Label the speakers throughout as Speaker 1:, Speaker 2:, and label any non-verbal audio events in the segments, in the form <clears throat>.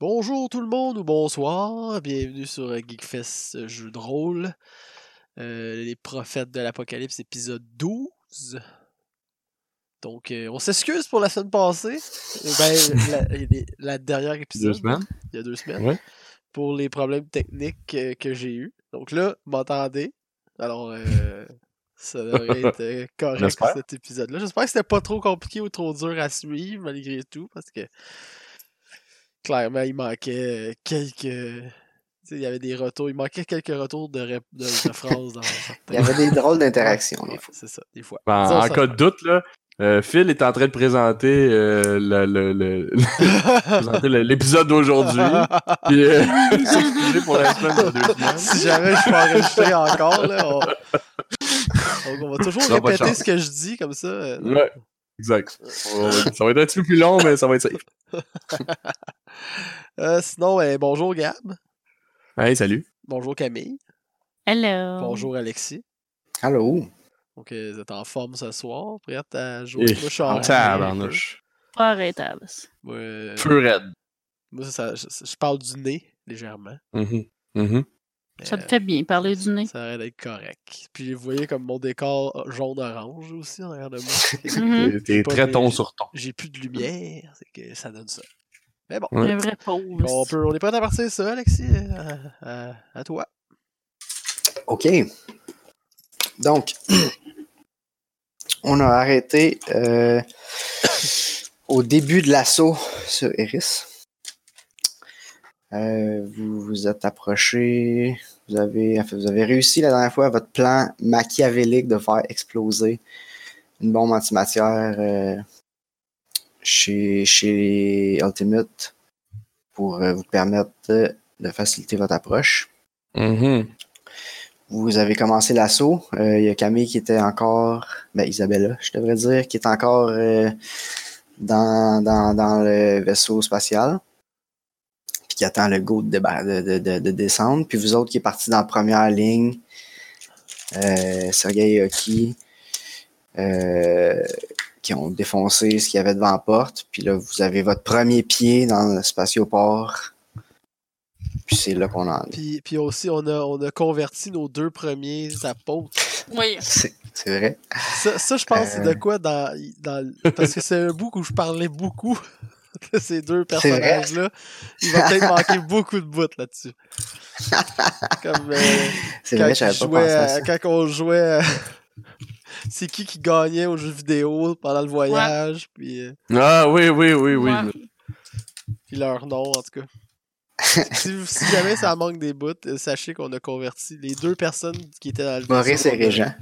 Speaker 1: Bonjour tout le monde ou bonsoir, bienvenue sur euh, Geekfest euh, Jeux de rôle, Euh, les prophètes de l'Apocalypse, épisode 12. Donc, euh, on s'excuse pour la semaine passée, Euh, ben, la, les- la dernière
Speaker 2: Deux
Speaker 1: épisode,
Speaker 2: semaines.
Speaker 1: il y a deux semaines,
Speaker 2: Ouais.
Speaker 1: pour les problèmes techniques euh, que j'ai eu. Donc là, vous m'entendez, alors euh, ça devrait être euh, correct
Speaker 2: J'espère.
Speaker 1: cet épisode-là. J'espère que c'était pas trop compliqué ou trop dur à suivre malgré tout, parce que clairement, il manquait euh, quelques. tu sais, Il y avait des retours, il manquait quelques retours de, ré- de, de phrases dans
Speaker 3: Il y avait des drôles d'interactions.
Speaker 1: certains.
Speaker 3: là.
Speaker 1: C'est ça, des
Speaker 2: <laughs>
Speaker 1: fois.
Speaker 2: Ben,
Speaker 1: Ça,
Speaker 2: en
Speaker 1: ça-
Speaker 2: cas de doute, là, euh, Phil est en train de présenter euh, le- le- le- <laughs>
Speaker 1: <laughs>
Speaker 2: présenter le- l'épisode <laughs> d'aujourd'hui. Puis, euh, <laughs> s'excuser pour la semaine de deux semaines.
Speaker 1: si jamais je peux enregistrer encore, là, on... on- on va toujours
Speaker 2: Ça va pas de
Speaker 1: répéter
Speaker 2: chance.
Speaker 1: ce que je dis comme ça. euh,
Speaker 2: Ouais, exact. On va- Ça va être un petit peu plus long, mais ça va être safe.
Speaker 1: Euh, sinon, euh, bonjour Gab,
Speaker 2: Hey, salut.
Speaker 1: bonjour Camille,
Speaker 4: Hello.
Speaker 1: bonjour Alexis.
Speaker 3: Allô?
Speaker 1: Donc, euh, vous êtes en forme ce soir, prête à jouer.
Speaker 2: Eh,
Speaker 1: moi, je suis
Speaker 2: En
Speaker 1: en
Speaker 2: tabarnouche.
Speaker 4: Pas arrêtable.
Speaker 1: Moi, euh,
Speaker 2: Feu raide.
Speaker 1: moi, ça- je, je parle du nez, légèrement.
Speaker 2: Mhm, mhm.
Speaker 1: mais,
Speaker 4: Ça te
Speaker 1: euh,
Speaker 4: fait bien parler du nez.
Speaker 1: Ça aurait d'être correct. Puis, vous voyez comme mon décor euh, jaune-orange aussi, en arrière de
Speaker 2: <laughs>
Speaker 1: moi.
Speaker 4: Mhm.
Speaker 2: T'es- T'es
Speaker 1: Pas
Speaker 2: très
Speaker 1: des-
Speaker 2: ton sur ton.
Speaker 1: J'ai plus de lumière, c'est que ça donne ça. Mais bon,
Speaker 2: Ouais.
Speaker 4: Un vrai pauvre.
Speaker 1: on, peut, on est prêt à partir ça, Alexis? Euh, euh, à toi.
Speaker 3: OK. Donc, on a arrêté euh, au début de l'assaut sur Eris. Euh, vous vous êtes approché. Vous avez, enfin, vous avez réussi la dernière fois à votre plan machiavélique de faire exploser une bombe antimatière euh, chez, chez Ultimate pour euh, vous permettre euh, de faciliter votre approche.
Speaker 2: Mhm.
Speaker 3: Vous avez commencé l'assaut. Euh, Il y a Camille qui était encore, ben Isabella, je devrais dire, qui est encore euh, dans, dans, dans le vaisseau spatial. Puis qui attend le go de, débar- de, de, de- de descendre. Puis vous autres qui est parti dans la première ligne. Euh, Sergei et Hockey, euh, qui ont défoncé ce qu'il y avait devant la porte. Puis là, vous avez votre premier pied dans le spatioport. Puis c'est là qu'on en
Speaker 1: Puis, puis aussi, on a, on a converti nos deux
Speaker 2: <laughs>
Speaker 1: premiers apôtres.
Speaker 4: Oui.
Speaker 3: C'est c'est vrai.
Speaker 1: Ça, ça, je pense, c'est
Speaker 3: Euh.
Speaker 1: de quoi dans, dans. Parce que c'est un book où je parlais beaucoup <laughs> de ces deux
Speaker 3: C'est vrai.
Speaker 1: personnages-là. Il va
Speaker 3: <laughs>
Speaker 1: peut-être manquer beaucoup de bouts là-dessus. Comme euh,
Speaker 3: C'est
Speaker 1: quand,
Speaker 3: vrai, j'avais
Speaker 1: je
Speaker 3: pas
Speaker 1: jouais
Speaker 3: pensé à
Speaker 1: à-
Speaker 3: ça.
Speaker 1: quand on jouait. euh, <laughs> c'est qui qui gagnait aux jeux vidéo pendant le voyage, puis, euh,
Speaker 2: Ah oui, oui, oui, oui.
Speaker 4: Ouais.
Speaker 1: puis leur nom, en tout cas. si, vous- si jamais ça manque des bouts, euh, sachez qu'on a converti les deux personnes qui étaient dans le
Speaker 3: Maurice et
Speaker 1: qu'on a-
Speaker 3: Régent.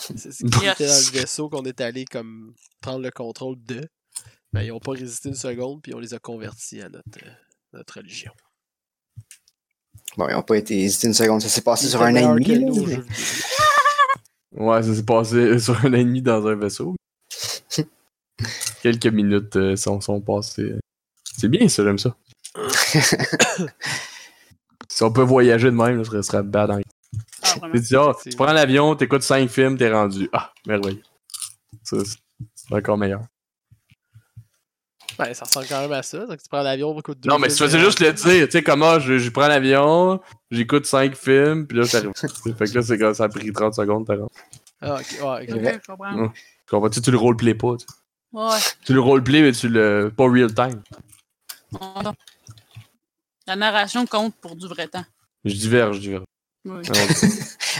Speaker 1: C'est
Speaker 2: <laughs>
Speaker 1: ce qui était dans le vaisseau qu'on est allé comme prendre le contrôle de. Mais ils n'ont pas résisté une seconde, puis on les a convertis à notre, euh, notre religion.
Speaker 3: Bon, ils n'ont pas été hésités une seconde. Ça s'est passé
Speaker 1: Ils
Speaker 3: Ah, sur
Speaker 1: étaient
Speaker 3: un an
Speaker 1: meilleurs
Speaker 3: et demi.
Speaker 1: que nous
Speaker 3: là,
Speaker 1: aux
Speaker 3: mais-
Speaker 1: jeux vidéo.
Speaker 2: Ouais, ça s'est passé <laughs> sur un ennemi dans un vaisseau. Quelques minutes euh, sont, sont passées. C'est bien ça, j'aime ça. si on peut voyager de même, là, ce serait- ce serait bad. hein.
Speaker 4: Ah,
Speaker 2: Tu
Speaker 4: vraiment.
Speaker 2: dis, ah, tu
Speaker 1: effectivement.
Speaker 2: prends l'avion, t'écoutes 5 films, t'es rendu. Ah, merveilleux. Ça, c'est c'est encore meilleur.
Speaker 1: Ouais, Ben, ça ressemble quand même à ça. Donc tu prends l'avion, beaucoup de
Speaker 2: Non, mais si tu faisais juste le dire, tu sais, comment je, je prends l'avion, j'écoute 5 films, puis là, j'arrive. fait que là, c'est comme ça a pris 30 secondes, t'as rendu.
Speaker 1: Ah, ok, ouais, ok.
Speaker 4: Ok, je comprends.
Speaker 2: Ouais. Tu comprends? Tu sais, tu le roleplay pas. tu sais.
Speaker 4: Ouais.
Speaker 2: Tu le roleplay, mais tu le. pas real time.
Speaker 4: Non, non. La narration compte pour du vrai temps.
Speaker 2: Je diverge, je diverge.
Speaker 4: Oui.
Speaker 1: <laughs>
Speaker 2: Alors,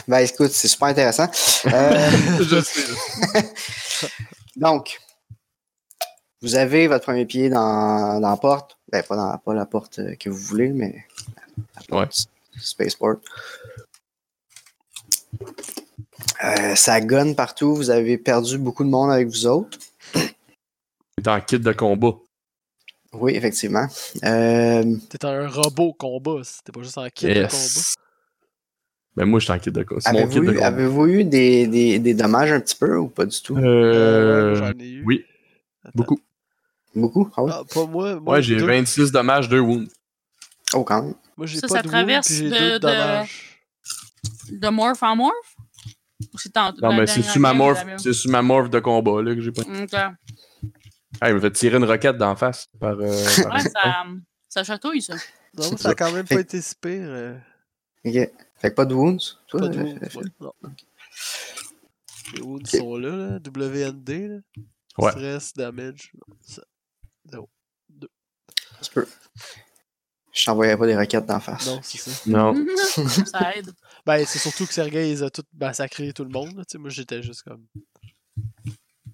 Speaker 3: Ben, écoute, c'est super intéressant. Euh,
Speaker 2: je sais.
Speaker 3: donc, vous avez votre premier pied dans, dans la porte. Ben, pas, dans, pas la porte euh, que vous voulez, mais la porte Spaceport. Euh, ça gonne partout. Vous avez perdu beaucoup de monde avec vous autres.
Speaker 2: T'es en kit de combat.
Speaker 3: Oui, effectivement. Euh,
Speaker 1: T'es un robot combat, c'était pas juste en kit de combat.
Speaker 2: Yes. Mais moi, je suis en kit de combat. C'est mon kit
Speaker 3: Avez-vous
Speaker 2: de
Speaker 3: eu,
Speaker 2: combat.
Speaker 3: avez-vous eu des, des- des dommages un petit peu ou pas du tout?
Speaker 1: Euh, ouais, moi,
Speaker 2: Euh.
Speaker 1: j'en ai eu.
Speaker 2: oui.
Speaker 1: Attends.
Speaker 2: Beaucoup.
Speaker 3: Beaucoup? Ah oui?
Speaker 1: Ah, pas moi. moi
Speaker 2: Ouais, j'ai
Speaker 1: deux.
Speaker 2: 26 dommages, 2 wounds.
Speaker 3: Oh, quand même.
Speaker 1: Moi, j'ai
Speaker 4: Ça,
Speaker 1: pas
Speaker 4: ça
Speaker 1: de traverse
Speaker 4: traverse
Speaker 1: puis j'ai
Speaker 4: de-
Speaker 1: deux
Speaker 4: de-
Speaker 1: dommages.
Speaker 4: De morph en morph? Ou c'est en
Speaker 2: Non,
Speaker 4: dans la
Speaker 2: mais c'est
Speaker 4: dernière
Speaker 2: sur ma
Speaker 4: game,
Speaker 2: morph,
Speaker 4: la même?
Speaker 2: c'est sur ma morph de combat, là, que j'ai pas.
Speaker 4: Ok.
Speaker 2: Ah, il m'a fait tirer une roquette d'en face par. euh, par-
Speaker 4: Ouais, ça, Ça chatouille, ça.
Speaker 1: Non, ça a quand même pas été si pire. euh,
Speaker 3: Ok. Fait que pas de wounds. Toi,
Speaker 1: pas de
Speaker 3: euh,
Speaker 1: wounds,
Speaker 3: Phil?
Speaker 1: ouais, non. Les wounds sont là, là, WND. Là.
Speaker 2: Ouais.
Speaker 1: Stress, damage. ça.
Speaker 3: Ça se peut. Je t'envoyais pas des requêtes d'en face.
Speaker 1: Non, c'est ça.
Speaker 2: Non.
Speaker 4: <laughs> ça aide.
Speaker 1: Ben, c'est surtout que Sergei, ils a tout massacré tout le monde. là, tu sais, moi, j'étais juste comme.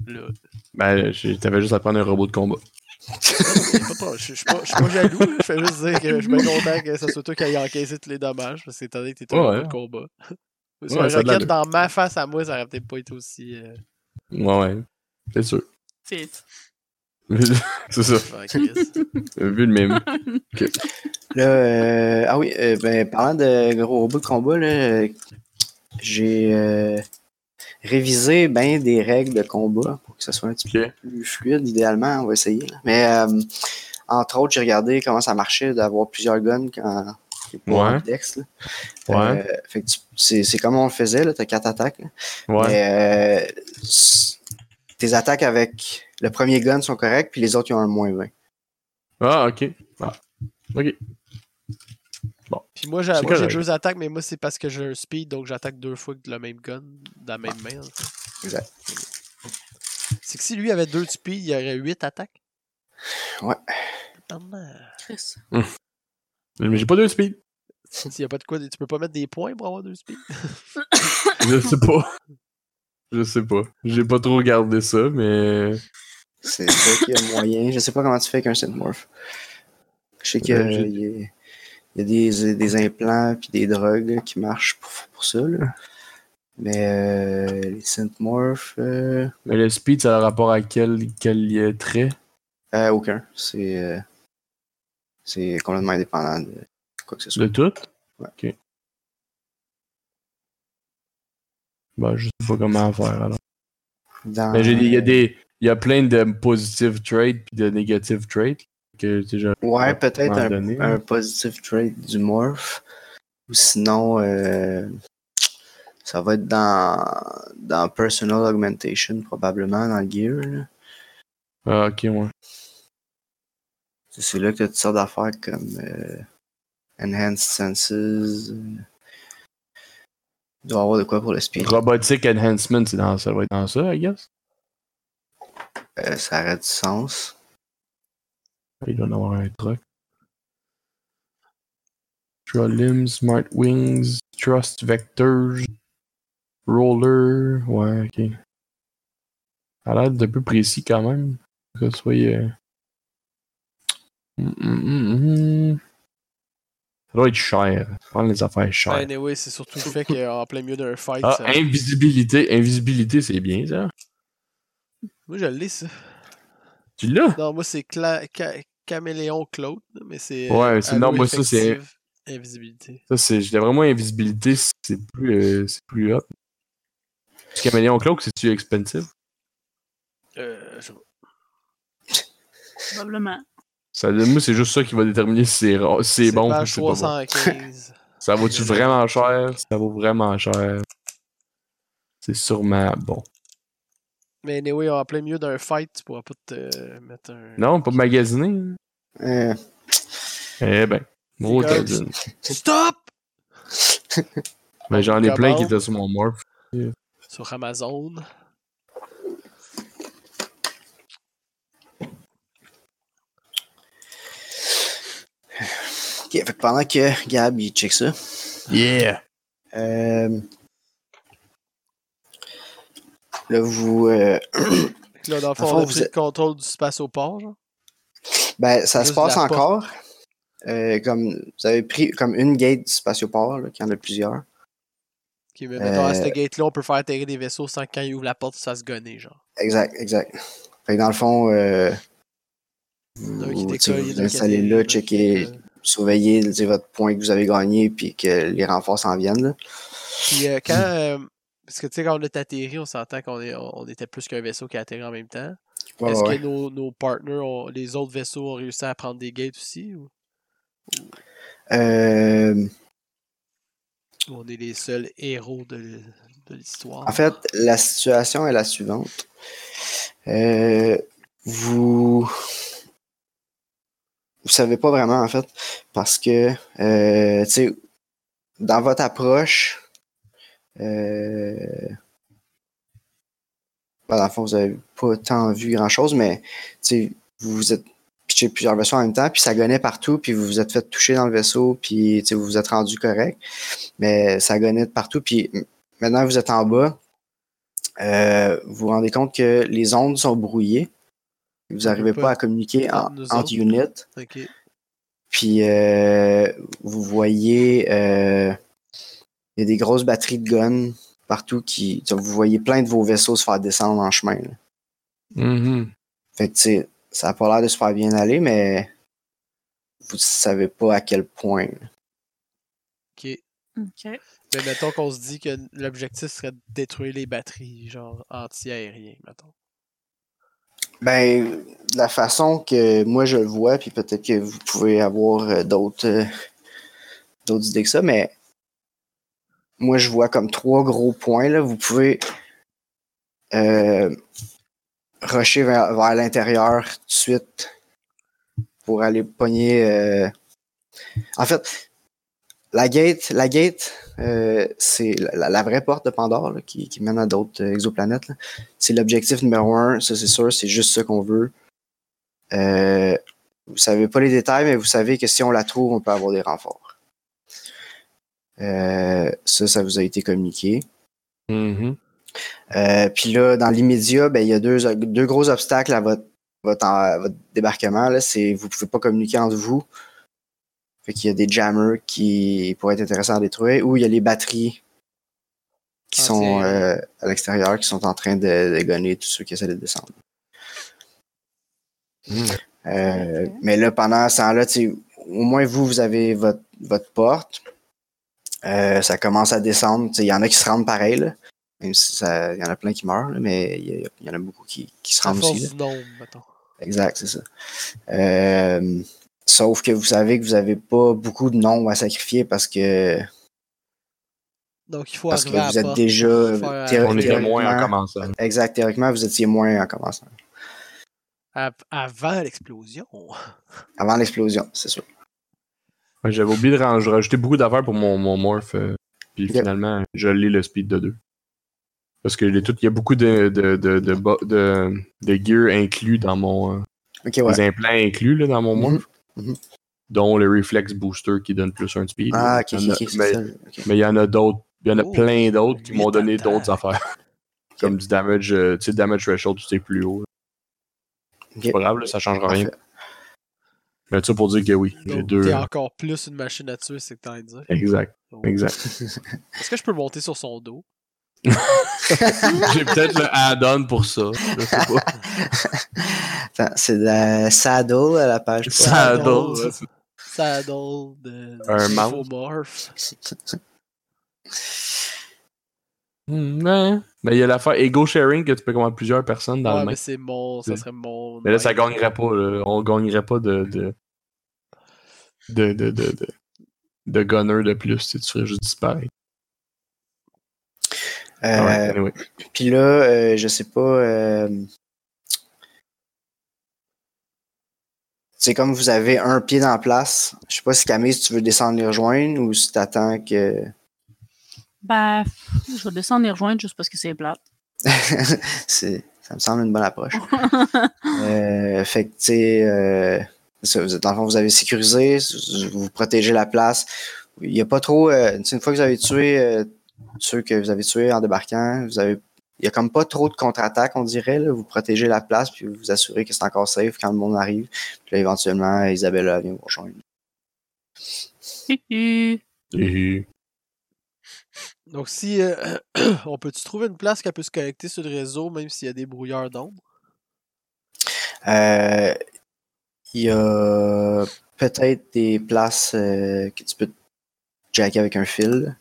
Speaker 1: Là.
Speaker 2: Ben, j'ai- t'avais juste à prendre un robot de combat.
Speaker 1: Y a pas de problème, Je je suis pas, je suis pas jaloux, là, je fais juste dire que je suis bien content que ce soit toi qui aille encaissé tous les dommages, parce que étant donné que t'étais
Speaker 2: Ouais.
Speaker 1: dans le combat. Si
Speaker 2: Ouais,
Speaker 1: un
Speaker 2: ça a
Speaker 1: rocket
Speaker 2: de l'allure.
Speaker 1: dans ma face à moi, ça aurait peut-être pas été aussi. euh,
Speaker 2: Ouais, ouais. C'est sûr. <laughs>
Speaker 4: C'est-
Speaker 2: c'est ça.
Speaker 1: en crise.
Speaker 2: Vu le même.
Speaker 3: Là, euh, ah oui, euh, ben, parlant de gros robots de combat, là, euh, j'ai euh, révisé bien des règles de combat pour que ce soit un petit
Speaker 2: Ok.
Speaker 3: peu plus fluide, idéalement, on va essayer. là. Mais euh, entre autres, j'ai regardé comment ça marchait d'avoir plusieurs guns quand pour
Speaker 2: Ouais.
Speaker 3: un texte. là.
Speaker 2: Ouais.
Speaker 3: Euh, fait que tu- c'est c'est comme on le faisait, là, t'as quatre attaques. là.
Speaker 2: Ouais.
Speaker 3: Mais euh, s- tes attaques avec le premier gun sont correctes, puis les autres ils ont un moins 20.
Speaker 2: Ah, ok. Ah. Ok.
Speaker 1: Puis moi, j'ai
Speaker 2: C'est
Speaker 1: moi, j'ai
Speaker 2: correct.
Speaker 1: deux attaques, mais moi, c'est parce que j'ai un speed, donc j'attaque deux fois avec le même gun, dans la même main. en fait.
Speaker 3: Exact.
Speaker 1: C'est que si lui avait deux de speed, il y aurait huit attaques.
Speaker 3: Ouais.
Speaker 1: Tabarnak.
Speaker 4: Chris.
Speaker 2: Mais j'ai pas deux speed.
Speaker 1: S'il y a pas de quoi, tu peux pas mettre des points pour avoir deux speed.
Speaker 2: Je sais pas. Je sais pas. J'ai pas trop regardé ça, mais.
Speaker 3: C'est ça qu'il y a moyen. Je sais pas comment tu fais avec un synthmorph. Je sais qu'il y a,
Speaker 2: Euh, j'ai-
Speaker 3: il y a- il y a des, des implants puis des drogues là, qui marchent pour, pour ça. là. Mais euh, les synthmorphs, euh,
Speaker 2: Mais le speed, ça a rapport à quel, quel euh, trait
Speaker 3: euh, aucun. C'est, euh, c'est complètement indépendant de quoi que ce soit.
Speaker 2: De tout
Speaker 3: Ouais.
Speaker 2: Ok. Bah, je sais pas comment faire alors.
Speaker 3: Dans-
Speaker 2: Mais Ben, j'ai des- il y a des. Il y a plein de positive traits puis de negative traits. Que, tu sais, j'aurais
Speaker 3: Ouais, peut-être
Speaker 2: à
Speaker 3: un,
Speaker 2: donner.
Speaker 3: un positive trait du morph. Ou sinon, euh, ça va être dans, dans Personal Augmentation, probablement, dans le gear. là.
Speaker 2: Ah, ok, ouais.
Speaker 3: C'est c'est là que tu as toutes sortes d'affaires comme euh, Enhanced Senses. euh, Il doit y avoir de quoi pour le speed.
Speaker 2: Robotic Enhancement, c'est dans ça. va être dans ça, I guess.
Speaker 3: Euh, ça aurait du sens.
Speaker 2: Il doit en avoir un truc. Draw limbs, smart wings, trust vectors, roller. Ouais, ok. Ça a l'air d'un peu précis quand même. Que ce soit. euh, hum, hum, hum, hum. Ça doit être cher. Prendre les affaires chères.
Speaker 1: Anyway, c'est surtout le fait qu'en plein milieu d'un fight,
Speaker 2: ah,
Speaker 1: ça-
Speaker 2: invisibilité. Invisibilité, c'est bien ça.
Speaker 1: moi je l'ai ça.
Speaker 2: Tu l'as?
Speaker 1: Non, moi c'est Cla- Ca- Caméléon Claude, mais c'est. euh,
Speaker 2: Ouais, c'est-
Speaker 1: Halo
Speaker 2: non, moi, ça, c'est-
Speaker 1: effective, Invisibilité.
Speaker 2: Ça, c'est. J'étais vraiment invisibilité, c'est plus. euh, c'est plus hot. Caméléon Cloak, c'est-tu expensive?
Speaker 1: Euh, je-
Speaker 4: Probablement.
Speaker 2: Ça, moi, c'est juste ça qui va déterminer si c'est ra- si c'est bon ou
Speaker 1: page
Speaker 2: si c'est pas bon.
Speaker 1: 315.
Speaker 2: Ça vaut-tu vraiment cher? Ça vaut vraiment cher. C'est sûrement bon.
Speaker 1: mais anyway, en plein milieu d'un fight, tu pourras pas te euh, mettre un.
Speaker 2: Non, pas magasiner. hein.
Speaker 3: Euh,
Speaker 2: Eh ben, gros
Speaker 1: Écoute.
Speaker 2: Tadine.
Speaker 1: Stop!
Speaker 2: Mais j'en ai plein qui
Speaker 1: Commande.
Speaker 2: étaient sur mon morph.
Speaker 1: Sur Amazon.
Speaker 3: ok, fait que pendant que Gab il check ça,
Speaker 2: Yeah!
Speaker 3: euh, là vous. euh,
Speaker 1: Fait que Là, dans le fond,
Speaker 3: Dans
Speaker 1: on
Speaker 3: le
Speaker 1: a
Speaker 3: fond,
Speaker 1: pris
Speaker 3: vous
Speaker 1: le
Speaker 3: êtes-
Speaker 1: contrôle du spatioport, genre.
Speaker 3: Ben, ça se
Speaker 1: Juste de la
Speaker 3: passe
Speaker 1: porte.
Speaker 3: encore. Euh, comme vous avez pris comme une gate du spatioport, là, qu'il y en a plusieurs.
Speaker 1: Qui, mais mettons, à
Speaker 3: Euh,
Speaker 1: cette gate-là, on peut faire atterrir des vaisseaux sans que quand ils ouvrent la porte, ça se gonner, genre.
Speaker 3: Exact, exact. Fait que dans le fond, euh,
Speaker 1: Un qui
Speaker 3: vous, tu sais,
Speaker 1: décolle, il y en a
Speaker 3: vous
Speaker 1: qui
Speaker 3: installez
Speaker 1: atterrit,
Speaker 3: là,
Speaker 1: l'autre qui,
Speaker 3: checkez,
Speaker 1: euh,
Speaker 3: surveillez tu sais, votre point que vous avez gagné, puis que les renforts s'en viennent. là.
Speaker 1: Puis euh, quand. euh, parce que tu sais, quand on est atterri, on s'entend qu'on est, on était plus qu'un vaisseau qui a atterri en même temps.
Speaker 3: Ouais,
Speaker 1: Est-ce
Speaker 3: ouais,
Speaker 1: que nos, nos partners, ont- les autres vaisseaux ont réussi à prendre des gates aussi ou
Speaker 3: ouais. Euh,
Speaker 1: on est les seuls héros de, l- de l'histoire?
Speaker 3: en fait, la situation est la suivante. Euh, vous vous savez pas vraiment en fait, parce que euh, tu sais, dans votre approche, euh, ben, dans le fond, vous avez pas tant vu grand chose, mais tu sais, vous vous êtes pitché plusieurs vaisseaux en même temps, puis ça gonnait partout, puis vous vous êtes fait toucher dans le vaisseau, puis tu sais, vous vous êtes rendu correct, mais ça gonnait de partout, puis maintenant que vous êtes en bas, euh, vous vous rendez compte que les ondes sont brouillées. Vous n'arrivez
Speaker 1: peut
Speaker 3: pas à communiquer en,
Speaker 1: entre nous
Speaker 3: entre
Speaker 1: autres.
Speaker 3: units.
Speaker 1: Ok.
Speaker 3: Puis euh, vous voyez, euh, il y a des grosses batteries de guns partout qui. tu vois, Vous voyez plein de vos vaisseaux se faire descendre en chemin. là.
Speaker 2: Mhm.
Speaker 3: Fait que, tu sais, ça n'a pas l'air de se faire bien aller, mais vous savez pas à quel point. là.
Speaker 1: Ok.
Speaker 4: OK.
Speaker 1: Mais mettons qu'on se dit que l'objectif serait de détruire les batteries, genre anti-aériens, mettons.
Speaker 3: Ben, de la façon que moi je le vois, puis peut-être que vous pouvez avoir euh, d'autres euh, d'autres idées que ça, mais moi je vois comme trois gros points. Là. Vous pouvez euh, rusher vers, vers l'intérieur tout de suite pour aller pogner. euh, En fait, la gate, la gate, euh, c'est la, la- la vraie porte de Pandore là, qui, qui mène à d'autres euh, exoplanètes. là. C'est l'objectif numéro un, ça c'est sûr, c'est juste ce qu'on veut. Euh, vous savez pas les détails, mais vous savez que si on la trouve, on peut avoir des renforts. Euh, ça, ça vous a été communiqué.
Speaker 2: Mhm.
Speaker 3: Euh, Puis là, dans l'immédiat, ben, il y a deux, deux gros obstacles à votre, votre, à votre débarquement. Là. C'est, vous pouvez pas communiquer entre vous. Fait qu'il y a des jammers qui pourraient être intéressants à détruire. Ou il y a les batteries qui sont
Speaker 1: Anti-aériens.
Speaker 3: euh, à l'extérieur, qui sont en train de, de gonner tous ceux qui essaient de descendre.
Speaker 2: Mhm.
Speaker 3: Euh,
Speaker 4: Ok.
Speaker 3: mais là, pendant ce temps-là, tu sais, au moins vous, vous avez votre, votre porte. Euh, ça commence à descendre. Tu sais, Il y en a qui se rendent pareil, là. même si ça- il y en a plein qui meurent, là, mais il y, a- il y en a beaucoup qui, qui se
Speaker 1: À
Speaker 3: rendent Ah, aussi.
Speaker 1: force
Speaker 3: là.
Speaker 1: du nombre, mettons.
Speaker 3: Exact, c'est ça. Euh, sauf que vous savez que vous n'avez pas beaucoup de noms à sacrifier parce que,
Speaker 1: Donc il faut
Speaker 3: parce que
Speaker 1: arriver à
Speaker 3: vous
Speaker 1: la
Speaker 3: êtes
Speaker 1: porte.
Speaker 3: déjà
Speaker 1: faire euh,
Speaker 3: théo-
Speaker 1: un-
Speaker 2: On était moins en
Speaker 3: théoriquement-
Speaker 2: commençant.
Speaker 3: Exact, théoriquement, vous étiez moins en commençant.
Speaker 1: À- avant l'explosion.
Speaker 3: Avant l'explosion, c'est sûr.
Speaker 2: Ouais, J'avais oublié de ran- je rajoutais beaucoup d'affaires pour mon, mon morph. euh, puis
Speaker 3: Yep.
Speaker 2: finalement, je l'ai le speed de 2. Parce que les tout- il y a beaucoup de, de, de, de, bo- de, de gear inclus dans mon. euh,
Speaker 3: Ok, ouais.
Speaker 2: Des implants inclus là, dans mon
Speaker 3: Mhm.
Speaker 2: morph.
Speaker 3: Mhm.
Speaker 2: Dont le reflex booster qui donne plus un de speed.
Speaker 3: Ah, ok,
Speaker 2: Il y en
Speaker 3: ok,
Speaker 2: a-
Speaker 3: ok, c'est
Speaker 2: mais-
Speaker 3: ça. ok.
Speaker 2: Mais il y en a d'autres. Il y en a
Speaker 1: Oh,
Speaker 2: plein d'autres qui
Speaker 1: lui,
Speaker 2: m'ont donné
Speaker 1: t'attaque.
Speaker 2: d'autres affaires. <laughs> Comme du damage, euh, tu sais, damage threshold, tu sais, plus haut. C'est
Speaker 3: Ok.
Speaker 2: pas grave, là, ça changera rien.
Speaker 3: Parfait.
Speaker 2: Mais ça pour dire que oui, j'ai
Speaker 1: Donc
Speaker 2: deux. hein.
Speaker 1: t'es Oh. encore plus une machine à tuer, c'est que t'as envie de dire.
Speaker 2: Exact,
Speaker 1: Donc, <laughs>
Speaker 2: exact.
Speaker 3: <laughs>
Speaker 1: Est-ce que je peux monter sur son dos?
Speaker 2: j'ai peut-être le add-on pour ça. Je sais pas.
Speaker 3: <laughs> Attends, c'est de la saddle à la page.
Speaker 1: Saddle.
Speaker 2: Saddle, ouais, c'est-
Speaker 1: Saddle euh, de
Speaker 2: Un
Speaker 1: de
Speaker 2: mount.
Speaker 1: faux morph.
Speaker 2: Hmm,
Speaker 3: hein.
Speaker 2: ouais. Mais il y a l'affaire Ego Sharing que tu peux commander plusieurs personnes dans
Speaker 1: Ouais,
Speaker 2: le même.
Speaker 1: mais c'est mon. Ça serait mon.
Speaker 2: Mais là, ça
Speaker 1: main.
Speaker 2: gagnerait pas. là. On gagnerait pas de. de. de. de. de, de, de gunner de plus. Tu sais, tu ferais juste disparaître.
Speaker 3: Euh,
Speaker 2: Ah Ouais, anyway.
Speaker 3: Puis là, euh, je sais pas. euh, C'est comme vous avez un pied dans la place. Je sais pas si Camille, si tu veux descendre les rejoindre ou si t'attends que. <laughs>
Speaker 4: Ben, pff, je vais descendre les rejoindre juste parce que c'est plate. <laughs>
Speaker 3: c'est... Ça me semble une bonne approche. Euh, fait que, tu sais, euh, ça, vous êtes- dans le fond, vous avez sécurisé, vous protégez la place. Il n'y a pas trop. euh, tu sais, une fois que vous avez tué euh, ceux que vous avez tués en débarquant, vous avez. Il n'y a comme pas trop de contre-attaque, on dirait. là. Vous protégez la place, puis vous vous assurez que c'est encore safe quand le monde arrive. Puis là, éventuellement, Isabella vient vous rejoindre.
Speaker 4: Hi, hi.
Speaker 2: Et-
Speaker 1: Donc si. euh, <clears throat> on peut-tu trouver une place qu'elle peut se connecter sur le réseau, même s'il y a des brouilleurs d'ombre?
Speaker 3: Euh, Il y a peut-être des places euh, que tu peux te jacker avec un fil.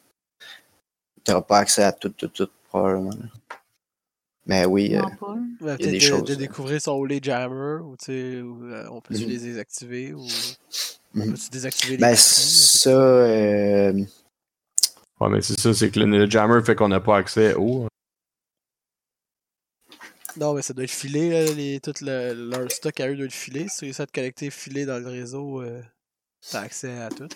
Speaker 3: Tu n'auras pas accès à tout, tout, tout, probablement. là. Mais oui, euh,
Speaker 4: Non, pas.
Speaker 1: Ouais,
Speaker 3: Il y a des
Speaker 1: peut-être de,
Speaker 3: choses, hein.
Speaker 1: de
Speaker 3: là.
Speaker 1: découvrir son Holy Jammer, ou tu sais, ou, euh, on peut-tu
Speaker 3: Mhm.
Speaker 1: les désactiver, ou on
Speaker 3: Mhm.
Speaker 1: peut-tu désactiver les
Speaker 3: ben,
Speaker 1: batteries?
Speaker 3: ça, euh,
Speaker 2: hein, Ouais, mais c'est ça, c'est que le, le jammer fait qu'on n'a pas accès au.
Speaker 1: Non, mais ça doit être filé, là, les, tout le- leur stock à eux doit être filé. Si tu réussis à te connecter filé dans le réseau, euh, t'as accès à tout.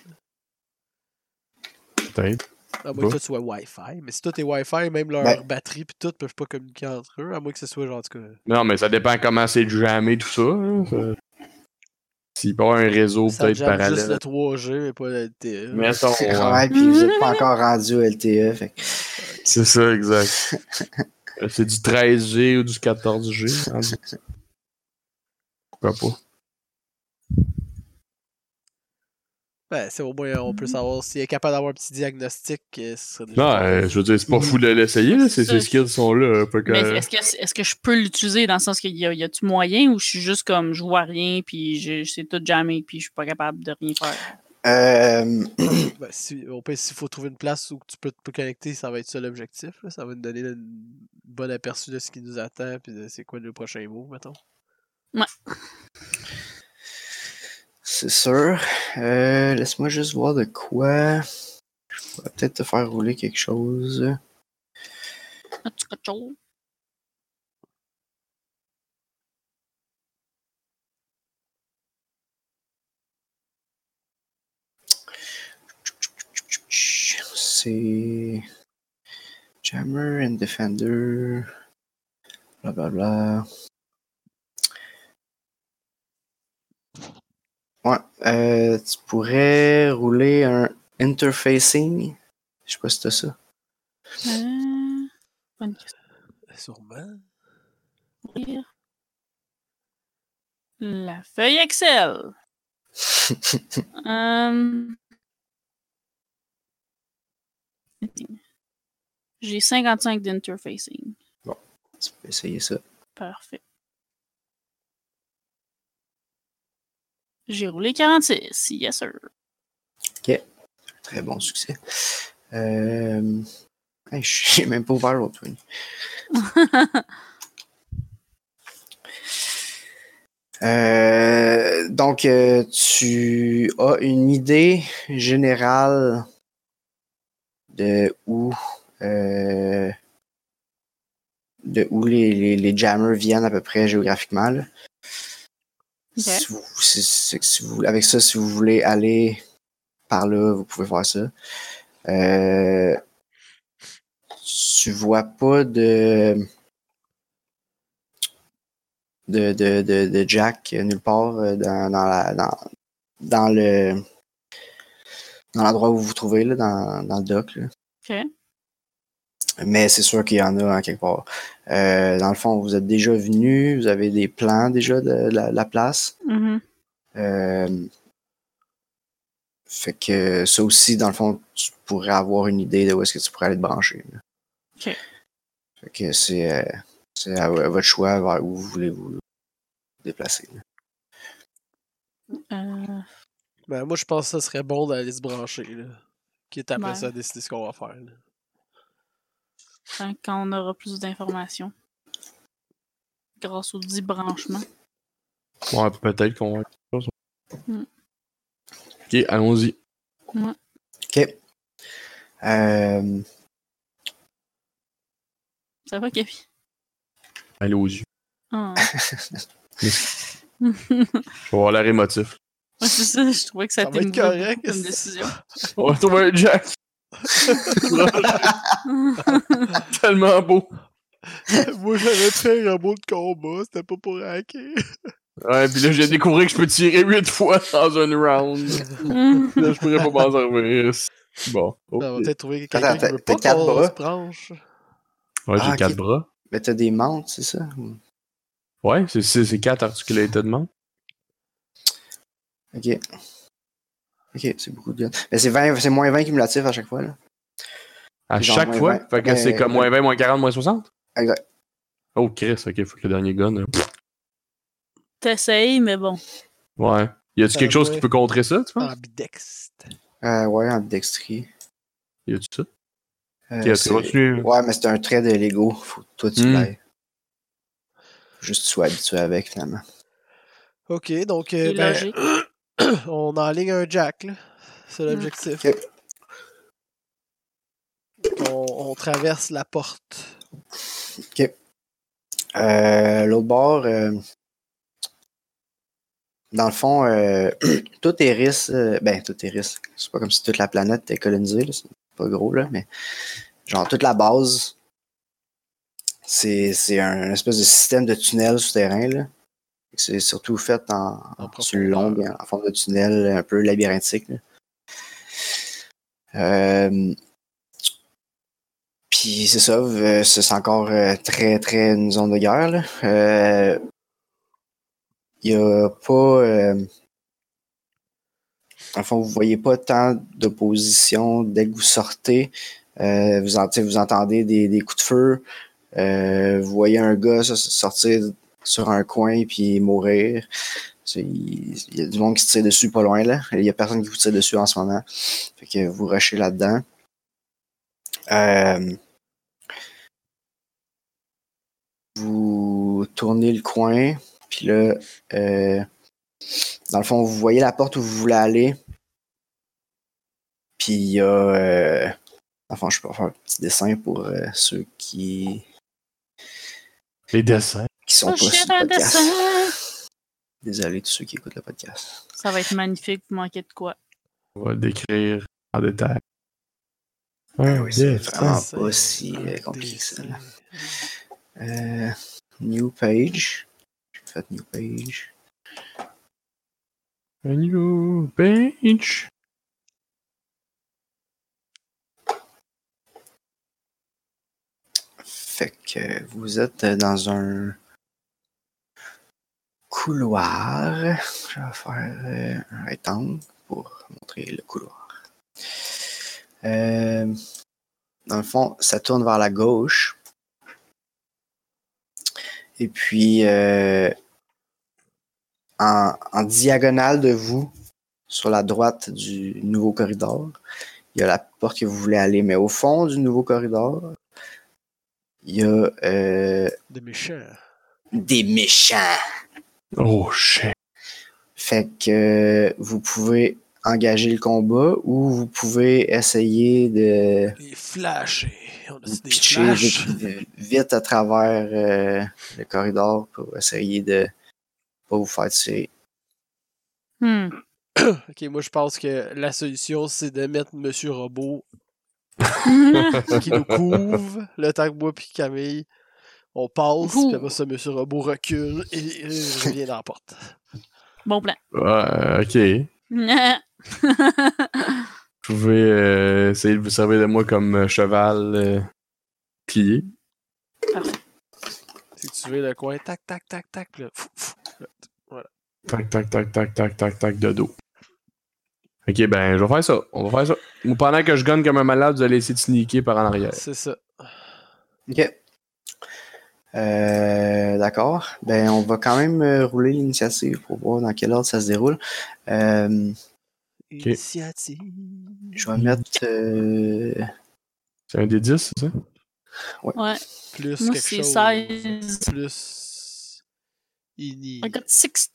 Speaker 2: Peut-être.
Speaker 1: À moins que
Speaker 2: Bah.
Speaker 1: toi, tu sois Wi-Fi. Mais si toi, t'es Wi-Fi, même leur
Speaker 3: Ben-
Speaker 1: batterie pis tout, peuvent pas communiquer entre eux. À moins que ce soit genre, en tout cas.
Speaker 2: Non, mais ça dépend comment c'est jamais tout ça. hein. Ça- S'il peut y avoir un réseau
Speaker 1: Ça
Speaker 2: peut-être
Speaker 1: jamme juste le
Speaker 2: parallèle.
Speaker 1: 3G, mais pas E. la LTE.
Speaker 2: Mettons, ouais.
Speaker 3: Ouais, puis vous n'êtes pas encore rendu au LTE. Fait. que-
Speaker 2: C'est ça, <laughs> exact. Euh, c'est du 13G ou du 14G. hein, du- Pourquoi pas?
Speaker 1: Ben, c'est au moins,
Speaker 3: Mm-hmm.
Speaker 1: on peut savoir s'il est capable d'avoir un petit diagnostic. euh, ce serait déjà
Speaker 2: Non,
Speaker 1: pas
Speaker 2: euh,
Speaker 1: mal.
Speaker 2: je veux dire, c'est pas fou de l'essayer, là. Ces, ces skills sont là. hein, pas que-
Speaker 4: Mais est-ce que, est-ce que je peux l'utiliser dans le sens qu'il y a, y a-tu moyen ou je suis juste comme je vois rien puis je, c'est tout jamais puis je suis pas capable de rien faire?
Speaker 3: <laughs> Euh,
Speaker 1: Ben, si, on peut, s'il faut trouver une place où tu peux te connecter, ça va être ça l'objectif. là. Ça va nous donner une bonne aperçu de ce qui nous attend puis de c'est quoi le prochain mot, mettons.
Speaker 3: c'est sûr. Euh, Laisse-moi juste voir de quoi. Je pourrais peut-être te faire rouler quelque chose.
Speaker 4: As-tu quelque chose?
Speaker 3: C'est Jammer and Defender. Blablabla. Ouais, euh, tu pourrais rouler un interfacing. Je sais pas si t'as ça. <laughs>
Speaker 4: Euh, bonne question.
Speaker 1: Sûrement.
Speaker 4: La feuille Excel. Hum. J'ai 55 d'interfacing.
Speaker 3: tu peux essayer ça.
Speaker 4: Parfait. J'ai roulé 46. Yes, sir.
Speaker 3: Très bon succès. Euh... hey, <laughs> je n'ai même pas ouvert l'autre. oui. Euh, donc, euh, tu as une idée générale de où, euh, de où les, les, les jammers viennent à peu près géographiquement. là.
Speaker 4: Ok.
Speaker 3: Si vous- si- si- si vous- avec ça, si vous voulez aller par là, vous pouvez faire ça. Euh, tu vois pas de de, de, de, de Jack euh, nulle part euh, dans, dans, la, dans, dans le dans l'endroit où vous vous trouvez, là, dans, dans le dock. là.
Speaker 4: Ok.
Speaker 3: Mais c'est sûr qu'il y en a en quelque part. Euh, dans le fond, vous êtes déjà venu, vous avez des plans déjà de, la, de la place.
Speaker 4: Mhm.
Speaker 3: Euh, fait que ça aussi, dans le fond, tu pourrais avoir une idée de où est-ce que tu pourrais aller te brancher. là.
Speaker 4: Ok.
Speaker 3: Fait que c'est euh, c'est à, à votre choix vers où vous voulez vous déplacer. là.
Speaker 4: Euh,
Speaker 1: Ben, moi, je pense que ça serait bon d'aller se brancher. Là. Quitte après
Speaker 4: Ouais.
Speaker 1: ça à décider ce qu'on va faire. là.
Speaker 4: hein, quand on aura plus d'informations. Grâce aux 10 branchements.
Speaker 2: Ouais, peut-être qu'on va. quelque chose.
Speaker 4: Mm.
Speaker 2: Ok, allons-y.
Speaker 3: OK. Euh,
Speaker 4: Ça va, Kevin?
Speaker 2: Allez aux yeux.
Speaker 4: Ah.
Speaker 2: Je vais avoir l'air émotif. <laughs>
Speaker 3: <laughs>
Speaker 4: Ouais, c'est ça, je trouvais que ça,
Speaker 1: Ça va
Speaker 4: t'émouvait
Speaker 1: être correct, <laughs>
Speaker 4: beaucoup comme
Speaker 1: c'est-
Speaker 4: décision.
Speaker 2: On va trouver un Jack. Tellement beau.
Speaker 1: moi, j'avais fait un mot de combat, c'était pas pour hacker.
Speaker 2: Ouais, puis là, j'ai découvert que je peux tirer 8 fois dans un round.
Speaker 3: <laughs>
Speaker 4: Mhm.
Speaker 2: Là, je pourrais pas m'en servir. Bon.
Speaker 1: Ben, On va
Speaker 2: ok.
Speaker 1: peut-être trouver quelqu'un
Speaker 3: Oh. Attends,
Speaker 1: qui veut
Speaker 3: t'as-
Speaker 1: pas
Speaker 3: t'as quatre
Speaker 1: qu'on
Speaker 3: bras?
Speaker 1: se branche.
Speaker 2: Ouais, j'ai
Speaker 3: Ah, ok.
Speaker 2: 4 bras.
Speaker 3: mais t'as des mantes, c'est ça? ou-
Speaker 2: Ouais, c'est- c'est c'est 4 articulated man.
Speaker 3: OK. OK, c'est beaucoup de guns. Mais c'est 20 c'est moins 20 cumulatifs à chaque fois. Là.
Speaker 2: À
Speaker 3: Genre
Speaker 2: chaque
Speaker 3: moins
Speaker 2: fois.
Speaker 3: 20.
Speaker 2: Fait que c'est
Speaker 3: Euh,
Speaker 2: comme moins 20, moins 40, moins 60.
Speaker 3: Exact.
Speaker 2: Oh, Chris, ok, faut que le dernier gun. euh, pff,
Speaker 4: <laughs> T'essayes, mais bon.
Speaker 2: Ouais. Y a-tu
Speaker 1: Ça
Speaker 2: quelque chose qui
Speaker 1: va.
Speaker 2: peut contrer ça,
Speaker 3: Ah.
Speaker 2: tu penses?
Speaker 1: Ambidexte.
Speaker 3: Euh, ouais, en dextrie.
Speaker 2: Y a-tu ça?
Speaker 3: Euh,
Speaker 2: Ok,
Speaker 3: c'est-
Speaker 2: tu continues.
Speaker 3: ouais, mais c'est un trait de Lego. Faut que toi, tu
Speaker 2: Hmm.
Speaker 3: l'ailles. Juste que tu sois habitué avec, finalement.
Speaker 1: Ok, donc
Speaker 3: Eh
Speaker 1: euh,
Speaker 4: C'est
Speaker 1: ben,
Speaker 4: logique.
Speaker 1: on enligne un jack. là. C'est l'objectif.
Speaker 3: Ok.
Speaker 1: On, on traverse la porte.
Speaker 3: Ok. Euh, L'autre bord, euh, dans le fond, euh, tout Eris, euh, ben tout Eris, c'est pas comme si toute la planète était colonisée, là, c'est pas gros là, mais genre toute la base, c'est c'est un espèce de système de tunnel souterrain là. C'est surtout fait en,
Speaker 1: En
Speaker 3: sur le long, bien, en forme de tunnel un peu labyrinthique. là. Euh, puis c'est ça, euh, c'est c'est encore euh, très très une zone de guerre. là. Euh, il n'y a pas. Euh, enfin, vous voyez pas tant d'opposition dès que vous sortez. Euh, vous, en- tu sais, vous entendez des, des coups de feu. Euh, vous voyez un gars s- sortir sur un coin puis mourir. Tu sais, Il il y a du monde qui se tire dessus pas loin là. Il y a personne qui vous tire dessus en ce moment. Fait que vous rushez là-dedans. Euh, vous tournez le coin. Puis là, euh, dans le fond, vous voyez la porte où vous voulez aller. Puis il y a. euh, dans le fond, je peux faire un petit dessin pour euh, ceux qui,
Speaker 2: Les dessins.
Speaker 3: qui sont
Speaker 4: Oh,
Speaker 3: pas sur
Speaker 4: shit,
Speaker 3: le
Speaker 4: un
Speaker 3: podcast.
Speaker 4: dessin!
Speaker 3: Désolé de ceux qui écoutent le podcast.
Speaker 4: Ça va être magnifique, vous manquez de quoi.
Speaker 2: On va décrire en détail. Ah
Speaker 3: Ah oui,
Speaker 2: oui,
Speaker 3: c'est vraiment-
Speaker 2: ça.
Speaker 1: C'est
Speaker 3: pas si, euh,
Speaker 1: un
Speaker 3: compliqué que ça,
Speaker 1: dessin.
Speaker 3: Euh, new page. J'ai fait new page.
Speaker 2: Un new page.
Speaker 3: Fait que vous êtes dans un couloir. Je vais faire euh, un rectangle pour montrer le couloir. Euh, dans le fond, ça tourne vers la gauche. Et puis, euh, en, en diagonale de vous, sur la droite du nouveau corridor, il y a la porte que vous voulez aller, mais au fond du nouveau corridor, il y a euh,
Speaker 1: De méchant.
Speaker 3: des méchants.
Speaker 2: Oh shit.
Speaker 3: Fait que euh, vous pouvez engager le combat ou vous pouvez essayer de
Speaker 1: Les flashés. On a des
Speaker 3: pitcher
Speaker 1: flashs.
Speaker 3: vite, euh, vite à travers euh, le corridor pour essayer de pas vous faire tirer.
Speaker 4: Hmm.
Speaker 1: Ok, moi je pense que la solution c'est de mettre Monsieur Robot qui nous couvre <laughs> le temps que moi puis Camille on passe,
Speaker 4: Ouh.
Speaker 1: puis après ça Monsieur Robot recule et, et revient dans la porte.
Speaker 4: bon plan. <laughs>
Speaker 2: Ouais, ok. Vous pouvez euh, essayer de vous servir de moi comme euh, cheval euh, plié.
Speaker 1: Si tu veux le coin, tac tac tac tac, puis là, fou, fou.
Speaker 2: Tac, tac, tac, tac, tac, tac, tac, de dos. Ok, ben, je vais faire ça. On va faire ça. Ou Pendant que je gagne comme un malade, vous allez essayer de sneaker par en arrière.
Speaker 1: c'est ça.
Speaker 3: Ok. Euh, D'accord. Ben, on va quand même euh, rouler l'initiative pour voir dans quel ordre ça se déroule. Euh,
Speaker 1: Initiative.
Speaker 3: je vais mettre euh,
Speaker 2: C'est un des 10, c'est ça?
Speaker 4: ouais.
Speaker 1: Plus
Speaker 4: Moi,
Speaker 1: quelque
Speaker 4: c'est
Speaker 1: chose.
Speaker 4: 16.
Speaker 1: Plus. Ini.
Speaker 4: I got 16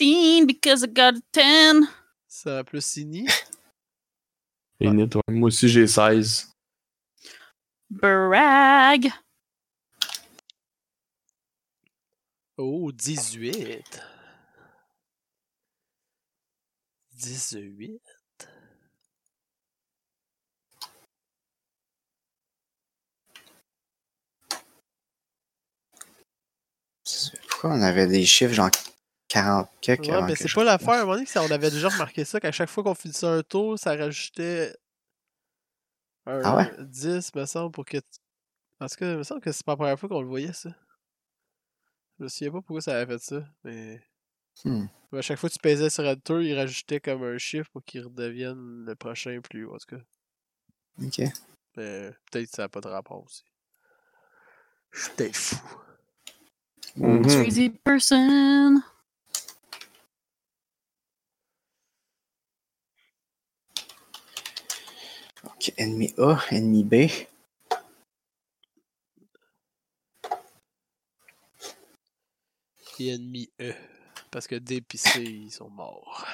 Speaker 4: because I got a 10.
Speaker 1: Ça va plus Ini.
Speaker 2: Et net, ouais. Moi aussi, j'ai 16.
Speaker 4: Brag.
Speaker 1: Oh, 18. 18.
Speaker 3: Pourquoi on avait des chiffres genre 40 quelques
Speaker 1: Ouais,
Speaker 3: avant
Speaker 1: mais
Speaker 3: que
Speaker 1: c'est
Speaker 3: je-
Speaker 1: pas l'affaire. À un moment donné, ça- on avait déjà remarqué ça, qu'à chaque fois qu'on finissait un tour, ça rajoutait un
Speaker 3: Ah ouais?
Speaker 1: 10, me semble, pour que. Parce que, me semble que c'est pas la première fois qu'on le voyait, ça. Je me souviens pas pourquoi ça avait fait ça, mais.
Speaker 3: Hmm.
Speaker 1: Mais à chaque fois que tu pesais sur un tour, il rajoutait comme un chiffre pour qu'il redevienne le prochain plus haut, en tout cas.
Speaker 3: Ok.
Speaker 1: Mais peut-être que ça n'a pas de rapport aussi. Je suis peut-être fou.
Speaker 3: Hmm.
Speaker 4: Crazy person.
Speaker 3: Ok, ennemi A, ennemi B.
Speaker 1: Et ennemi E. Parce que D pis C, ils sont morts.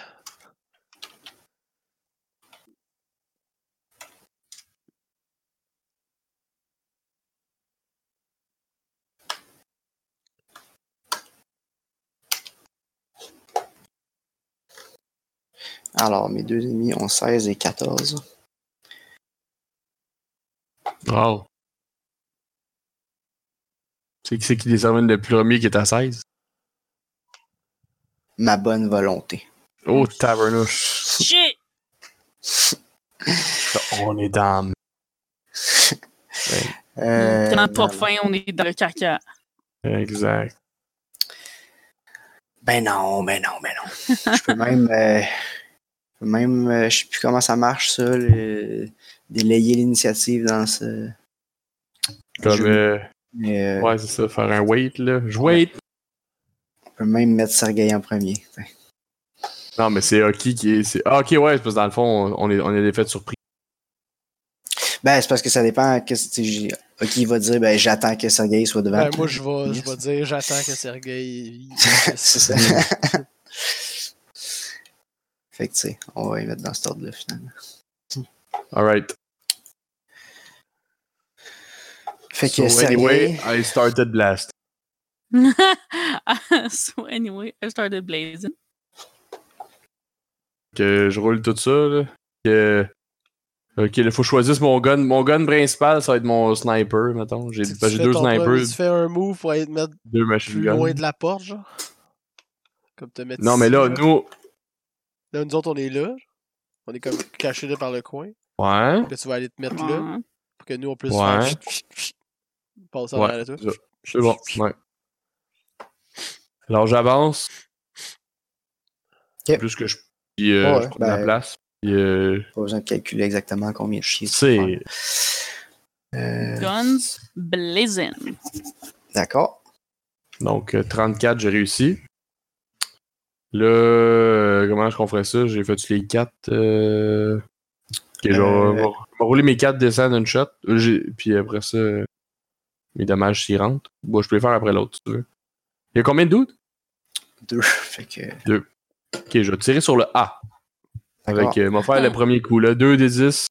Speaker 3: Alors, mes deux ennemis ont 16 et 14.
Speaker 2: Wow. C'est qui c'est qui détermine le premier qui est à 16?
Speaker 3: Ma bonne volonté.
Speaker 2: Oh, tavernouche.
Speaker 4: Shit!
Speaker 2: On est dans...
Speaker 3: Euh,
Speaker 4: Tellement
Speaker 3: non,
Speaker 4: pas fin, on est dans le caca.
Speaker 2: Exact.
Speaker 3: Ben non, ben non, ben non. je peux même. euh, je peux même. euh, je sais plus comment ça marche, ça, le- délayer l'initiative dans ce.
Speaker 2: Comme,
Speaker 3: jeu.
Speaker 2: euh,
Speaker 3: Mais, euh,
Speaker 2: ouais, c'est ça, faire un wait, là. Je wait!
Speaker 3: On peut même mettre Sergei en premier.
Speaker 2: Non, mais c'est Hockey qui est... c'est- Ah, ok, ouais, c'est parce que dans le fond, on- on est, on est des faits surpris.
Speaker 3: Ben, c'est parce que ça dépend. Que, ok, il va dire, ben, j'attends que Sergei soit devant.
Speaker 1: Ben, moi, je vais, je vais
Speaker 3: Yes.
Speaker 1: dire, j'attends que
Speaker 3: <laughs>
Speaker 1: Sergueï.
Speaker 3: C'est ça. Mm. <laughs> fait que, tu sais, on va y mettre dans cet ordre-là, finalement.
Speaker 2: Alright.
Speaker 3: Fait que,
Speaker 2: so,
Speaker 3: Sergei.
Speaker 2: anyway, I started blast.
Speaker 4: <laughs> so anyway, I started blazing.
Speaker 2: que je roule tout ça. Là. Que... Ok, il faut que je choisisse mon gun. Mon gun principal, ça va être mon sniper, mettons. J'ai
Speaker 1: Tu
Speaker 2: ben, j'ai
Speaker 1: fais
Speaker 2: deux
Speaker 1: ton premier,
Speaker 2: snipers,
Speaker 1: Tu fais un move pour aller te mettre
Speaker 2: deux machine
Speaker 1: plus
Speaker 2: guns.
Speaker 1: loin de la porte, genre. Comme te mettre.
Speaker 2: Non,
Speaker 1: ici,
Speaker 2: mais là, nous.
Speaker 1: Là, nous autres, on est là. On est comme cachés là par le coin.
Speaker 2: Ouais.
Speaker 1: Que tu vas aller te mettre là.
Speaker 4: Ouais.
Speaker 1: Pour que nous, on puisse
Speaker 2: Ouais.
Speaker 1: faire. chut, chut, chut, Passer en
Speaker 2: Ouais,
Speaker 1: arrière de toi.
Speaker 2: ça. C'est bon. Ouais. Alors, j'avance.
Speaker 3: Ok.
Speaker 2: Plus que je. Puis, euh,
Speaker 3: Ouais,
Speaker 2: je prends de la
Speaker 3: ben-
Speaker 2: place. Puis, euh,
Speaker 3: Pas besoin de calculer exactement combien de chiens
Speaker 2: C'est-
Speaker 3: Euh,
Speaker 4: Guns blazing.
Speaker 3: D'accord.
Speaker 2: donc, euh, 34, j'ai réussi. Là, euh, comment est-ce qu'on ferait ça? J'ai fait les 4. Euh... Ok, je vais-
Speaker 3: Euh,
Speaker 2: je vais je vais rouler mes 4 dessins d'une shot. Euh, j'ai- Puis après ça, euh, mes dommages s'y rentrent. Bon, je peux les faire après l'autre, si tu veux. Il y a combien de doutes?
Speaker 3: Deux. Fait que.
Speaker 2: Ok, je vais tirer sur le A.
Speaker 3: D'accord.
Speaker 2: Avec, euh, m'a faire le premier coup, là. 2 des 10.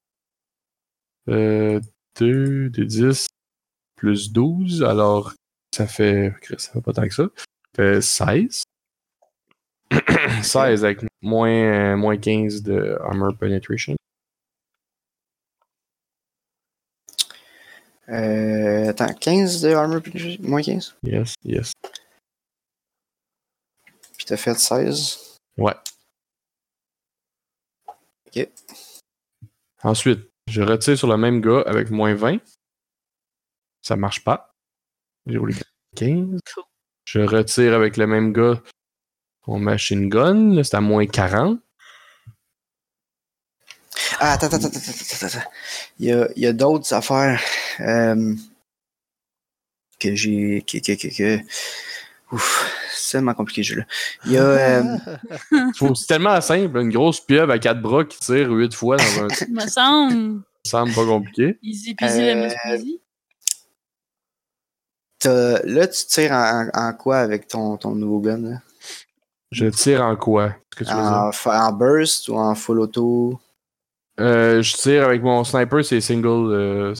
Speaker 2: Euh, 2 des 10 plus 12. Alors, ça fait. Christ, Ça fait pas tant que ça. Fait <coughs> 16. 16 avec moins, euh, moins 15 de armor penetration.
Speaker 3: Euh, attends, 15 de armor penetration? Moins 15?
Speaker 2: Yes, yes.
Speaker 3: Puis t'as fait 16.
Speaker 2: Ensuite, je retire sur le même gars avec moins 20. Ça marche pas. J'ai roulé 15.
Speaker 4: Cool.
Speaker 2: Je retire avec le même gars mon machine gun. Là, C'est à moins 40.
Speaker 3: Ah, attends, attends, attends, attends, attends, attends. Il y a, il y a d'autres affaires euh, que j'ai. Que, que, que, que- Ouf, c'est tellement compliqué le jeu-là. Il y a. euh,
Speaker 1: Ah,
Speaker 2: Faut- C'est tellement simple, une grosse pieuvre à quatre bras qui tire huit fois dans un ça
Speaker 3: <laughs>
Speaker 4: Me semble.
Speaker 2: semble pas compliqué.
Speaker 4: Easy peasy,
Speaker 3: Euh,
Speaker 4: lemon squeezy.
Speaker 3: t'as- là, tu tires en, en quoi avec ton, ton nouveau gun? Là?
Speaker 2: Je tire en quoi Qu'est-ce que tu veux dire?
Speaker 3: En, fa- en burst ou en full auto?
Speaker 2: Euh, je tire avec mon sniper, c'est single. euh,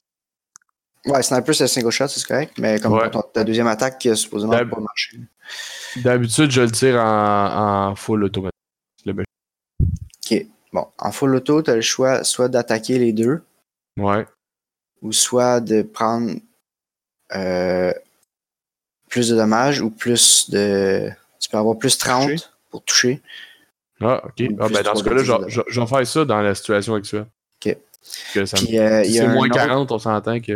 Speaker 3: Ouais, sniper, c'est single shot, c'est correct. Mais comme
Speaker 2: Ouais.
Speaker 3: ton- ta deuxième attaque qui a supposément
Speaker 2: La-
Speaker 3: pas marché.
Speaker 2: D'habitude, je le tire en, en full automatique. Le best.
Speaker 3: Bon, en full auto, t'as le choix soit d'attaquer les deux.
Speaker 2: Ouais.
Speaker 3: ou soit de prendre euh, plus de dommages ou plus de. Tu peux avoir plus 30
Speaker 2: Toucher.
Speaker 3: pour toucher.
Speaker 2: Ah, ok.
Speaker 3: Ou
Speaker 2: Ah,
Speaker 3: plus
Speaker 2: ben, dans ce
Speaker 3: trois
Speaker 2: cas-là, je-
Speaker 3: d10
Speaker 2: je- je vais faire ça dans la situation actuelle.
Speaker 3: Ok.
Speaker 2: Parce que ça me-
Speaker 3: Puis euh, il
Speaker 2: si
Speaker 3: y,
Speaker 2: c'est
Speaker 3: a un
Speaker 2: moins
Speaker 3: autre-
Speaker 2: 40, on s'entend que.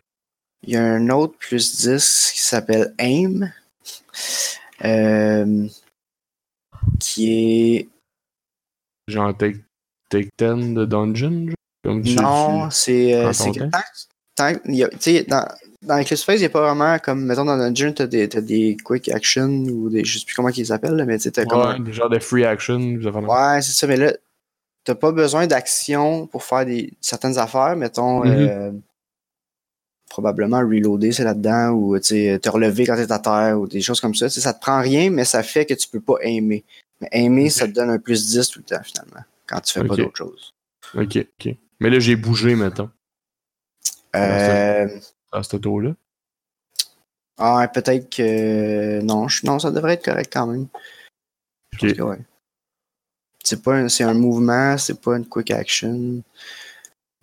Speaker 3: il y a un autre plus 10 qui s'appelle AIM. euh, qui est.
Speaker 2: Genre, take, take 10 de dungeon genre, comme tu,
Speaker 3: Non, c'est. euh,
Speaker 2: prends
Speaker 3: c'est
Speaker 2: ton
Speaker 3: que
Speaker 2: temps.
Speaker 3: tant que- tant que- il y a- tu sais, dans, dans Eclipse Phase, il n'y a pas vraiment comme. Mettons dans Dungeon, t'as des, t'as des quick action ou des. Je sais plus comment ils s'appellent, là, mais tu sais, t'as
Speaker 2: tu
Speaker 3: comme un-
Speaker 2: ouais, des genres de free action. vous avez-
Speaker 3: Ouais, c'est ça, mais là, t'as pas besoin d'action pour faire des, certaines affaires, mettons,
Speaker 2: Mhm.
Speaker 3: euh, probablement reloader, c'est là-dedans, ou tu sais, te relever quand t'es à terre, ou des choses comme ça. Tu sais, ça te prend rien, mais ça fait que tu peux pas aimer. Mais aimer,
Speaker 2: Ok.
Speaker 3: ça te donne un plus 10 tout le temps, finalement, quand tu fais pas
Speaker 2: Ok.
Speaker 3: d'autre chose.
Speaker 2: Ok, ok. Mais là, j'ai bougé, mettons,
Speaker 3: Euh,
Speaker 2: à cet auto-là.
Speaker 3: ah, peut-être que. Non, je- non, ça devrait être correct quand même. Je
Speaker 2: Ok.
Speaker 3: pense que ouais. C'est pas un, c'est un mouvement, c'est pas une quick action.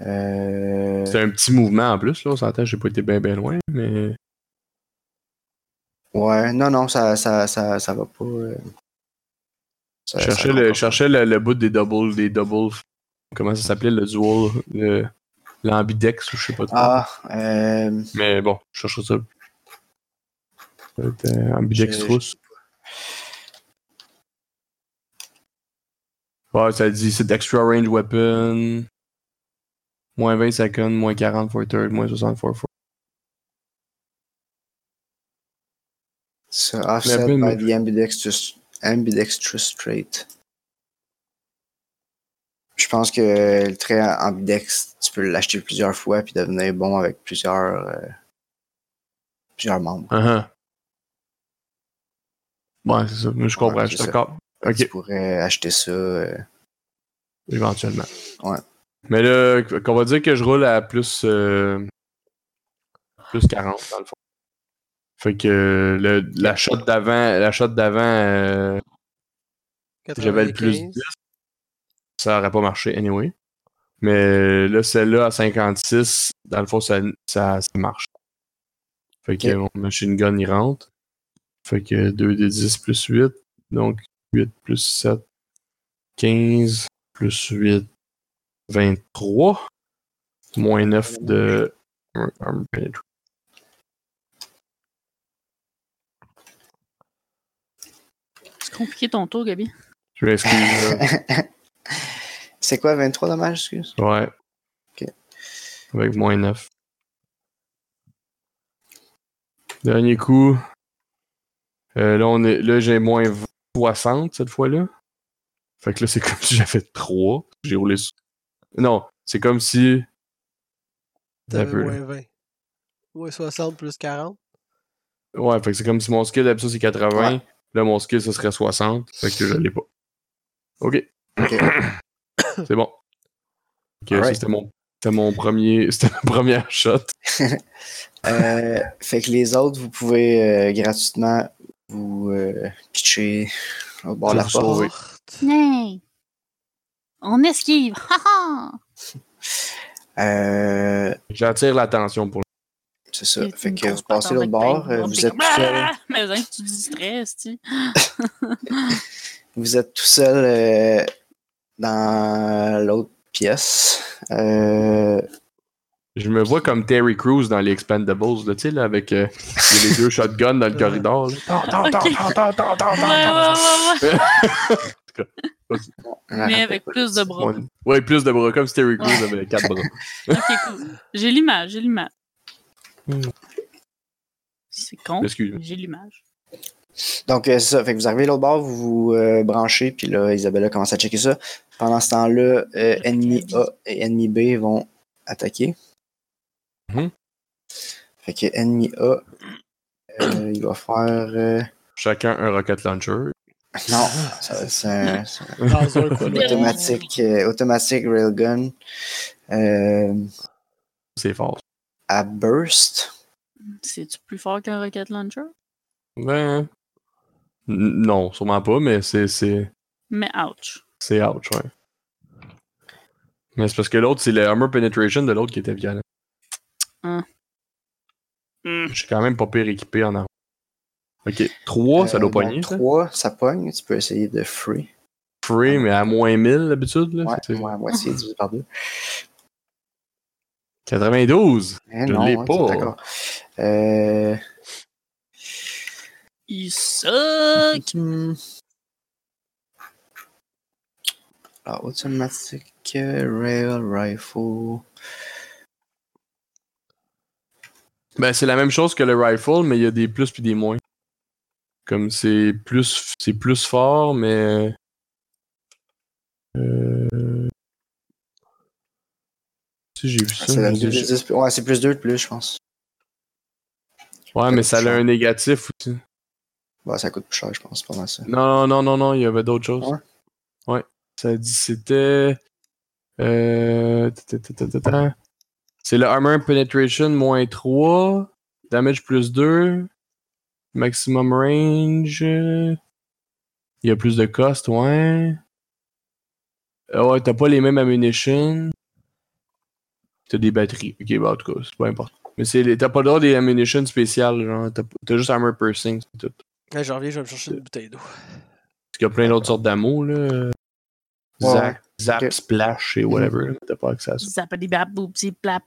Speaker 3: Euh,
Speaker 2: C'est un petit mouvement en plus, là. On s'entend, j'ai pas été bien, bien loin, mais.
Speaker 3: ouais, non, non, ça, ça, ça, ça va pas. euh, ça-
Speaker 2: Je
Speaker 3: ça
Speaker 2: cherchais,
Speaker 3: compte
Speaker 2: le,
Speaker 3: pas.
Speaker 2: je cherchais le, le bout des doubles, des doubles. Comment ça s'appelait, le dual, le- l'ambidex, ou je sais pas trop.
Speaker 3: Ah, euh,
Speaker 2: Mais bon, je cherche ça. Ça va être, euh,
Speaker 3: Je-
Speaker 2: ambidextrous. Ouais, ça dit c'est extra range weapon. Moins 20 secondes, moins 40 for third, moins 60 for fourth.
Speaker 3: ça, offset
Speaker 2: peine, mais-
Speaker 3: by the ambidextrous, ambidextrous trait. Je pense que le trait ambidex, tu peux l'acheter plusieurs fois puis devenir bon avec plusieurs, euh, plusieurs membres.
Speaker 2: Uh-huh. Ouais, c'est ça. Mais je comprends.
Speaker 3: Ouais,
Speaker 2: je
Speaker 3: c'est
Speaker 2: suis d'accord. Ok,
Speaker 3: Tu pourrais acheter ça. euh,
Speaker 2: éventuellement.
Speaker 3: Ouais.
Speaker 2: Mais là, qu'on va dire que je roule à plus. euh, plus 40 dans le fond. Fait que le- la shot d'avant, la shot d'avant, euh, <laughs> J'avais le plus 10. Ça aurait pas marché anyway. Mais là, celle-là à 56, dans le fond, ça, ça, ça marche. Fait que mon machine gun, il rentre. Fait que 2 d 10 plus 8. Donc 8 plus 7, 15 plus 8, 23. Moins 9 de. armor penetration.
Speaker 4: C'est compliqué ton tour, Gabi.
Speaker 2: Je m'excuse. là.
Speaker 3: C'est quoi, 23 dommages, excuse?
Speaker 2: Ouais.
Speaker 3: Ok.
Speaker 2: Avec moins 9. Dernier coup. Euh, là, on est, là, j'ai moins 20, 60 cette fois-là. Fait que là, c'est <laughs> comme si j'avais 3. J'ai roulé sur... Non, c'est comme si. Un peu, là.
Speaker 1: moins 20. Moins 60 plus 40.
Speaker 2: Ouais, fait que c'est comme si mon skill d'habitude c'est 80.
Speaker 3: Ouais.
Speaker 2: Là, mon skill, ce serait 60. Fait que je l'ai pas. Ok.
Speaker 3: Ok.
Speaker 2: <coughs> c'est bon. Ok, ça,
Speaker 3: Alright.
Speaker 2: c'était mon, c'était mon premier. <laughs> C'était ma première shot.
Speaker 3: Euh, fait que les autres, vous pouvez euh, gratuitement vous euh, pitcher au bord de la
Speaker 2: Vous
Speaker 3: porte.
Speaker 2: sauver.
Speaker 1: Porte.
Speaker 4: Hey! On esquive! Ha ha!
Speaker 3: Euh,
Speaker 2: J'attire l'attention pour
Speaker 3: c'est ça.
Speaker 4: Et tu
Speaker 3: Fait
Speaker 4: me
Speaker 3: que
Speaker 4: trouves
Speaker 3: vous
Speaker 4: pas
Speaker 3: passez l'autre bord,
Speaker 4: tendance
Speaker 3: euh,
Speaker 4: à
Speaker 3: vous
Speaker 4: être
Speaker 3: êtes
Speaker 4: comme,
Speaker 3: tout seul.
Speaker 4: Ah! <laughs> Mais hein, tu distrais, tu
Speaker 3: Vous êtes tout seul euh, dans l'autre pièce. Euh,
Speaker 2: Je me vois comme Terry Crews dans les Expendables, là, tu sais, là, avec euh, les deux shotguns dans le corridor. là. Tant, tant, tant,
Speaker 4: Ok.
Speaker 2: tant, tant, tant, tant,
Speaker 3: Ah,
Speaker 4: Ouais,
Speaker 3: je me
Speaker 4: ouais, ouais, ouais.
Speaker 3: rappelle
Speaker 4: <laughs> Mais avec
Speaker 3: pas.
Speaker 4: plus de
Speaker 2: tant.
Speaker 4: bras.
Speaker 2: Ouais, Ouais, plus de bras, comme si Terry Crews avait quatre bras.
Speaker 4: Ok, cool. J'ai l'image, j'ai l'image.
Speaker 2: Hmm.
Speaker 4: C'est con.
Speaker 2: Excuse.
Speaker 4: mais J'ai l'image.
Speaker 3: Donc, euh, c'est ça. Fait que vous arrivez à l'autre bord, vous vous euh, branchez, puis là, Isabella commence à checker ça. Pendant ce temps-là, euh, ennemi A et ennemi B vont attaquer.
Speaker 2: Mhm.
Speaker 3: Fait que ennemi A, euh, il va faire. euh,
Speaker 2: Chacun un rocket launcher.
Speaker 3: Non, ça- c'est un, c'est un
Speaker 1: Dans un coup de
Speaker 4: Bien.
Speaker 3: automatique, euh, automatique railgun euh,
Speaker 2: C'est fort.
Speaker 3: à burst.
Speaker 4: C'est-tu plus fort qu'un Rocket Launcher?
Speaker 2: Ben. n- Non, sûrement pas, mais c'est, c'est,
Speaker 4: Mais ouch.
Speaker 2: c'est ouch, ouais. Mais c'est parce que l'autre, c'est le armor penetration de l'autre qui était violent.
Speaker 4: Hmm.
Speaker 2: Je suis quand même pas pire équipé en armor. Ok, 3, ça doit pogner. ça.
Speaker 3: 3, Euh, ça pogne. Tu peux essayer de free.
Speaker 2: Free, mais à moins 1000 d'habitude, là.
Speaker 3: Ouais,
Speaker 2: c'est-
Speaker 3: ouais, à moitié, divisé par deux.
Speaker 2: 92!
Speaker 3: Eh
Speaker 2: Je
Speaker 3: non,
Speaker 2: l'ai
Speaker 3: hein,
Speaker 2: pas.
Speaker 3: D'accord. Euh,
Speaker 4: Il suck!
Speaker 3: Hmm. Alors, automatique euh, Ah, rail rifle.
Speaker 2: Ben, c'est la même chose que le rifle, mais il y a des plus puis des moins. Comme c'est plus c'est plus fort, mais. Euh... Si j'ai vu ça.
Speaker 3: C'est la
Speaker 2: j'ai
Speaker 3: 2D10
Speaker 2: déjà-
Speaker 3: Ah, plus- Ouais, c'est plus 2 de plus, je pense.
Speaker 2: Ouais, mais ça a un négatif aussi.
Speaker 3: Bah, ça coûte plus cher, je pense, pas mal ça.
Speaker 2: Non, non, non, non, il y avait d'autres choses. Ouais. Ça dit c'était. Euh. ta, ta, ta, ta, ta, ta. C'est le armor penetration moins 3. Damage plus 2. Maximum range. euh, Il y a plus de cost, ouais. Euh, ouais, t'as pas les mêmes ammunitions. T'as des batteries. Ok, bah en tout cas, c'est pas important. Mais c'est les- t'as pas le droit des ammunitions spéciales, genre. T'as, p- t'as juste armor piercing, c'est tout. Parce
Speaker 1: Là, j'en reviens, je vais me chercher une bouteille d'eau.
Speaker 2: qu'il y a plein d'autres sortes d'amour, là. euh,
Speaker 3: Ouais,
Speaker 2: Zap, zap,
Speaker 3: ok.
Speaker 2: splash et whatever. là. T'as pas accès à ça.
Speaker 4: Ça peut des babou, petit plap.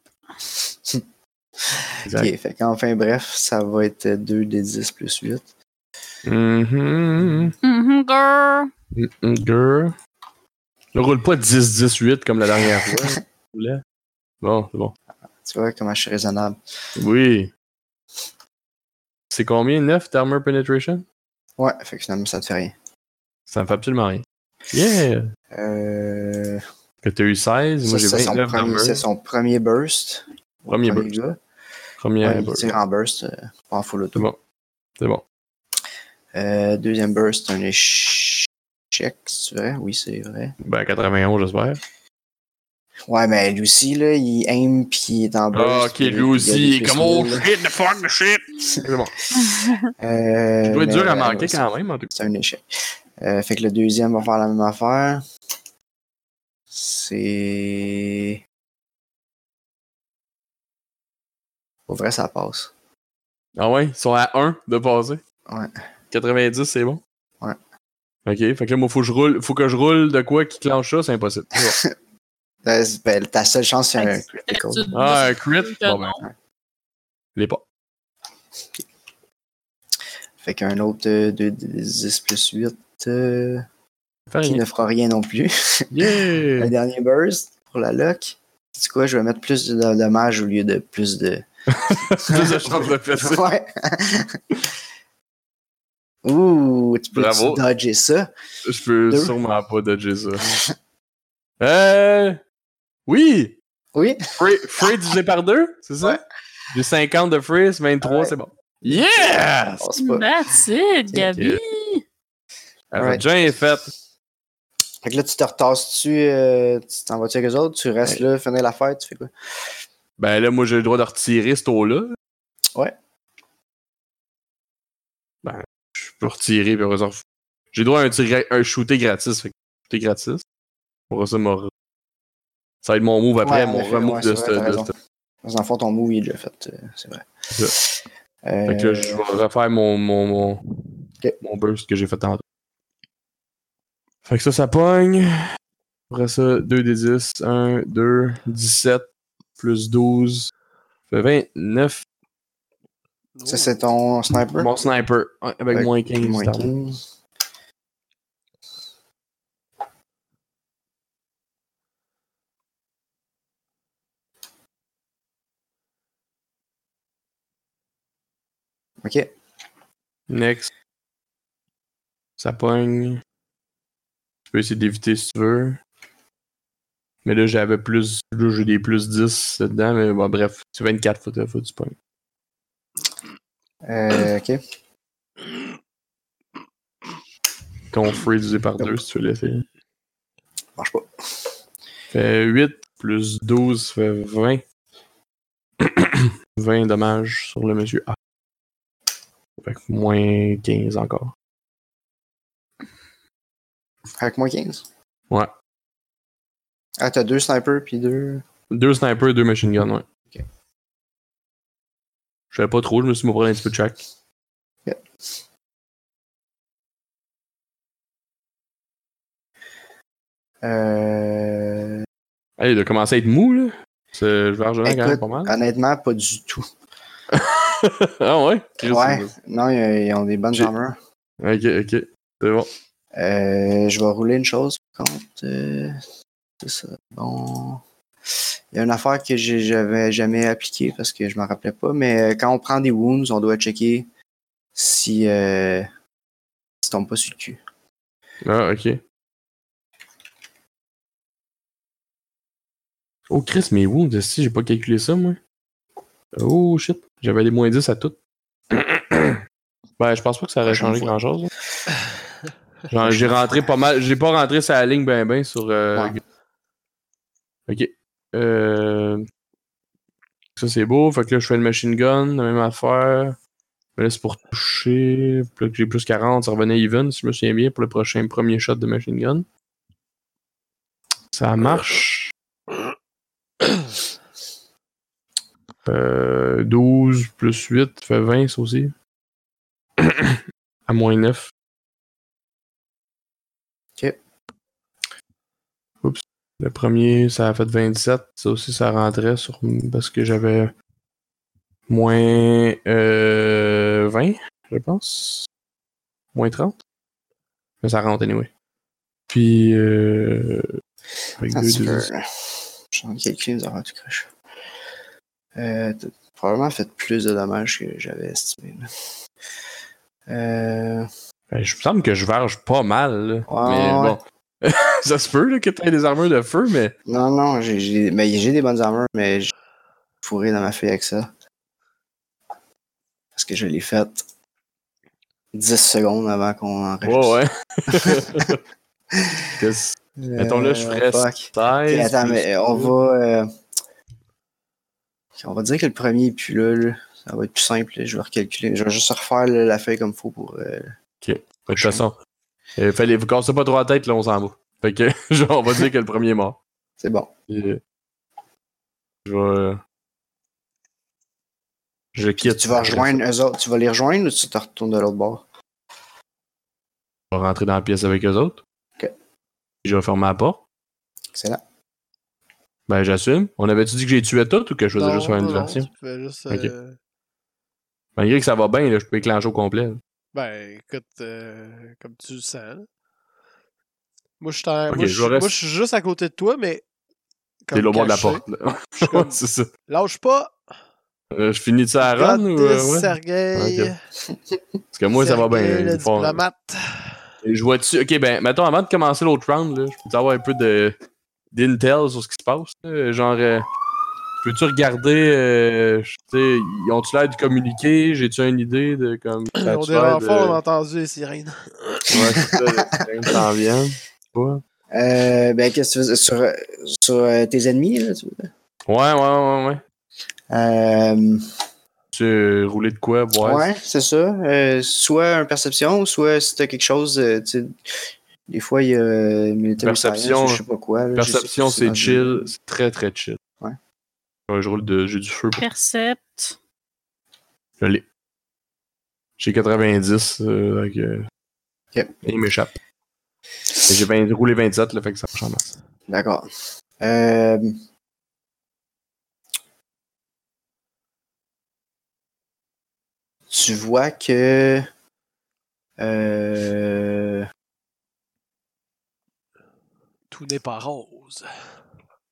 Speaker 2: Exact.
Speaker 3: Ok, fait qu'enfin, bref, ça va être 2 des 10 plus 8.
Speaker 2: Mhm.
Speaker 4: Mhm, girl.
Speaker 2: Mhm, girl. Ne roule pas 10-18 comme la dernière
Speaker 3: <laughs>
Speaker 2: fois. hein, s'il vous plaît. bon, c'est bon.
Speaker 3: Tu vois comment je suis raisonnable.
Speaker 2: Oui. C'est combien 9 d'armor penetration?
Speaker 3: Ouais, fait que finalement, ça te fait rien.
Speaker 2: Ça me fait absolument rien. Yeah!
Speaker 3: Euh,
Speaker 2: Que t'as eu 16, moi
Speaker 3: ça,
Speaker 2: j'ai
Speaker 3: c'est, son
Speaker 2: 29
Speaker 3: premier,
Speaker 2: d'armor.
Speaker 3: c'est son premier burst.
Speaker 2: Premier burst.
Speaker 3: burst.
Speaker 2: Premier
Speaker 3: ouais, il
Speaker 2: burst.
Speaker 3: tire en burst, euh, pas en full auto.
Speaker 2: C'est bon. C'est bon.
Speaker 3: Euh, deuxième burst, un échec, c'est vrai? Oui, c'est vrai.
Speaker 2: Ben 91, j'espère.
Speaker 3: Ouais, mais lui aussi, là, il aim puis il est en burst.
Speaker 2: Ah, ok,
Speaker 3: puis
Speaker 2: lui
Speaker 3: il a des
Speaker 2: aussi.
Speaker 3: plus
Speaker 2: Comme oh
Speaker 3: mille, là.
Speaker 2: shit, the fuck, the shit! C'est bon.
Speaker 3: Euh,
Speaker 2: Il doit être
Speaker 3: mais,
Speaker 2: dur à
Speaker 3: euh,
Speaker 2: manquer
Speaker 3: c'est-
Speaker 2: quand même, en tout
Speaker 3: C'est un échec. Euh, fait que le deuxième va faire la même affaire. C'est. Au vrai, ça passe.
Speaker 2: cas. Ah ouais, ils sont à 1 de passer.
Speaker 3: Ouais.
Speaker 2: 90, c'est bon?
Speaker 3: Ouais.
Speaker 2: Ok, fait que là, moi, faut que je roule, faut que je roule de quoi qui clenche ça, c'est impossible. C'est
Speaker 3: Euh, c'est- ben, ta seule chance, c'est un
Speaker 4: Fait
Speaker 3: critical.
Speaker 4: Tu-
Speaker 2: bon. ah, un crit?
Speaker 4: Que
Speaker 2: Bon, ben,
Speaker 4: non.
Speaker 2: il est pas.
Speaker 3: Fait qu'un autre euh, deux- deux- 10 plus 8 euh,
Speaker 2: Faire
Speaker 3: qui
Speaker 2: rien.
Speaker 3: ne fera rien non plus.
Speaker 2: Yeah! <laughs>
Speaker 3: Un dernier burst pour la lock. C'est quoi, je vais mettre plus de dommages au lieu de plus de.
Speaker 2: Plus de chances de <laughs> placer.
Speaker 3: Ouais. <laughs> Ouh, tu peux
Speaker 2: Bravo.
Speaker 3: dodger ça. <laughs>
Speaker 2: Je peux
Speaker 3: Deux.
Speaker 2: sûrement pas dodger ça. euh. Oui!
Speaker 3: Oui.
Speaker 2: Free, free divisé par deux, c'est ça?
Speaker 3: Ouais.
Speaker 2: J'ai 50 de free, c'est 23,
Speaker 3: Ouais.
Speaker 2: c'est bon. Yes!
Speaker 3: Passe pas.
Speaker 4: That's it, Gabi.
Speaker 2: Alors,
Speaker 3: Alright.
Speaker 2: Jean est fait.
Speaker 3: Fait que là, tu te retasses-tu, euh, tu t'en vas-tu avec eux autres, tu restes là, finis la fête, tu fais quoi?
Speaker 2: Ben là, moi, j'ai le droit de retirer ce taux-là.
Speaker 3: Ouais.
Speaker 2: Ben, je peux retirer, puis après ça, refaire. J'ai le droit à un, tir, un shooter gratis. Fait que shooter gratis. Pour ça, mon- ça va être mon move après,
Speaker 3: Ouais, en
Speaker 2: mon
Speaker 3: effet,
Speaker 2: remove
Speaker 3: ouais,
Speaker 2: de
Speaker 3: c'est vrai,
Speaker 2: ce.
Speaker 3: t'as
Speaker 2: de
Speaker 3: raison.
Speaker 2: ce-
Speaker 3: Dans le fond, ton move, il est déjà fait, euh, c'est vrai.
Speaker 2: C'est
Speaker 3: Euh,
Speaker 2: Fait que là, je vais refaire mon, mon, mon, mon burst que j'ai fait tantôt. Fait que ça, ça pogne. Après ça, 2 des 10, 1, 2, 17, plus 12, fait 29.
Speaker 3: Ça, c'est ton sniper?
Speaker 2: Mon sniper, ouais, avec
Speaker 3: Fait
Speaker 2: moins 15.
Speaker 3: Moins
Speaker 2: dans-
Speaker 3: 15. Ok.
Speaker 2: Next. Ça pogne. Tu peux essayer d'éviter si tu veux. Mais là, j'avais plus. Là, j'ai des plus 10 dedans, mais bon, bref, c'est 24 faut, faut que tu pognes.
Speaker 3: Euh, ok.
Speaker 2: Ton free divisé par 2 si tu veux l'essayer.
Speaker 3: Marche pas.
Speaker 2: Fait 8 plus 12 ça fait <coughs> 20. 20 dommages sur le monsieur A. Fait que moins 15 encore.
Speaker 3: Avec moins 15?
Speaker 2: Ouais.
Speaker 3: Ah, t'as deux snipers puis deux.
Speaker 2: Deux snipers, deux machine guns, ouais.
Speaker 3: Ok.
Speaker 2: Je savais pas trop, je me suis pris un petit peu de chaque.
Speaker 3: Euh...
Speaker 2: Hey, il a commencé à être mou, là. C'est- Je vais rejoindre quand même
Speaker 3: Écoute,
Speaker 2: pas mal.
Speaker 3: Honnêtement, pas du tout.
Speaker 2: ah ouais? Chris,
Speaker 3: Ouais, non, ils ils ont des bonnes
Speaker 2: J'ai-
Speaker 3: armures.
Speaker 2: Ok, ok. C'est bon.
Speaker 3: Euh, je vais rouler une chose par contre. euh, c'est ça. Bon. Il y a une affaire que j'ai- j'avais jamais appliquée parce que je m'en rappelais pas, mais euh, quand on prend des wounds, on doit checker si euh, si tombe pas sur le cul.
Speaker 2: Ah, ok. Oh, Chris, mais où? Si, j'ai pas calculé ça, moi. Oh, shit. J'avais des moins 10 à tout. <coughs> ben, je pense pas que ça aurait
Speaker 3: Prochaine
Speaker 2: changé
Speaker 3: fois.
Speaker 2: grand chose. J'ai rentré pas mal. J'ai pas rentré sa ligne ben ben sur. euh, Ok. Euh, Ça, c'est beau. Fait que là, je fais le machine gun, la même affaire. Mais là, c'est pour toucher. Puis là, que j'ai plus 40, ça revenait even, si je me souviens bien, pour le prochain premier shot de machine gun. Ça marche. Euh, 12 plus 8 fait 20, ça aussi. à moins 9.
Speaker 3: Ok.
Speaker 2: Oups. Le premier, ça a fait 27. Ça aussi, ça rentrait sur... parce que j'avais moins euh, 20, je pense. Moins 30. Mais ça rentre anyway. Puis. Euh... avec
Speaker 3: Attends,
Speaker 2: deux,
Speaker 3: tu
Speaker 2: deux,
Speaker 3: peux- Je suis en calcul, ça va, tu croches. Euh, t'as probablement fait plus de dommages que j'avais estimé. là. Euh,
Speaker 2: Ben, je me semble que je verge pas mal. là.
Speaker 3: Ouais,
Speaker 2: mais
Speaker 3: ouais.
Speaker 2: bon. <laughs> ça se peut là, que t'aies des armures de feu, mais.
Speaker 3: non, non, j'ai- j'ai mais j'ai des bonnes armures, mais j'ai fourré dans ma feuille avec ça. Parce que je l'ai faite 10 secondes avant qu'on enregistre.
Speaker 2: Ouais, ouais. <laughs>
Speaker 3: <laughs>
Speaker 2: Qu'est-ce-
Speaker 3: Euh,
Speaker 2: Mettons là, je ferais
Speaker 3: fuck.
Speaker 2: 16.
Speaker 3: Ok, attends,
Speaker 2: plus-
Speaker 3: mais on va. euh, On va dire que le premier est plus là. là. Ça va être plus simple. là. Je vais recalculer. Je vais juste refaire là, la feuille comme il faut pour. euh,
Speaker 2: De toute façon, euh, fallait, vous cassez pas trop la tête, là, on s'en va. Fait que, <laughs> genre, on va dire que le premier est mort.
Speaker 3: C'est bon.
Speaker 2: Et, euh, je vais. euh, Je
Speaker 3: Puis
Speaker 2: quitte.
Speaker 3: tu vas rejoindre eux autres. Tu vas les rejoindre ou tu te retournes de l'autre bord?
Speaker 2: Je vais rentrer dans la pièce avec eux autres.
Speaker 3: Ok.
Speaker 2: Je vais fermer la porte.
Speaker 3: Excellent.
Speaker 2: Ben, j'assume. On avait-tu dit que j'ai tué tout ou que je faisais juste faire une diversion?
Speaker 1: Tu fais juste.
Speaker 2: Ok.
Speaker 1: euh,
Speaker 2: Malgré que ça va bien, là, je peux éclencher au complet. là.
Speaker 1: Ben, écoute, euh, comme tu le sens. là. Moi, je t'en-
Speaker 2: Ok,
Speaker 1: moi,
Speaker 2: je
Speaker 1: je-
Speaker 2: vais rester-
Speaker 1: moi, je suis juste à côté de toi, mais.
Speaker 2: T'es
Speaker 1: comme
Speaker 2: le bord de la
Speaker 1: caché.
Speaker 2: porte. là. <laughs>
Speaker 1: Je suis
Speaker 2: Ouais,
Speaker 1: comme,
Speaker 2: c'est ça.
Speaker 1: Lâche pas!
Speaker 2: Euh, je finis ça à
Speaker 1: God
Speaker 2: run ou.
Speaker 1: this,
Speaker 2: euh, ouais?
Speaker 1: Sergueil!
Speaker 2: Ok. Parce que moi, ça va bien.
Speaker 1: Sergueil,
Speaker 2: euh,
Speaker 1: Le
Speaker 2: ils font-
Speaker 1: diplomate!
Speaker 2: Et Je vois-tu. Ok, ben, mettons, avant de commencer l'autre round, là, je peux avoir un peu de d'intel sur ce qui se passe. là? Genre, euh, peux-tu regarder. euh, je- tu sais, ils ont-tu l'air de communiquer J'ai-tu une idée de comme. ça
Speaker 1: On
Speaker 2: a-tu
Speaker 1: est
Speaker 2: l'air
Speaker 1: en
Speaker 2: de-
Speaker 1: fort, on a entendu les sirènes.
Speaker 2: Ouais, c'est ça, les sirènes s'en viennent. Ouais,
Speaker 3: Euh, ben, qu'est-ce que tu veux dire? Sur, euh, sur euh, tes ennemis, là, tu veux dire?
Speaker 2: ouais, ouais, ouais. ouais.
Speaker 3: Euh,
Speaker 2: Tu euh, roulé de quoi
Speaker 3: ouais,
Speaker 2: Ouais.
Speaker 3: c'est ça. Euh, soit un perception, soit si t'as quelque chose. euh, tu sais, des fois, il y a euh, military
Speaker 2: Perception.
Speaker 3: science ou je sais pas quoi. là, je sais
Speaker 2: Perception,
Speaker 3: pas si
Speaker 2: c'est
Speaker 3: dans une-
Speaker 2: chill. C'est très, très chill.
Speaker 3: Ouais.
Speaker 2: Ouais, je roule de. J'ai du feu pour
Speaker 4: Percept.
Speaker 2: Je l'ai. J'ai 90, euh, donc, euh,
Speaker 3: Ok.
Speaker 2: il m'échappe. Et J'ai vingt- roulé 27, le fait que ça marche en masse.
Speaker 3: D'accord. Euh... Tu vois que. Euh...
Speaker 1: Tout n'est pas rose.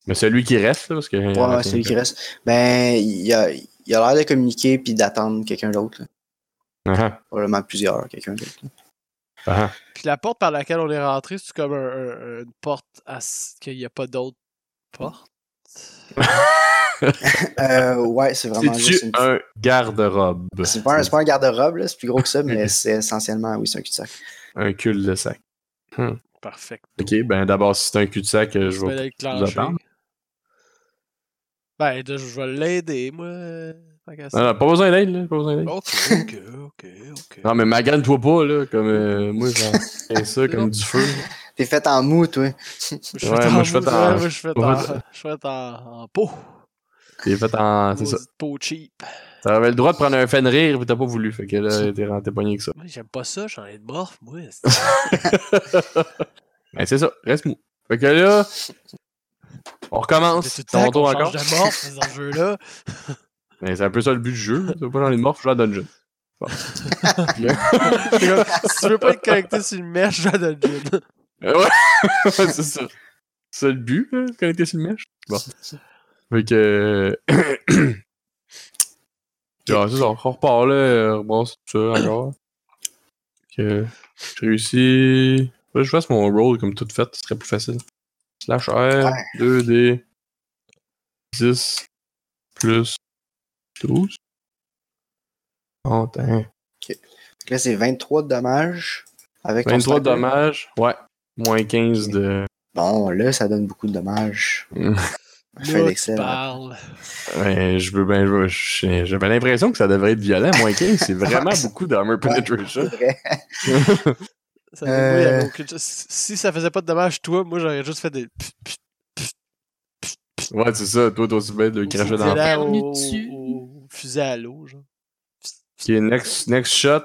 Speaker 2: Mais celui qui reste, là, parce que... euh,
Speaker 3: Ouais, ouais, celui qui reste. Ben, il a il a l'air de communiquer puis d'attendre quelqu'un d'autre. là.
Speaker 2: Ah,
Speaker 3: Probablement plusieurs, quelqu'un d'autre. là.
Speaker 2: ah,
Speaker 1: Puis la porte par laquelle on est rentré, c'est comme un- un- une porte à... s- qu'il n'y a pas d'autre porte.
Speaker 3: Euh, ouais, c'est
Speaker 2: ah.
Speaker 3: vraiment juste
Speaker 2: C'est-tu
Speaker 3: une.
Speaker 2: un garde-robe?
Speaker 3: C'est pas un, c'est pas un garde-robe, là, c'est plus gros que
Speaker 2: <laughs>
Speaker 3: ça, mais c'est essentiellement, oui, c'est un cul-de-sac.
Speaker 2: Un cul-de-sac.
Speaker 1: Parfait.
Speaker 2: Ok, ben d'abord, si c'est un cul-de-sac, euh, je
Speaker 1: Je vais
Speaker 2: vais...
Speaker 1: aller le clencher.
Speaker 2: attendre.
Speaker 1: Ben, je je vais l'aider, moi. euh, tant qu'à ça.
Speaker 2: Non, non, pas besoin d'aide, là, pas besoin d'aide.
Speaker 1: Ok, Oh, ok, ok, ok.
Speaker 2: Non, mais magane-toi pas, là, comme... euh, moi,
Speaker 3: <laughs>
Speaker 2: j'en fais
Speaker 1: Non.
Speaker 2: ça, comme du feu.
Speaker 3: T'es fait en mou, toi.
Speaker 1: Moi, je
Speaker 2: Ouais,
Speaker 1: fais
Speaker 2: moi,
Speaker 1: en
Speaker 2: je fais
Speaker 1: mousse,
Speaker 2: en-
Speaker 1: ouais, moi, je fais
Speaker 2: moi,
Speaker 1: en- je fais en en peau.
Speaker 2: T'es fait en... Ah, C'est ça.
Speaker 1: Maudite Peau cheap.
Speaker 2: T'avais le droit de prendre un Fenrir, mais t'as pas voulu. Fait que là, t'es rentré pogné avec ça.
Speaker 1: Moi, j'aime pas ça, j'en ai de morph,
Speaker 2: <laughs>
Speaker 1: moi.
Speaker 2: Ben, c'est ça, reste mou. Fait que là, on recommence.
Speaker 1: C'est tout
Speaker 2: Ton
Speaker 1: le temps
Speaker 2: tour
Speaker 1: qu'on
Speaker 2: encore.
Speaker 1: change de morph, ces enjeux-là.
Speaker 2: Ben, c'est un peu ça le but du jeu. Tu veux pas dans les morphes, je joue à dungeon.
Speaker 1: <laughs>
Speaker 2: Bon.
Speaker 1: C'est comme, si tu veux pas être connecté sur une mèche, j'en donne une.
Speaker 2: Euh, <laughs> ouais, <laughs> c'est ça. C'est ça le but, hein, de connecter sur le mèche. Bon. Fait <coughs> que. Genre, c'est ça, on repart là, bon, c'est tout ça encore. Fait que. J'ai réussi. Faudrait que je fasse mon roll comme tout fait, ce serait plus facile. Slash R, 2D, 10, plus 12. Oh, tain.
Speaker 3: Donc Là, c'est 23 de dommages. Avec ton
Speaker 2: 23
Speaker 3: sniper.
Speaker 2: dommages, ouais. Moins 15 de.
Speaker 3: Bon, là, ça donne beaucoup de dommages. <laughs>
Speaker 2: Hum.
Speaker 3: Fait
Speaker 1: Là, tu
Speaker 3: excellent.
Speaker 1: parles.
Speaker 2: Ouais, je veux bien. je- je- J'avais l'impression que ça devrait être violent. Moins 15, c'est vraiment beaucoup d'armor penetration.
Speaker 1: Ça, fait que moi, il y avait
Speaker 3: Euh.
Speaker 1: aucune- Si ça faisait pas de dommages, toi, moi, j'aurais juste fait des. pfff, pfff,
Speaker 2: Ouais, c'est ça. Toi, t'as aussi bien de le cracher dans la
Speaker 1: Fusil à-
Speaker 4: Revenu
Speaker 1: au-
Speaker 4: dessus.
Speaker 1: au fusil à l'eau, genre.
Speaker 2: Ok, next, next shot.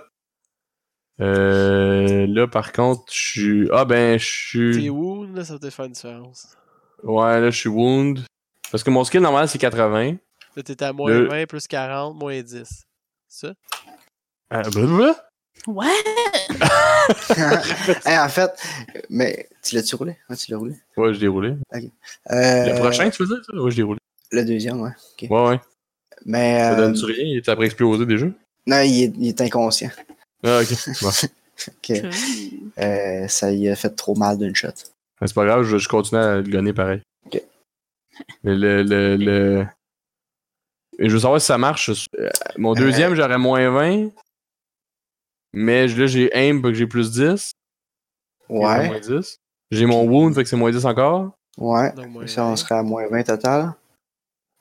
Speaker 2: Euh, là, par contre, je suis. Ah, ben, je
Speaker 1: T'es
Speaker 2: suis.
Speaker 1: où, là, ça va peut-être faire une différence.
Speaker 2: Ouais, là, je suis wound. Parce que mon skill normal, c'est 80.
Speaker 1: Là, t'étais à moins
Speaker 2: Le-
Speaker 1: 20, plus 40, moins 10. C'est ça?
Speaker 2: Ah, blablabla.
Speaker 4: What?
Speaker 3: <laughs> Hey, en fait, mais tu l'as-tu roulé? Ouais, tu l'as roulé.
Speaker 2: Ouais, je déroulais.
Speaker 3: Euh,
Speaker 2: Le prochain, tu veux dire ça? Ouais, je déroulais.
Speaker 3: Le deuxième, ouais.
Speaker 2: Ouais, ouais.
Speaker 3: Mais
Speaker 2: Ça
Speaker 3: euh,
Speaker 2: donne-tu rien? Il est après explosé déjà?
Speaker 3: non, il est, il est inconscient.
Speaker 2: Ah, ok. Bon.
Speaker 3: Ok. Euh, ça lui a fait trop mal d'une shot.
Speaker 2: Mais C'est pas grave, je, je continue à le gonner pareil.
Speaker 3: Ok.
Speaker 2: Mais le, le, le- Et Je veux savoir si ça marche. Euh, Mon deuxième, j'aurais moins 20. Mais je- là, j'ai aim, fait que j'ai plus 10. J'ai
Speaker 3: Ouais,
Speaker 2: moins 10. J'ai mon wound, fait que c'est moins 10 encore.
Speaker 3: ouais.
Speaker 1: Donc, moins
Speaker 3: Et ça,
Speaker 1: 20.
Speaker 3: on serait à moins 20 total.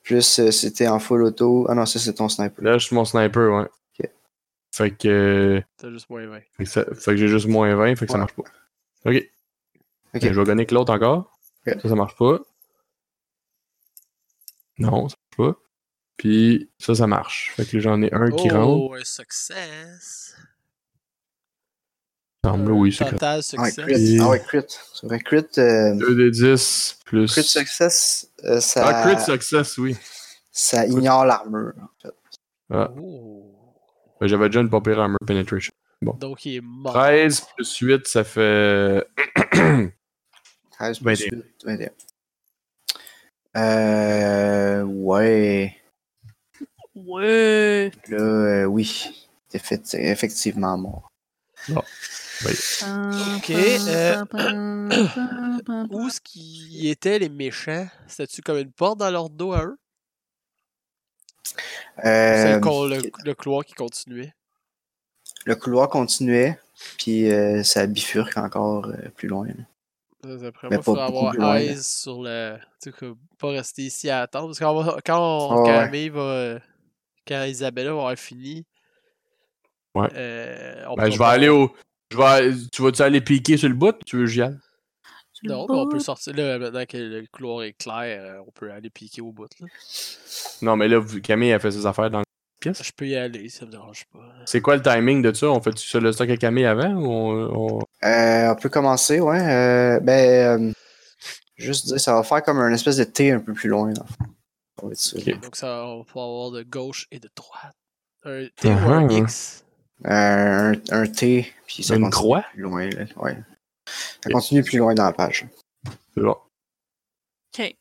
Speaker 3: Plus euh, c'était en full auto. Ah non, ça, c'est ton sniper.
Speaker 2: Là, je suis mon sniper, ouais.
Speaker 3: Ok.
Speaker 2: Fait que,
Speaker 1: T'as juste moins 20.
Speaker 2: fait que, ça- fait que j'ai juste moins 20, fait que ça
Speaker 3: Ouais.
Speaker 2: marche pas. Ok.
Speaker 3: Ok.
Speaker 2: Ben, je vais gonner que l'autre encore.
Speaker 3: Ok.
Speaker 2: Ça, ça marche pas. Non, ça marche pas. Puis ça, ça marche. Fait que là, j'en ai un
Speaker 1: Oh.
Speaker 2: qui rentre.
Speaker 1: un success!
Speaker 2: Ça me- oui,
Speaker 1: Un
Speaker 2: c'est correct.
Speaker 1: total
Speaker 3: Ah ouais,
Speaker 1: success.
Speaker 3: crit. Ah ouais, crit. C'est vrai, crit. euh,
Speaker 2: 2 des 10 plus.
Speaker 3: crit success, euh, ça,
Speaker 2: Ah, crit success, oui.
Speaker 3: ça ignore l'armure. en fait.
Speaker 2: Ah.
Speaker 1: Oh.
Speaker 2: Ben, J'avais déjà une pas pire armor penetration.
Speaker 1: Donc, il est mort.
Speaker 2: 13 plus 8, ça fait.
Speaker 3: 13 plus
Speaker 2: 21.
Speaker 3: huit, 21. Euh, ouais.
Speaker 4: Ouais.
Speaker 3: Là, euh, oui. T'es fait- effectivement mort.
Speaker 1: Ok, euh, Où est-ce qu'ils étaient, les méchants? C'était-tu comme une porte dans leur dos à eux? Ou C'est
Speaker 3: Euh,
Speaker 1: le, cou- le- le couloir qui continuait.
Speaker 3: Le couloir continuait, puis euh, ça bifurque encore euh, plus loin. là.
Speaker 1: Euh, D'après moi,
Speaker 3: Mais
Speaker 1: il
Speaker 3: pas
Speaker 1: faudrait
Speaker 3: beaucoup
Speaker 1: avoir
Speaker 3: plus loin,
Speaker 1: eyes sur le. Tu sais, que pas rester ici à attendre. Parce que quand, on va- quand, on-
Speaker 3: Ah
Speaker 1: quand
Speaker 3: ouais.
Speaker 1: Camille va. euh, Quand Isabella va avoir fini.
Speaker 2: Ouais.
Speaker 1: euh, on
Speaker 2: Ben,
Speaker 1: peut
Speaker 2: je vais
Speaker 1: pas-
Speaker 2: aller au. Je vais... Tu vas-tu aller piquer sur le bout? Tu veux que j'y aille?
Speaker 1: Non, mais on peut sortir. Là, maintenant que le couloir est clair, euh, on peut aller piquer au bout. Là.
Speaker 2: Non, mais là, vous- Camille a fait ses affaires dans la pièce.
Speaker 1: Je peux y aller, ça me dérange pas.
Speaker 2: C'est quoi le timing de ça? On fait-tu ça le stock à Camille avant ou on. on-
Speaker 3: Euh, on peut commencer, ouais. euh, ben, euh, juste dire, ça va faire comme un espèce de T un peu plus loin. dans le fond. On va être sûr. Euh,
Speaker 2: Ok.
Speaker 1: Donc, ça, on va pouvoir avoir de gauche et de droite. Un T ou
Speaker 2: Ah
Speaker 1: un
Speaker 3: Uh-huh.
Speaker 2: ah.
Speaker 1: X.
Speaker 3: Euh, un, un T, puis ça
Speaker 2: Une
Speaker 3: continue
Speaker 2: croix?
Speaker 3: plus loin. là, ouais. Ça
Speaker 2: Ok.
Speaker 3: continue plus loin dans la page.
Speaker 2: C'est bon.
Speaker 4: Ok.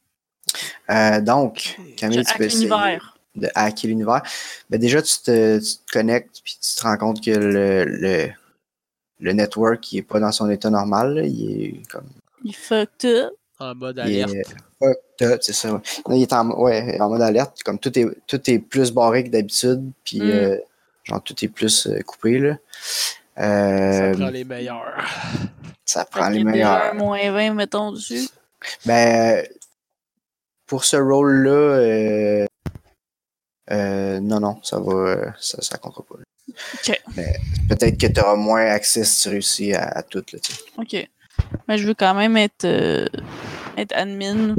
Speaker 3: Euh, donc,
Speaker 4: Je
Speaker 3: Camille, tu
Speaker 4: hack
Speaker 3: peux essayer
Speaker 4: l'univers.
Speaker 3: de hacker l'univers. Ben, déjà, tu te, tu te connectes, puis tu te rends compte que le, le, le network, il est pas dans son état normal. là. Il est comme
Speaker 4: Il fucked up.
Speaker 1: En mode
Speaker 3: Il est-
Speaker 1: alerte.
Speaker 3: Ouais, t'as- c'est ça. ouais. Là, il est en, ouais, en mode alerte. Comme tout est, tout est plus barré que d'habitude. Puis,
Speaker 4: Mm.
Speaker 3: euh, genre, tout est plus euh, coupé, là.
Speaker 1: Ça
Speaker 3: Euh,
Speaker 1: prend les meilleurs. <laughs>
Speaker 3: ça
Speaker 4: Fait
Speaker 3: prend
Speaker 4: qu'il y
Speaker 3: les
Speaker 4: a déjà un
Speaker 3: meilleurs.
Speaker 4: moins 20, mettons, dessus.
Speaker 3: Ben, euh, pour ce rôle-là, euh, euh, non, non, ça va, euh, ça, ça comptera pas.
Speaker 4: Ok.
Speaker 3: Mais peut-être que tu auras moins accès si tu réussis à, à tout, là, tu sais.
Speaker 4: Ok. Mais je veux quand même être, euh, être admin.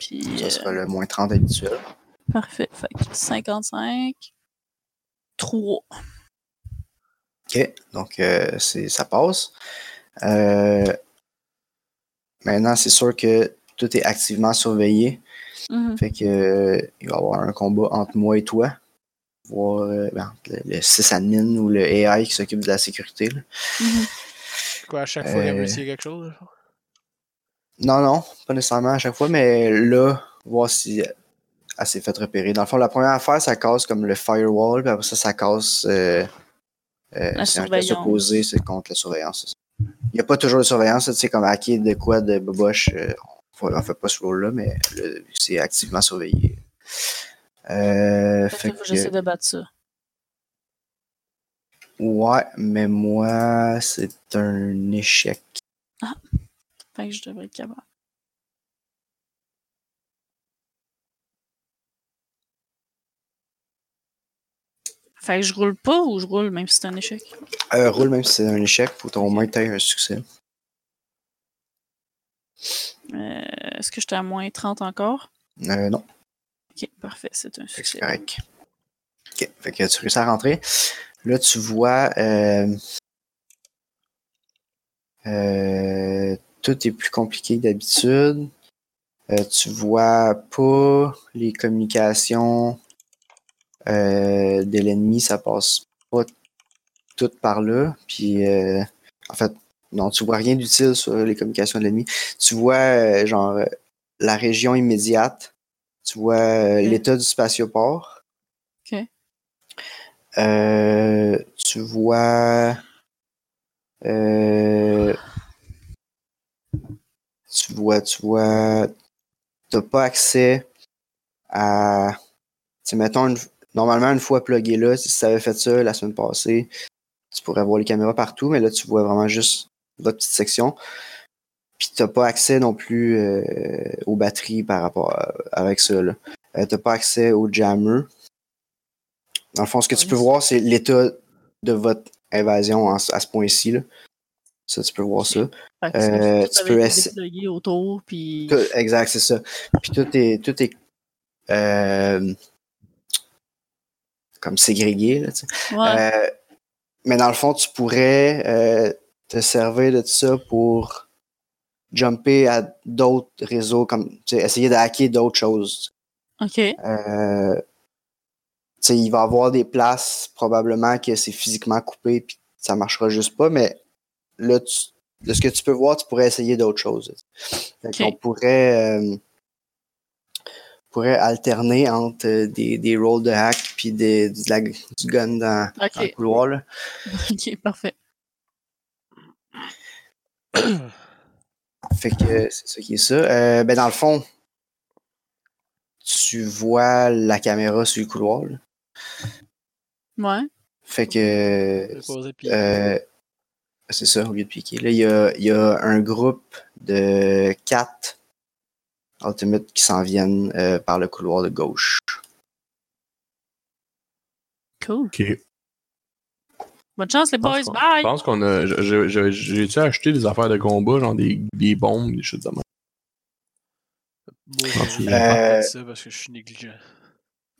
Speaker 4: Puis,
Speaker 3: Ça
Speaker 4: euh,
Speaker 3: sera le moins 30 habituel.
Speaker 4: parfait. Fait que 55. 3.
Speaker 3: OK, donc euh, c'est, ça passe. Euh, maintenant, c'est sûr que tout est activement surveillé.
Speaker 4: Mm-hmm.
Speaker 3: Fait que euh, il va y avoir un combat entre moi et toi. Voir euh, ben, entre le, le sysadmin ou le AI qui s'occupe de la sécurité. là.
Speaker 4: Mm-hmm.
Speaker 1: Quoi, à chaque fois qu'il
Speaker 3: Euh.
Speaker 1: réussit quelque chose? là?
Speaker 3: Non, non, pas nécessairement à chaque fois, mais là, voir si elle s'est fait repérer. Dans le fond, la première affaire, ça casse comme le firewall, puis après ça, ça casse euh, euh,
Speaker 4: La
Speaker 3: c'est un test
Speaker 4: surveillance.
Speaker 3: opposé, c'est contre la surveillance. c'est ça. Il n'y a pas toujours de surveillance, là, tu sais, comme hacker de quoi de boboche, euh, on ne fait pas ce rôle-là, mais le- c'est activement surveillé. Euh, fait
Speaker 4: Fait que faut que j'essaie
Speaker 3: que,
Speaker 4: de battre ça.
Speaker 3: ouais, mais moi, c'est un échec.
Speaker 4: Fait que je devrais être capable. Fait que je roule pas ou je roule même si c'est un échec?
Speaker 3: Euh, roule même si c'est un échec, faut au moins que t'aies un succès.
Speaker 4: Euh, Est-ce que j'étais à moins 30 encore?
Speaker 3: Euh, non.
Speaker 4: Ok, parfait, c'est un
Speaker 3: Fait que c'est
Speaker 4: succès.
Speaker 3: correct. Ok, fait que tu réussis à rentrer. Là, tu vois. euh, euh, tout est plus compliqué que d'habitude. Euh, tu vois pas les communications euh, de l'ennemi, ça passe pas tout par là. Puis, euh, en fait, non, tu vois rien d'utile sur les communications de l'ennemi. Tu vois, euh, genre, euh, la région immédiate. Tu vois euh,
Speaker 4: Ok.
Speaker 3: l'état du spatioport.
Speaker 4: Ok.
Speaker 3: Euh, tu vois. euh, tu vois, tu vois. T'as pas accès à. Tu sais, mettons, une- normalement, une fois plugué là, si tu avais fait ça la semaine passée, tu pourrais voir les caméras partout, mais là, tu vois vraiment juste votre petite section. Puis t'as pas accès non plus euh, aux batteries par rapport à- avec ça. là. Euh, t'as pas accès au jammer. Dans le fond, ce que tu peux
Speaker 4: Nice.
Speaker 3: voir, c'est l'état de votre invasion en- à ce point-ci. là. Ça, tu peux voir ça.
Speaker 4: Fait que sinon,
Speaker 3: Euh,
Speaker 4: tout
Speaker 3: tu
Speaker 4: avait
Speaker 3: peux
Speaker 4: été
Speaker 3: essa-
Speaker 4: déployé autour, puis
Speaker 3: Tout- exact, c'est ça. Puis tout est, tout est euh, comme ségrégué. Là, tu sais.
Speaker 4: ouais,
Speaker 3: Euh, mais dans le fond, tu pourrais euh, te servir de ça pour jumper à d'autres réseaux, comme tu sais, essayer de hacker d'autres choses.
Speaker 4: ok,
Speaker 3: Euh, tu sais, il va y avoir des places probablement que c'est physiquement coupé puis ça marchera juste pas, mais là, tu- de ce que tu peux voir, tu pourrais essayer d'autres choses. Fait
Speaker 4: Ok.
Speaker 3: On pourrait, euh, pourrait alterner entre euh, des, des rolls de hack puis des, de la- du gun dans,
Speaker 4: ok,
Speaker 3: dans le couloir. là.
Speaker 4: ok, parfait.
Speaker 3: Fait que euh, c'est ça qui est ça. Euh, ben dans le fond, tu vois la caméra sur le couloir. là.
Speaker 4: Ouais,
Speaker 3: Fait que
Speaker 1: Je vais poser, puis-
Speaker 3: euh, c'est ça, au lieu de piquer. Là, il y a, il y a un groupe de quatre Ultimate qui s'en viennent euh, par le couloir de gauche.
Speaker 4: cool.
Speaker 2: Ok.
Speaker 4: Bonne chance les
Speaker 2: Je pense
Speaker 4: boys,
Speaker 2: qu'on- Je
Speaker 4: bye!
Speaker 2: pense qu'on a. je- je- je- J'ai-tu acheté des affaires de combat, genre des, des bombes, des choses de même?
Speaker 1: Moi,
Speaker 2: Ah,
Speaker 1: je
Speaker 3: <laughs>
Speaker 2: tu-
Speaker 1: vais pas
Speaker 3: Euh,
Speaker 1: faire ça parce que je suis négligent.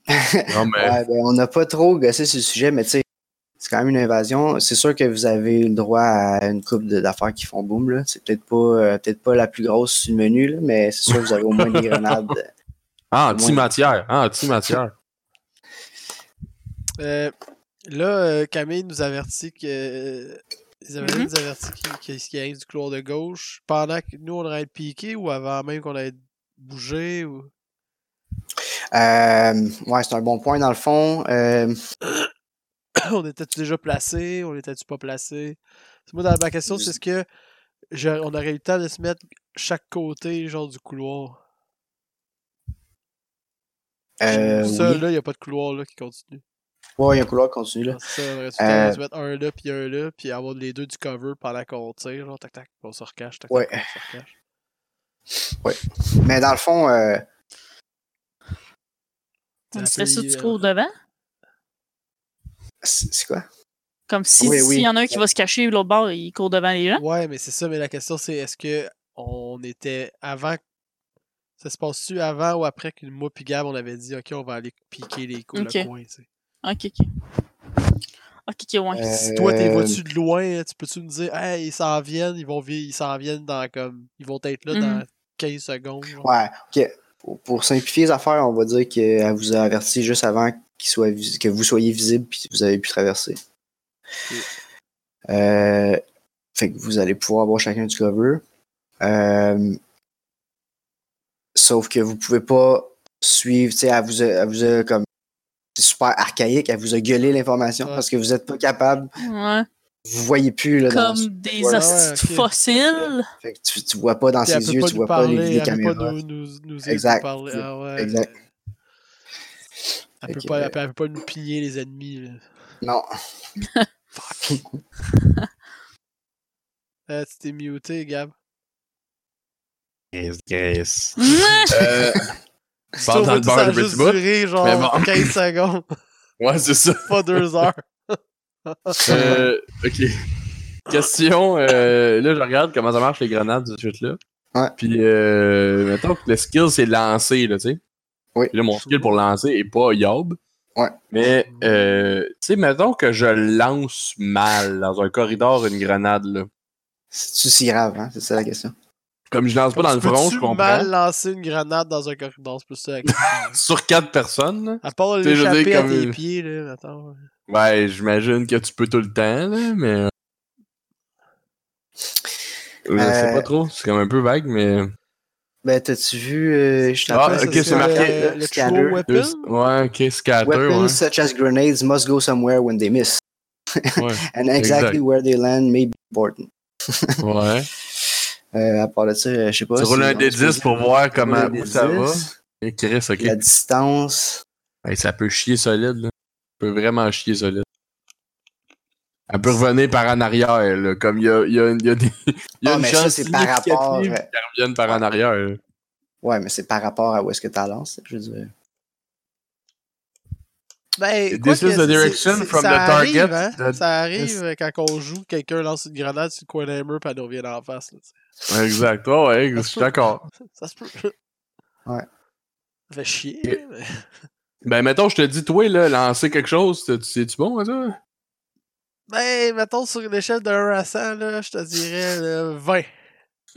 Speaker 2: Non, mais.
Speaker 3: Ouais, ben, on n'a pas trop gossé sur le sujet, mais tu sais, c'est quand même une invasion. C'est sûr que vous avez le droit à une coupe d'affaires qui font boom. là. C'est peut-être pas, euh, peut-être pas la plus grosse sur le menu, là, mais c'est sûr que vous avez au moins
Speaker 1: <laughs>
Speaker 3: des grenades.
Speaker 2: Ah, anti-matière. Ah, anti-matière.
Speaker 1: Euh, là, euh, Camille nous avertit que. euh, Isabelle
Speaker 4: Mhm.
Speaker 1: nous avertit qu'il qu'il- qu'il arrive du couloir de gauche pendant que nous on aurait été piqué ou avant même qu'on ait bougé ou.
Speaker 3: Euh, ouais, c'est un bon point dans le fond. Euh,
Speaker 1: <laughs> on était-tu déjà placé? On était-tu pas placé? Moi, dans ma question, c'est ce que j'ai- on aurait eu le temps de se mettre chaque côté, genre du couloir.
Speaker 3: euh,
Speaker 1: ça,
Speaker 3: oui.
Speaker 1: là, il n'y a pas de couloir là, qui continue.
Speaker 3: Ouais, il y a un couloir qui continue là. euh
Speaker 1: Alors, c'est ça, on aurait eu le temps de se mettre un là, puis un là, puis avoir les deux du cover pendant qu'on tire, genre, tac, tac, puis on se recache, tac,
Speaker 3: Ouais.
Speaker 1: tac, on se recache.
Speaker 3: Mais dans le fond, euh,
Speaker 4: On
Speaker 1: Ça
Speaker 4: serait
Speaker 1: peut
Speaker 4: ça
Speaker 1: y,
Speaker 4: du
Speaker 1: euh,
Speaker 4: cours devant?
Speaker 3: c'est c'est quoi?
Speaker 4: Comme si
Speaker 3: Oui,
Speaker 4: s'il
Speaker 3: oui.
Speaker 4: y en a un qui va se cacher, l'autre bord, il court devant les gens.
Speaker 1: Ouais, mais c'est ça, mais la question, c'est est-ce que on était avant. Ça se passe-tu avant ou après qu'une moi puis Gab, on avait dit, ok, on va aller piquer les cou-
Speaker 4: Ok.
Speaker 1: le coin, tu sais.
Speaker 4: Ah, Ok, ok. Ah, Ok, ok, ouais.
Speaker 3: Euh,
Speaker 1: Si toi, t'es
Speaker 3: Euh,
Speaker 1: vois-tu de loin, hein, tu peux-tu me dire, hey, ils s'en viennent, ils vont vi- ils s'en viennent dans comme. Ils vont être là
Speaker 2: Mm-hmm.
Speaker 1: dans 15 secondes. genre.
Speaker 3: Ouais, ok. Pour, pour simplifier les affaires, on va dire qu'elle vous a averti juste avant qu'il soit vis- que vous soyez visible puis que vous avez pu traverser. Euh, fait que vous allez pouvoir avoir chacun du cover. Euh, sauf que vous pouvez pas suivre, tu sais, elle vous a, elle vous a comme. C'est super archaïque, elle vous a gueulé l'information
Speaker 1: Ouais.
Speaker 3: parce que vous n'êtes pas capable,
Speaker 4: Ouais.
Speaker 3: vous voyez plus là, dans-
Speaker 4: Comme des
Speaker 3: Voilà,
Speaker 1: ouais,
Speaker 4: hosties de
Speaker 1: ok.
Speaker 4: fossiles.
Speaker 3: fait que tu, tu vois pas dans
Speaker 1: Puis elle
Speaker 3: ses
Speaker 1: peut
Speaker 3: yeux,
Speaker 1: pas
Speaker 3: tu
Speaker 1: nous
Speaker 3: vois pas les,
Speaker 1: parler,
Speaker 3: les
Speaker 1: elle peut
Speaker 3: caméras.
Speaker 1: pas nous, nous, nous aider à
Speaker 3: Exact.
Speaker 1: parler. Ah ouais.
Speaker 3: Exact.
Speaker 1: Elle peut,
Speaker 3: Fait que, euh,
Speaker 1: pas, elle, peut, elle peut pas nous pigner les ennemis. là.
Speaker 3: Non.
Speaker 1: Ah, tu t'es muté, Gab.
Speaker 2: Yes, yes.
Speaker 4: Ouais.
Speaker 2: Euh,
Speaker 1: Tu
Speaker 2: parle dans le beurre de petit
Speaker 1: juste
Speaker 2: bout.
Speaker 1: durer genre
Speaker 2: mais bon.
Speaker 1: 15
Speaker 2: <laughs>
Speaker 1: secondes,
Speaker 2: Ouais, c'est ça.
Speaker 1: pas 2 heures.
Speaker 2: Euh, ok. Question, euh, là je regarde comment ça marche les grenades de suite là.
Speaker 3: Ouais.
Speaker 2: Puis euh, mettons que le skill c'est lancer là, tu sais.
Speaker 3: Oui.
Speaker 2: Puis là, mon skill pour lancer est pas yob.
Speaker 3: Ouais.
Speaker 2: Mais, euh, tu sais, mettons que je lance mal dans un corridor une grenade, là.
Speaker 3: C'est-tu si grave, hein? C'est ça la question.
Speaker 2: Comme je lance pas dans le front, je
Speaker 1: tu
Speaker 2: comprends.
Speaker 1: mal lancer une grenade dans un corridor, c'est plus ça. la question.
Speaker 2: Sur quatre personnes, là.
Speaker 1: À part
Speaker 2: <laughs> Tu sais, je veux
Speaker 1: l'échapper
Speaker 2: dire,
Speaker 1: à
Speaker 2: comme-
Speaker 1: tes pieds, là, attends.
Speaker 2: Ouais, j'imagine que tu peux tout le temps, là, mais. euh, Je sais
Speaker 3: Euh,
Speaker 2: pas trop, c'est comme un peu vague, mais.
Speaker 3: Ben, t'as-tu vu. euh, je
Speaker 2: Ah,
Speaker 3: t'appelle
Speaker 2: ok, c'est marqué.
Speaker 1: le
Speaker 3: Scanner.
Speaker 1: throw weapon.
Speaker 2: Deux- Ouais, ok, scatter,
Speaker 3: Weapons
Speaker 2: ouais.
Speaker 3: such as grenades must go somewhere when they miss. <laughs>
Speaker 2: Ouais.
Speaker 3: And exactly
Speaker 2: Exact.
Speaker 3: where they land may be important.
Speaker 2: ouais.
Speaker 3: Euh, à part de ça, euh, je sais pas.
Speaker 2: Tu
Speaker 3: si-
Speaker 2: roules un
Speaker 3: on
Speaker 2: des
Speaker 3: se
Speaker 2: 10
Speaker 3: dit-
Speaker 2: pour voir comment
Speaker 3: rouler un
Speaker 2: où
Speaker 3: des
Speaker 2: ça va.
Speaker 3: 10,
Speaker 2: Et Chris, ok.
Speaker 3: La distance.
Speaker 2: Hey, ça peut chier solide, là. Ça peut vraiment chier solide. Elle peut revenir par en arrière, là. Comme il y a, il y a, il y a des. Il y a
Speaker 3: Ah,
Speaker 2: une
Speaker 3: mais ça,
Speaker 2: chance
Speaker 3: c'est par rapport,
Speaker 2: significative
Speaker 3: euh,
Speaker 2: qu'elle revienne par en arrière, là.
Speaker 3: Ouais, mais c'est par rapport à où est-ce que t'as lancé, je veux dire.
Speaker 1: Ben,
Speaker 2: This
Speaker 1: quoi
Speaker 2: is
Speaker 1: que
Speaker 2: the
Speaker 1: c'est-
Speaker 2: direction
Speaker 1: c'est-
Speaker 2: from
Speaker 1: ça
Speaker 2: the
Speaker 1: arrive,
Speaker 2: target
Speaker 1: hein.
Speaker 2: that-
Speaker 1: Ça arrive euh, quand on joue, quelqu'un lance une grenade sur le coin d'un mur, puis elle nous revient en face. là, tu sais.
Speaker 2: Exact. Ouais, ouais, je
Speaker 1: se
Speaker 2: suis
Speaker 1: peut.
Speaker 2: d'accord.
Speaker 1: Ça se peut.
Speaker 3: Ouais.
Speaker 1: Ça fait chier.
Speaker 2: Et-
Speaker 1: mais-
Speaker 2: Ben, mettons, je te dis, toi, là, lancer quelque chose, tu- tu- c'est-tu bon, à ça? <laughs>
Speaker 1: Ben, mettons sur une échelle de 1 à 100, là, je te dirais là, 20.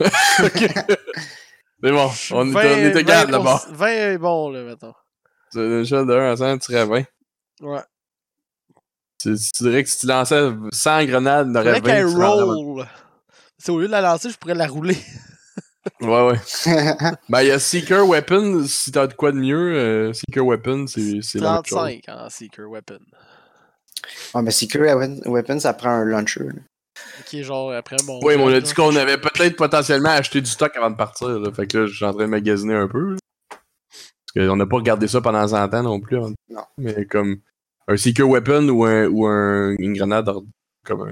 Speaker 2: Ok.
Speaker 3: <laughs>
Speaker 2: C'est bon, on, est- on est égal d'abord.
Speaker 1: 20 est bon, là, mettons.
Speaker 2: Sur une échelle de 1 à 100, tu serais à 20.
Speaker 1: Ouais.
Speaker 2: Tu, tu dirais que si tu lançais 100 grenades, il y en aurait
Speaker 1: Faudrait
Speaker 2: 20.
Speaker 1: qu'elle
Speaker 2: tu serais en avant.
Speaker 1: roll. C'est au lieu de la lancer, je pourrais la rouler.
Speaker 2: Ouais, ouais. Ben, il y a Seeker Weapon, si t'as de quoi de mieux, euh, Seeker Weapon, c'est c'est la même chose.
Speaker 1: 35 en hein, Seeker Weapon.
Speaker 3: <laughs> ouais, mais Secret Weapon, ça prend un launcher. là.
Speaker 1: Qui est genre après mon.
Speaker 2: Oui, mais on a
Speaker 1: genre,
Speaker 2: dit qu'on avait peut-être potentiellement acheté du stock avant de partir. Là. Fait que là, je suis en train de magasiner un peu. là. Parce qu'on n'a pas regardé ça pendant 100 ans non plus. avant de-
Speaker 3: Non.
Speaker 2: Mais comme un Seeker Weapon ou, un, ou un- une grenade ordi- comme un-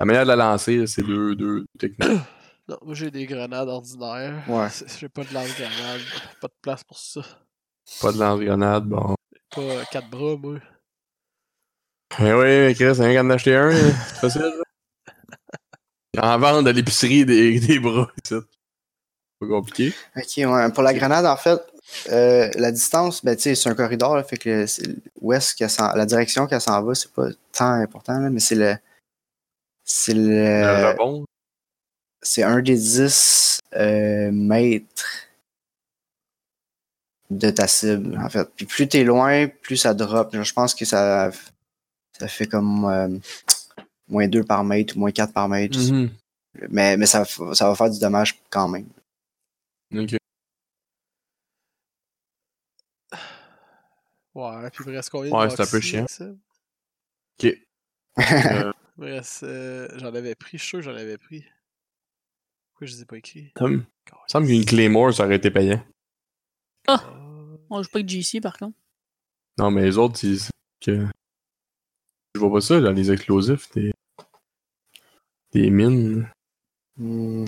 Speaker 2: La manière de la lancer, là, c'est deux, deux techniques.
Speaker 1: Non, moi j'ai des grenades ordinaires.
Speaker 3: Ouais.
Speaker 1: C'est- J'ai pas de lance-grenade. Pas de place pour ça.
Speaker 2: pas de lance-grenade, bon.
Speaker 1: Pas euh, quatre bras, moi.
Speaker 2: Mais Eh oui, mais Chris, rien qu'en acheter un, là. c'est facile. là. <laughs> En vente à l'épicerie des, des bras, c'est pas compliqué.
Speaker 3: Ok, ouais. Pour la grenade, en fait, euh, la distance, ben, tu sais, c'est un corridor, là, fait que c'est- où est-ce qu'elle s'en- la direction qu'elle s'en va, c'est pas tant important, là, mais c'est le. C'est
Speaker 1: Euh,
Speaker 2: Le
Speaker 3: le.
Speaker 2: rebond.
Speaker 3: C'est un des 10 euh, mètres de ta cible, en fait. Puis plus t'es loin, plus ça drop. Genre, Je pense que ça, ça fait comme euh, moins 2 par mètre ou moins 4 par mètre. je sais
Speaker 2: Mhm.
Speaker 3: plus. Mais, mais ça, f- ça va faire du dommage quand même.
Speaker 2: Ok.
Speaker 1: Ouais, puis il me reste combien
Speaker 2: Ouais,
Speaker 1: de
Speaker 2: c'est un peu
Speaker 1: moxie,
Speaker 2: chiant.
Speaker 1: ça?
Speaker 2: Ok. Euh,
Speaker 1: Il me reste. euh, j'en avais pris, je suis sûr que j'en avais pris. Pourquoi je les ai pas écrits?
Speaker 2: Tom, Il me semble qu'une Claymore, ça aurait été payant.
Speaker 4: On joue pas avec JC, par contre.
Speaker 2: Non, mais les autres, ils... que... Je vois pas ça dans les explosifs, des... des mines.
Speaker 3: Hmm.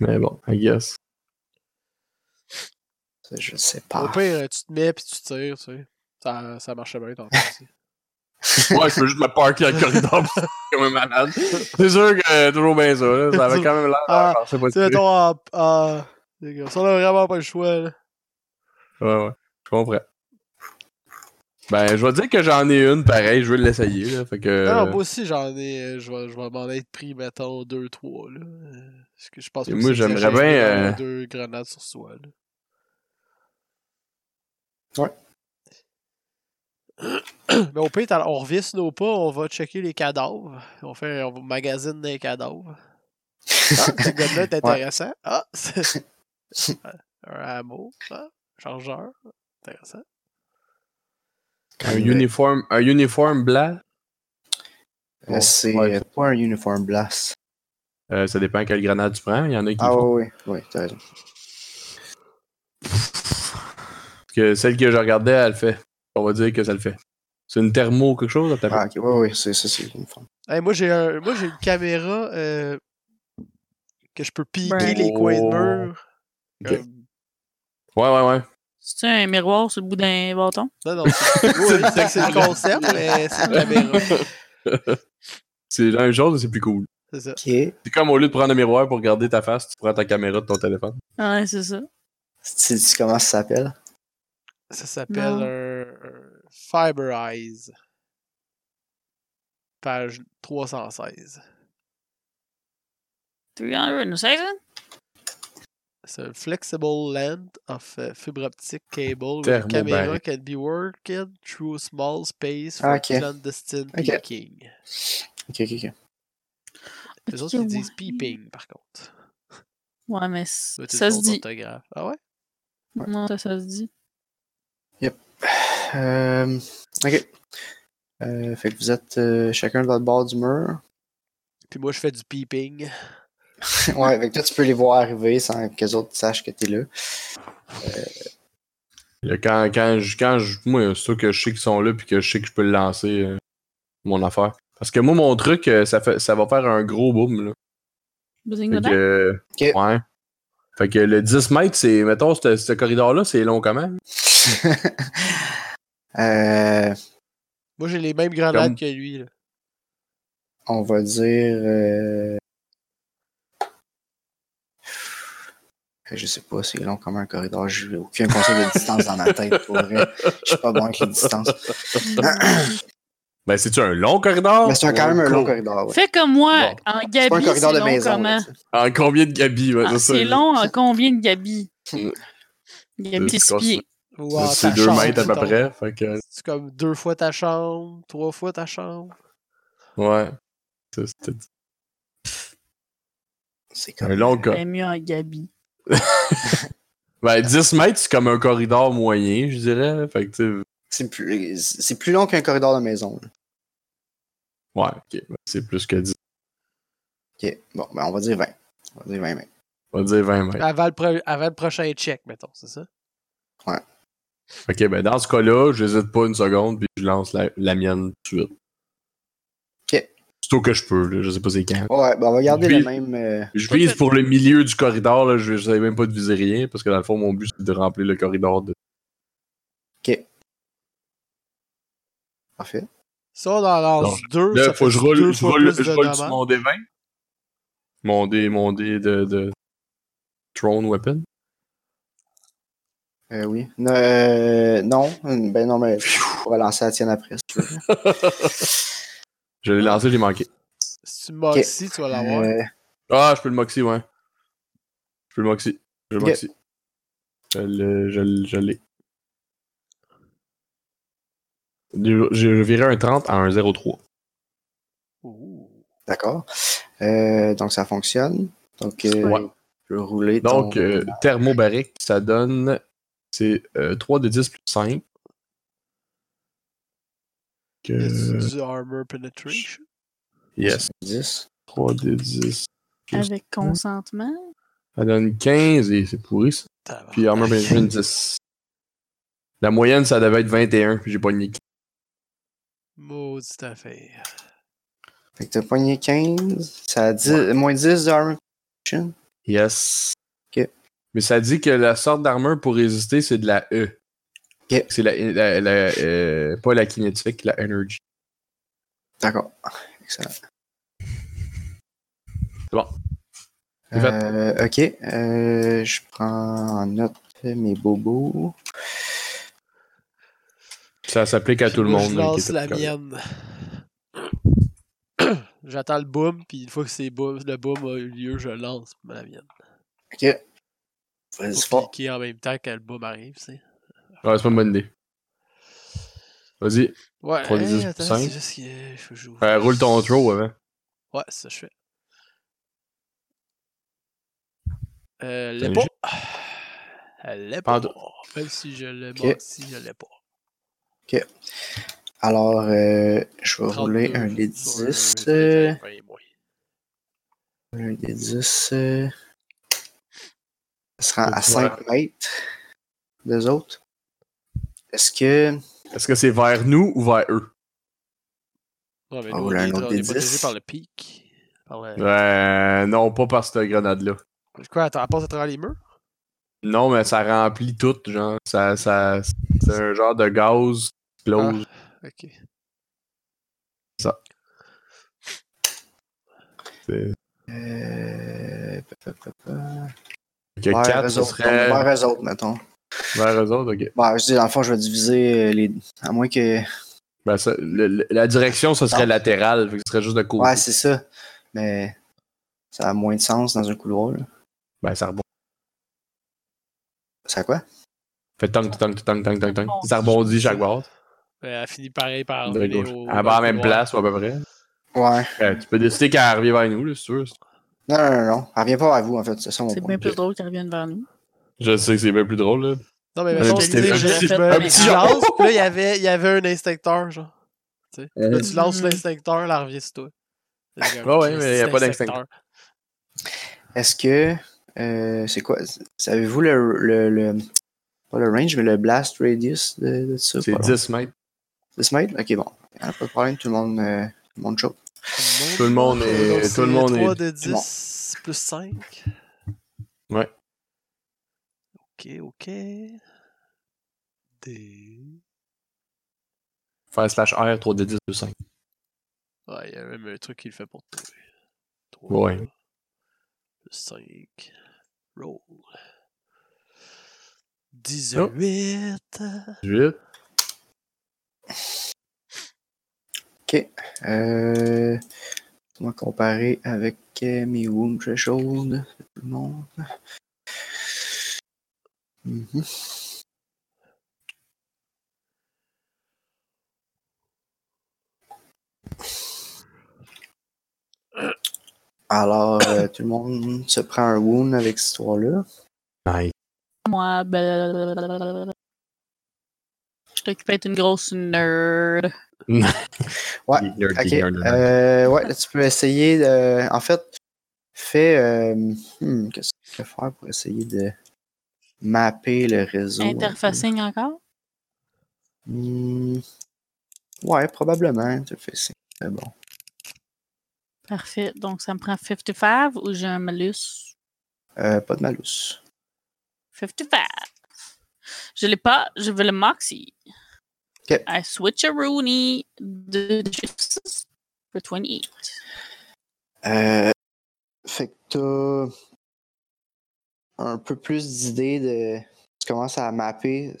Speaker 2: Mais bon,
Speaker 1: <laughs>
Speaker 2: I guess.
Speaker 3: Ça, Je sais
Speaker 2: Ah.
Speaker 1: Au
Speaker 3: pas.
Speaker 1: pire, tu te mets puis tu tires, tu sais. Ça, ça marchait bien
Speaker 2: <laughs>
Speaker 1: tantôt aussi.
Speaker 2: Ouais, je peux juste me parker dans le corridor <laughs> pis c'est comme un malade. C'est sûr que euh, toujours bien ça, là. Ça avait quand même l'air
Speaker 1: Ah,
Speaker 2: d'avoir pensé
Speaker 1: tu sais,
Speaker 2: pas de
Speaker 1: mettons, en. en- les gars, Ça, on a vraiment pas le choix, là.
Speaker 2: Ouais, ouais. Je comprends. Ben, je vais dire que j'en ai une pareil, je veux l'essayer, là. Fait que.
Speaker 3: Ah,
Speaker 1: Non, moi aussi, j'en ai. euh, Je vais, je vais m'en être pris, mettons, 2-3, là. Euh, Parce que je pense
Speaker 2: Et
Speaker 1: pas que
Speaker 2: moi,
Speaker 1: c'est
Speaker 2: j'aimerais
Speaker 1: exagéré
Speaker 2: bien,
Speaker 1: d'avoir
Speaker 2: euh,
Speaker 1: deux grenades sur soi, là.
Speaker 3: Ouais.
Speaker 1: <coughs> Mais au pire, t'as- on revient sur nos pas, on va checker les cadavres. On fait on magasine des cadavres. <laughs> Ah,
Speaker 3: <laughs>
Speaker 1: ce gars-là est intéressant. Ah, c'est- un hameau. Ah, chargeur. Intéressant.
Speaker 2: Un uniforme, un uniforme blanc.
Speaker 3: Euh, c'est
Speaker 2: Ouais.
Speaker 3: euh, pas un uniform blast.
Speaker 2: Euh, ça dépend quelle grenade tu prends. Il y en a qui
Speaker 3: Ah
Speaker 2: font.
Speaker 3: oui, oui, oui, t'as raison.
Speaker 2: Parce que celle que je regardais, elle le fait. On va dire que ça le fait. C'est une thermo quelque chose, t'as
Speaker 3: Ah, ok, oui, oui, c'est ça, c'est uniforme.
Speaker 1: Hey, moi, j'ai un- moi, j'ai une caméra euh, que je peux piquer
Speaker 4: Ouais.
Speaker 1: les coins de mur.
Speaker 2: Ok.
Speaker 1: Euh,
Speaker 2: Ouais, ouais, ouais.
Speaker 4: C'est un miroir sur le bout d'un bâton?
Speaker 1: non, non, <laughs> c'est oui, oui, <laughs> c'est- c'est le concept, mais c'est une caméra.
Speaker 2: <laughs> C'est la même chose, mais c'est plus cool.
Speaker 1: C'est ça.
Speaker 3: Ok.
Speaker 2: C'est comme au lieu de prendre un miroir pour garder ta face, tu prends ta caméra de ton téléphone.
Speaker 4: Ouais, c'est ça.
Speaker 3: Tu sais comment ça s'appelle?
Speaker 1: Ça s'appelle
Speaker 4: Non.
Speaker 1: un- un Fiber Eyes. Page 316.
Speaker 4: 316? hein?
Speaker 1: C'est un flexible length of uh, fibre optique cable with
Speaker 2: Thermobaric.
Speaker 1: camera can be worked through small space for
Speaker 3: Ah, ok.
Speaker 1: clandestine
Speaker 3: Ok.
Speaker 1: peeking.
Speaker 3: Ok, ok, ok.
Speaker 1: Les autres, ils
Speaker 4: Ok,
Speaker 1: disent
Speaker 4: ouais.
Speaker 1: peeping, par contre.
Speaker 4: Ouais, mais c-
Speaker 1: doit être
Speaker 4: ça
Speaker 1: une
Speaker 4: se
Speaker 1: faute
Speaker 4: dit.
Speaker 1: d'orthographe. Ah ouais?
Speaker 4: Non, ça, ça se dit.
Speaker 3: Euh, ok. Euh, fait que vous êtes euh, chacun de l'autre bord du mur.
Speaker 1: Puis moi, je fais du peeping.
Speaker 3: <laughs> Ouais, avec toi, tu peux les voir arriver sans que les autres sachent que t'es <laughs> là.
Speaker 2: Là, quand, quand, je, quand je, moi, ceux que je sais qu'ils sont là puis que je sais que je peux le lancer, euh, mon affaire. Parce que moi, mon truc, euh, ça, fait, ça va faire un gros boom. Là.
Speaker 4: Buzzing
Speaker 2: Fait
Speaker 4: dedans?
Speaker 2: que,
Speaker 3: Ok.
Speaker 2: Ouais. Fait que le 10 mètres, c'est. Mettons, ce, ce corridor-là, c'est long comment?
Speaker 3: Euh,
Speaker 1: Moi, j'ai les mêmes grenades
Speaker 2: Comme-
Speaker 1: que lui. Là.
Speaker 3: on va dire. euh, Je sais pas, c'est long comme un corridor. J'ai aucun concept de distance dans ma tête pour vrai. Je suis pas bon avec les distances.
Speaker 1: <coughs>
Speaker 2: Ben, c'est-tu un long corridor?
Speaker 3: Mais Ben, c'est un-
Speaker 2: Ou
Speaker 3: quand même un long
Speaker 2: court?
Speaker 3: corridor. ouais.
Speaker 4: Fais comme moi,
Speaker 2: Bon.
Speaker 4: en
Speaker 3: C'est pas un
Speaker 4: Gabi,
Speaker 3: corridor
Speaker 4: c'est
Speaker 3: de
Speaker 4: long
Speaker 3: maison.
Speaker 4: comment?
Speaker 3: là, tu sais.
Speaker 2: En combien de gabi? Ouais,
Speaker 4: Ah,
Speaker 2: c'est ça.
Speaker 4: c'est long en combien de Gabi?
Speaker 2: Mm.
Speaker 4: Gabi,
Speaker 2: C'est
Speaker 4: c'est six
Speaker 2: quoi,
Speaker 4: pieds.
Speaker 1: Wow,
Speaker 2: C'est
Speaker 1: ta
Speaker 2: 2
Speaker 1: chambre,
Speaker 2: mètres à peu
Speaker 1: mettons.
Speaker 2: près. Fait que,
Speaker 1: C'est comme deux fois ta chambre, trois fois ta chambre.
Speaker 2: ouais. C'est- c'est-
Speaker 3: C'est
Speaker 2: Un
Speaker 3: comme.
Speaker 2: long corridor.
Speaker 4: J'aime mieux en Gabi.
Speaker 2: Ben, 10 mètres, c'est comme un corridor moyen, je dirais. là. Fait que, tu sais,
Speaker 3: C'est plus, c'est plus long qu'un corridor de maison. là.
Speaker 2: ouais, ok. Ben, C'est plus que 10.
Speaker 3: Ok, bon, ben on va dire 20. On va dire 20 mètres.
Speaker 2: On va dire 20 mètres.
Speaker 1: Avant le, pre- avant le prochain check, mettons, c'est ça?
Speaker 2: Ok, ben, dans ce cas-là, j'hésite pas une seconde, puis je lance la, la mienne tout de suite.
Speaker 3: Ok.
Speaker 2: Surtout que je peux, là, je sais pas c'est quand.
Speaker 3: Ouais, ben on va garder
Speaker 2: Puis-
Speaker 3: le même. euh,
Speaker 2: Je vise pour le milieu du corridor, là, je savais même pas de viser rien, parce que dans le fond, mon but, c'est de remplir le corridor de.
Speaker 3: Parfait.
Speaker 1: Ça, on en lance deux.
Speaker 2: Là,
Speaker 1: ça
Speaker 2: faut
Speaker 1: fait
Speaker 2: que je roule,
Speaker 1: deux
Speaker 2: je
Speaker 1: fois
Speaker 2: roule,
Speaker 1: plus
Speaker 2: je
Speaker 1: de
Speaker 2: roule sur
Speaker 1: dommages.
Speaker 2: mon D20. Mon dé, mon dé de, de. Throne Weapon.
Speaker 3: Euh, oui. Non, euh, non, ben non, mais on va lancer la tienne après. si tu veux.
Speaker 2: Je l'ai lancé, j'ai manqué.
Speaker 1: Si tu moxies, tu vas l'avoir.
Speaker 3: Euh,
Speaker 2: Ah, je peux le moxie, ouais. Je peux le moxie. Je le
Speaker 3: Ok.
Speaker 2: moxie. Je le- Je le- je l'ai. J'ai viré un 30 à un 0,3.
Speaker 1: Ouh.
Speaker 3: D'accord. Euh, donc ça fonctionne. Donc euh,
Speaker 2: Ouais.
Speaker 3: je vais rouler. ton-
Speaker 2: Donc, euh, thermobarique, ça donne. C'est euh, 3 de 10 plus 5. Que...
Speaker 1: Y a-tu du armor penetration?
Speaker 2: Yes.
Speaker 3: 10.
Speaker 2: 3 de 10.
Speaker 4: Avec consentement.
Speaker 2: Ça donne 15 et c'est pourri ça.
Speaker 1: Tabarnak.
Speaker 2: Puis Armor Benjamin 10. La moyenne, ça devait être 21, puis j'ai pogné 15.
Speaker 1: Maudite affaire.
Speaker 3: Fait que t'as poigné 15. Ça a 10, moins 10 de armor penetration.
Speaker 2: Yes.
Speaker 3: Ok.
Speaker 2: Mais ça dit que la sorte d'armure pour résister, c'est de la E.
Speaker 3: Ok.
Speaker 2: C'est la, la- la- euh, pas la kinétique, la energy.
Speaker 3: D'accord. Excellent.
Speaker 2: C'est bon. C'est fait.
Speaker 3: Euh, ok. Euh, je prends en note mes bobos.
Speaker 2: Ça s'applique à tout le
Speaker 1: Moi,
Speaker 2: monde.
Speaker 1: Je
Speaker 2: là, qui
Speaker 1: lance
Speaker 2: est
Speaker 1: la
Speaker 2: correct.
Speaker 1: mienne. <coughs> J'attends le boom, puis une fois que c'est boom, le boom a eu lieu, je lance la mienne.
Speaker 3: Ok. Vas-y,
Speaker 1: Pour
Speaker 3: fort.
Speaker 1: cliquer en même temps que le boom arrive, tu sais.
Speaker 2: Ouais, c'est pas une bonne idée. Vas-y,
Speaker 1: Ouais,
Speaker 2: Trois des dix
Speaker 1: hey, attends,
Speaker 2: plus
Speaker 1: c'est
Speaker 2: cinq.
Speaker 1: juste que euh, faut que j'ouvre.
Speaker 2: euh, roule ton throw avant.
Speaker 1: Ouais, c'est ça que je fais. Euh,
Speaker 2: T'as
Speaker 1: l'ai
Speaker 2: un
Speaker 1: pas.
Speaker 2: jet.
Speaker 1: Elle l'est pas.
Speaker 2: Pardon.
Speaker 1: Même si je l'ai
Speaker 3: Ok.
Speaker 1: si je l'ai pas.
Speaker 3: Alors, euh, je vais rouler
Speaker 1: 32
Speaker 3: un des
Speaker 1: sur un
Speaker 3: 10.
Speaker 1: dé
Speaker 3: euh,
Speaker 1: 20 et moins.
Speaker 3: Un des 10. euh, Ça sera à
Speaker 2: Ouais.
Speaker 3: 5 mètres d'eux autres. Est-ce que.
Speaker 2: Est-ce que c'est vers nous ou vers eux?
Speaker 1: Non, mais
Speaker 3: Ah,
Speaker 1: nous, on
Speaker 3: voilà, un
Speaker 1: est,
Speaker 3: autre
Speaker 1: on
Speaker 3: des
Speaker 1: est protégé
Speaker 3: 10.
Speaker 1: par le pic. Par le-
Speaker 2: Euh, non, pas par cette grenade-là.
Speaker 1: Quoi, attends, elle passe à travers les murs?
Speaker 2: Non, mais ça remplit tout, genre. Ça, ça, c'est un genre de gaz qui explose.
Speaker 3: Ah.
Speaker 1: Ok.
Speaker 2: C'est-
Speaker 3: Euh... pa, pa, pa, pa.
Speaker 2: Fait Que
Speaker 3: Vers
Speaker 2: 4,
Speaker 3: eux
Speaker 2: ce
Speaker 3: autres,
Speaker 2: serait
Speaker 3: vers eux autres, mettons.
Speaker 2: vers eux autres, ok.
Speaker 3: Bah, je dis, dans le fond, je vais diviser euh, les. À moins que.
Speaker 2: Ben, ça- le- le- la direction, ce serait
Speaker 3: Non.
Speaker 2: latérale, fait que ce serait juste de côté.
Speaker 3: Ah. Ouais, c'est ça. Mais ça a moins de sens dans un couloir. Là.
Speaker 2: Ben, ça rebondit.
Speaker 3: Ça a quoi?
Speaker 2: Fait tang, tang, tang, tang, tang, tang.
Speaker 4: Rebondit.
Speaker 2: Ça rebondit chaque barre.
Speaker 1: Ben, Elle finit pareil par
Speaker 2: De
Speaker 1: revenir
Speaker 2: gauche.
Speaker 1: au-
Speaker 2: Elle va à la même
Speaker 1: couloir.
Speaker 2: place, ou à peu près.
Speaker 3: Ouais.
Speaker 2: Euh, tu peux décider qu'elle revient vers nous, là, si tu veux.
Speaker 3: Non, non, non, non. Elle revient pas à vous, en fait. C'est ça mon
Speaker 4: C'est
Speaker 3: point.
Speaker 4: bien plus drôle qu'elle revienne vers nous.
Speaker 2: Je sais que c'est bien plus drôle, là.
Speaker 1: Non, mais
Speaker 2: Un
Speaker 1: mettons,
Speaker 2: petit-
Speaker 1: tu sais,
Speaker 2: un
Speaker 1: je-
Speaker 2: petit-
Speaker 1: je
Speaker 4: un
Speaker 1: me-
Speaker 4: petit
Speaker 1: je
Speaker 2: genre.
Speaker 1: lance, puis là, il y avait- il y avait un instincteur, genre. Tu sais. Là, tu lances
Speaker 4: Mm.
Speaker 1: l'instincteur, là, revient sur toi.
Speaker 2: Mm-hmm. Ouais, ouais, mais y a pas d'instincteur.
Speaker 3: Est-ce que. euh, c'est quoi? Savez-vous le, le, le- Pas le range, mais le blast radius de, de ça?
Speaker 2: C'est
Speaker 3: pas long.
Speaker 2: 10 mètres.
Speaker 3: 10 mètres? Ok, bon. Ah, Pas de problème, tout le monde. euh, tout le monde chaud.
Speaker 2: Tout le monde est-
Speaker 1: Donc,
Speaker 2: tout
Speaker 1: c'est
Speaker 2: le monde est-
Speaker 1: 3 de 10 plus 5.
Speaker 2: Ouais.
Speaker 1: Ok, ok. Des.
Speaker 2: Faire slash R, 3 de 10, 2, 5.
Speaker 1: Ouais, il y a même un truc qui le fait pour toi. 3
Speaker 2: Ouais.
Speaker 1: plus 5. Roll.
Speaker 2: Oh.
Speaker 1: 18.
Speaker 2: 8.
Speaker 3: Euh. Comment comparer avec euh, mes Wound Threshold de tout le monde? Mhm. Alors, euh, tout le monde se prend un wound avec cette histoire-là.
Speaker 2: Nice.
Speaker 4: Moi, blablabla. Je t'occupais d'être une grosse nerd.
Speaker 3: Ouais, Ok. euh, ouais, là, tu peux essayer de. En fait, fais. euh, hmm, Qu'est-ce que tu peux faire pour essayer de mapper le réseau? un peu?
Speaker 4: Interfacing encore?
Speaker 3: Hmm, Ouais, probablement. Interfacing. C'est bon.
Speaker 4: Parfait. Donc, ça me prend 55 ou j'ai un malus?
Speaker 3: Euh, pas de malus.
Speaker 4: 55. Je l'ai pas. Je veux le Moxie.
Speaker 3: Ok.
Speaker 4: I switch a Rooney. The chips for 28.
Speaker 3: Euh, fait que t'as un peu plus d'idées de. Tu commences à mapper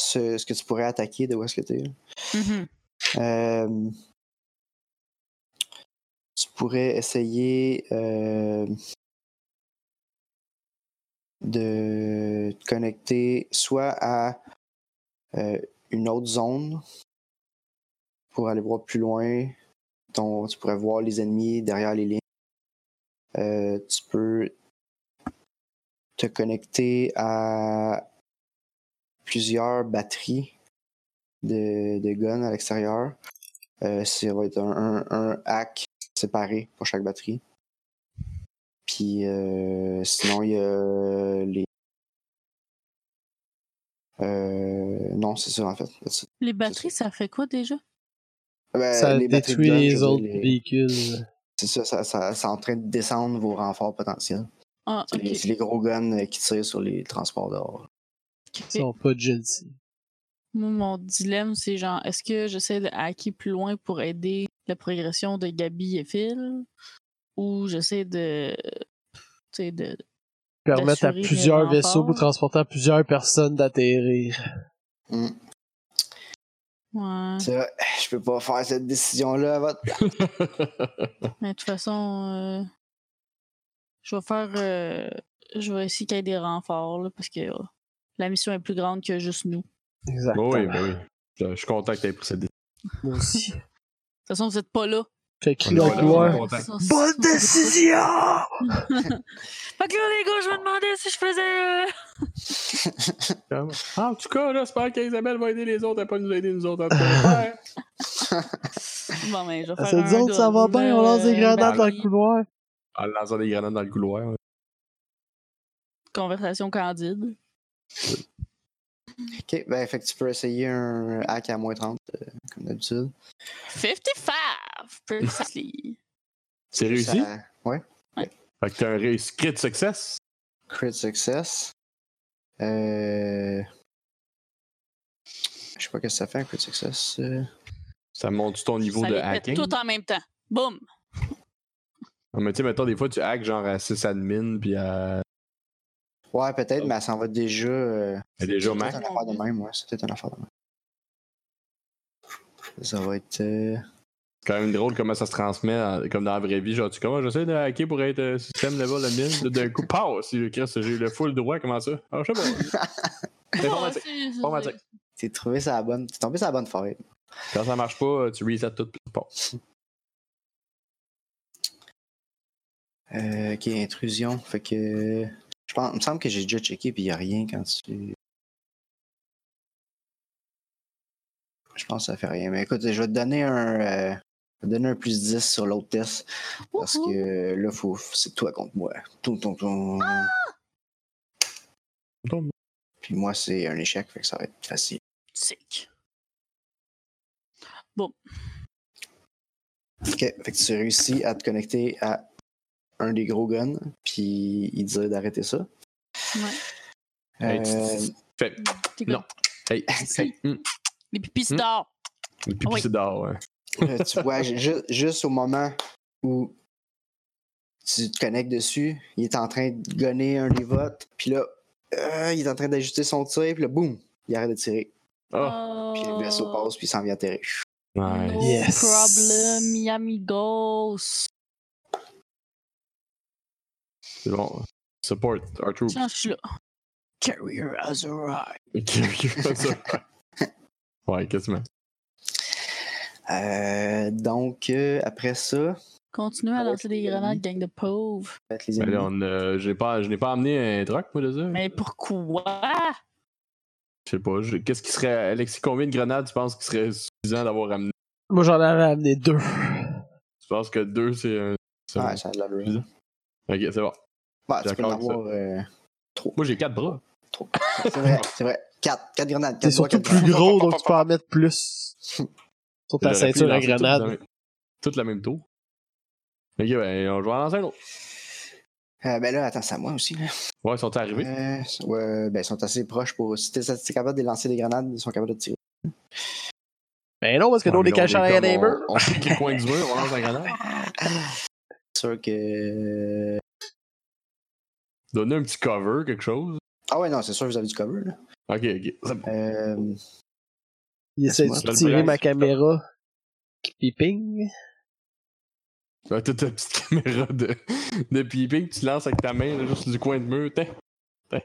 Speaker 3: ce, ce que tu pourrais attaquer, de où est-ce que t'es. là.
Speaker 4: Mhm.
Speaker 3: Euh, tu pourrais essayer euh, de te connecter soit à euh, une autre zone pour aller voir plus loin. Ton- tu pourrais voir les ennemis derrière les lignes. Euh, tu peux te connecter à plusieurs batteries de, de guns à l'extérieur. Euh, ça va être un, un- un hack séparé pour chaque batterie. Puis euh, sinon, il y a les. Euh, non, c'est ça en fait. That's it.
Speaker 4: Les batteries, ça fait quoi déjà?
Speaker 3: Ben,
Speaker 1: Ça
Speaker 3: batteries de
Speaker 1: détruit
Speaker 3: guns, je
Speaker 1: les
Speaker 3: veux dire,
Speaker 1: autres
Speaker 3: les-
Speaker 1: véhicules. euh,
Speaker 3: C'est ça, ça, ça, ça est en train de descendre vos renforts potentiels.
Speaker 4: Ah,
Speaker 3: C'est les,
Speaker 4: ok.
Speaker 3: c'est les gros guns euh, qui tirent sur les transports dehors.
Speaker 1: Ils sont pas gentils.
Speaker 4: Moi, mon dilemme, c'est genre, est-ce que j'essaie de hacker plus loin pour aider la progression de Gabi et Phil? Ou j'essaie de. Tu sais, de.
Speaker 1: Permettre à
Speaker 4: D'assurer les
Speaker 1: plusieurs vaisseaux
Speaker 4: renforts.
Speaker 1: transportant plusieurs personnes d'atterrir.
Speaker 4: Ouais.
Speaker 3: Ça, je peux pas faire cette décision-là à votre.
Speaker 4: Mais de toute façon, euh, je vais faire. euh, je vais essayer qu'il y ait des renforts, là, parce que euh, la mission est plus grande que juste nous. De
Speaker 1: Exactement.
Speaker 2: <laughs> Oui, ben oui. Je je suis content que tu aies pris cette décision.
Speaker 1: Moi aussi.
Speaker 4: toute façon, vous êtes pas là.
Speaker 1: Fait que
Speaker 2: On est
Speaker 1: dans le
Speaker 2: pas là,
Speaker 1: couloir,
Speaker 2: on est content.
Speaker 4: Bonne décision! fait que là, les gars, je me demandais si je faisais.
Speaker 1: <laughs>
Speaker 4: euh,
Speaker 2: Ah, en tout cas, là, j'espère qu'Isabelle va aider les autres, elle va pas nous aider, nous autres. en tout cas. Ouais.
Speaker 4: Bon, ben, je vais
Speaker 1: Ah,
Speaker 4: faire.
Speaker 1: Ça nous
Speaker 4: un
Speaker 1: autres, ça va
Speaker 4: gun,
Speaker 1: bien, on lance des
Speaker 4: euh,
Speaker 1: grenades dans le
Speaker 4: batterie,
Speaker 1: couloir.
Speaker 2: En lançant des grenades dans le couloir.
Speaker 4: Conversation candide.
Speaker 3: Ok, ben, fait que tu peux essayer un hack à moins 30, euh, comme d'habitude.
Speaker 4: 55! Precisely.
Speaker 2: C'est réussi.
Speaker 3: Ça- Ouais,
Speaker 2: Fait que t'as un réussi crit success.
Speaker 3: crit success. Euh. Je sais pas qu'est-ce que ça fait un crit success. euh.
Speaker 2: Ça monte ton niveau
Speaker 4: ça
Speaker 2: de
Speaker 4: les fait
Speaker 2: hacking.
Speaker 4: tout en même temps. Boum!
Speaker 2: Ah, mais tu sais, mettons, des fois, tu hack genre à sysadmin, puis à.
Speaker 3: Ouais, peut-être, mais elle s'en va déjà. euh,
Speaker 2: à déjà au
Speaker 3: c'est
Speaker 2: Mac.
Speaker 3: peut-être une affaire de même, ouais. C'est peut-être une affaire de même. Ça va être. euh,
Speaker 2: C'est quand même drôle comment ça se transmet, en- comme dans la vraie vie. Genre, tu comment j'essaie de hacker pour être euh, système level admin, d'un coup, pow! Si je crée, j'ai le full droit, comment ça? Ah, je sais pas. C'est
Speaker 4: Ah,
Speaker 2: informatique.
Speaker 4: c'est- c'est-
Speaker 2: Informatique.
Speaker 3: T'es trouvé sur la bonne. T'es tombé sur la bonne forêt.
Speaker 2: Quand ça marche pas, tu resets tout, puis bon.
Speaker 3: Euh, ok, intrusion. Fait que. Je pense, il me semble que j'ai déjà checké, puis il n'y a rien quand tu. Je pense que ça fait rien. Mais écoute, je vais te donner un. euh, je vais te donner un plus 10 sur l'autre test. Parce
Speaker 4: Wouhou.
Speaker 3: que là, faut, c'est toi contre moi. Tout, tout, tout.
Speaker 2: Ah!
Speaker 3: Puis moi, c'est un échec, fait que ça va être facile.
Speaker 4: Sick.
Speaker 3: Ok, fait que tu réussis à te connecter à un des gros guns, puis il dit d'arrêter ça.
Speaker 4: Ouais.
Speaker 2: Hey, tu-
Speaker 3: Euh,
Speaker 2: Fait,
Speaker 4: T'es
Speaker 2: Non. hey, hey, hum,
Speaker 4: Les pipis
Speaker 2: Hmm.
Speaker 4: d'or.
Speaker 2: le pipi,
Speaker 4: Oui.
Speaker 2: c'est dehors, hein. ouais.
Speaker 3: Euh, tu vois, ju- ju- juste au moment où tu te connectes dessus, il est en train de gonner un des votes, puis là, euh, il est en train d'ajuster son tir, puis là, boum, il arrête de tirer.
Speaker 2: Ah,
Speaker 4: Oh.
Speaker 3: Puis le vaisseau passe, puis il s'en vient atterrir.
Speaker 2: nice.
Speaker 4: No
Speaker 1: Yes.
Speaker 4: problem, Miami Ghost.
Speaker 2: C'est bon. Support our troops. <laughs>
Speaker 4: Tiens, je suis là. Carrier as arrived.
Speaker 2: ouais, quasiment.
Speaker 3: Euh, donc, euh, après ça,
Speaker 4: Continuez à
Speaker 3: Ah ouais,
Speaker 4: lancer des
Speaker 3: c'est
Speaker 4: grenades, gang de pauvres.
Speaker 3: faites les
Speaker 2: Mais
Speaker 3: ennemis.
Speaker 2: là, on, euh, j'ai pas, je n'ai pas amené un truc, moi, de ça.
Speaker 4: Mais pourquoi?
Speaker 2: Je sais pas. j'ai- Qu'est-ce qui serait. Alexis, combien de grenades tu penses qu'il serait suffisant d'avoir amené
Speaker 1: Moi, j'en avais amené deux.
Speaker 2: Tu penses que deux, c'est un. c'est
Speaker 3: Ouais,
Speaker 2: un-
Speaker 3: ça a de la
Speaker 2: Bizarre. Ok, c'est bon.
Speaker 3: Ouais, tu peux en
Speaker 2: D'accord avec ça.
Speaker 3: avoir euh,
Speaker 2: Moi, j'ai quatre bras.
Speaker 3: trop. C'est vrai, c'est vrai. Quatre, quatre grenades.
Speaker 1: C'est
Speaker 3: Quatre doigts,
Speaker 1: surtout
Speaker 3: quatre
Speaker 1: plus gros, donc tu peux en mettre plus. Sur ta
Speaker 2: J'aurais pu
Speaker 1: ceinture à
Speaker 2: lancer toutes
Speaker 1: grenade.
Speaker 2: dans- Toutes la même tour. Ok, ben, on va en lancer un autre.
Speaker 3: grenades. Euh, ben là, attends, c'est à moi aussi. Là.
Speaker 2: Ouais, ils sont arrivés.
Speaker 3: Euh, ouais, ben, ils sont assez proches pour. Si t'es si t'es capable de lancer des grenades, ils sont capables de tirer.
Speaker 1: Mais Ben non, parce que nous, on est cachés
Speaker 2: à
Speaker 1: derrière les murs.
Speaker 2: Ah, On pique les coins du mur, on lance la grenade.
Speaker 3: C'est sûr euh, que.
Speaker 2: Donner un petit cover, quelque chose.
Speaker 3: Ah ouais, non, c'est sûr que vous avez du cover. Là.
Speaker 2: Ok, ok. c'est bon.
Speaker 3: Euh,
Speaker 1: Il essaie
Speaker 3: Laisse-moi
Speaker 1: de
Speaker 2: le
Speaker 1: tirer
Speaker 2: prendre.
Speaker 1: ma caméra. Puis ping.
Speaker 2: Ouais, T'as ta petite <laughs> caméra de, de peeping que tu lances avec ta main là, juste du coin de mur. Tiens, tiens.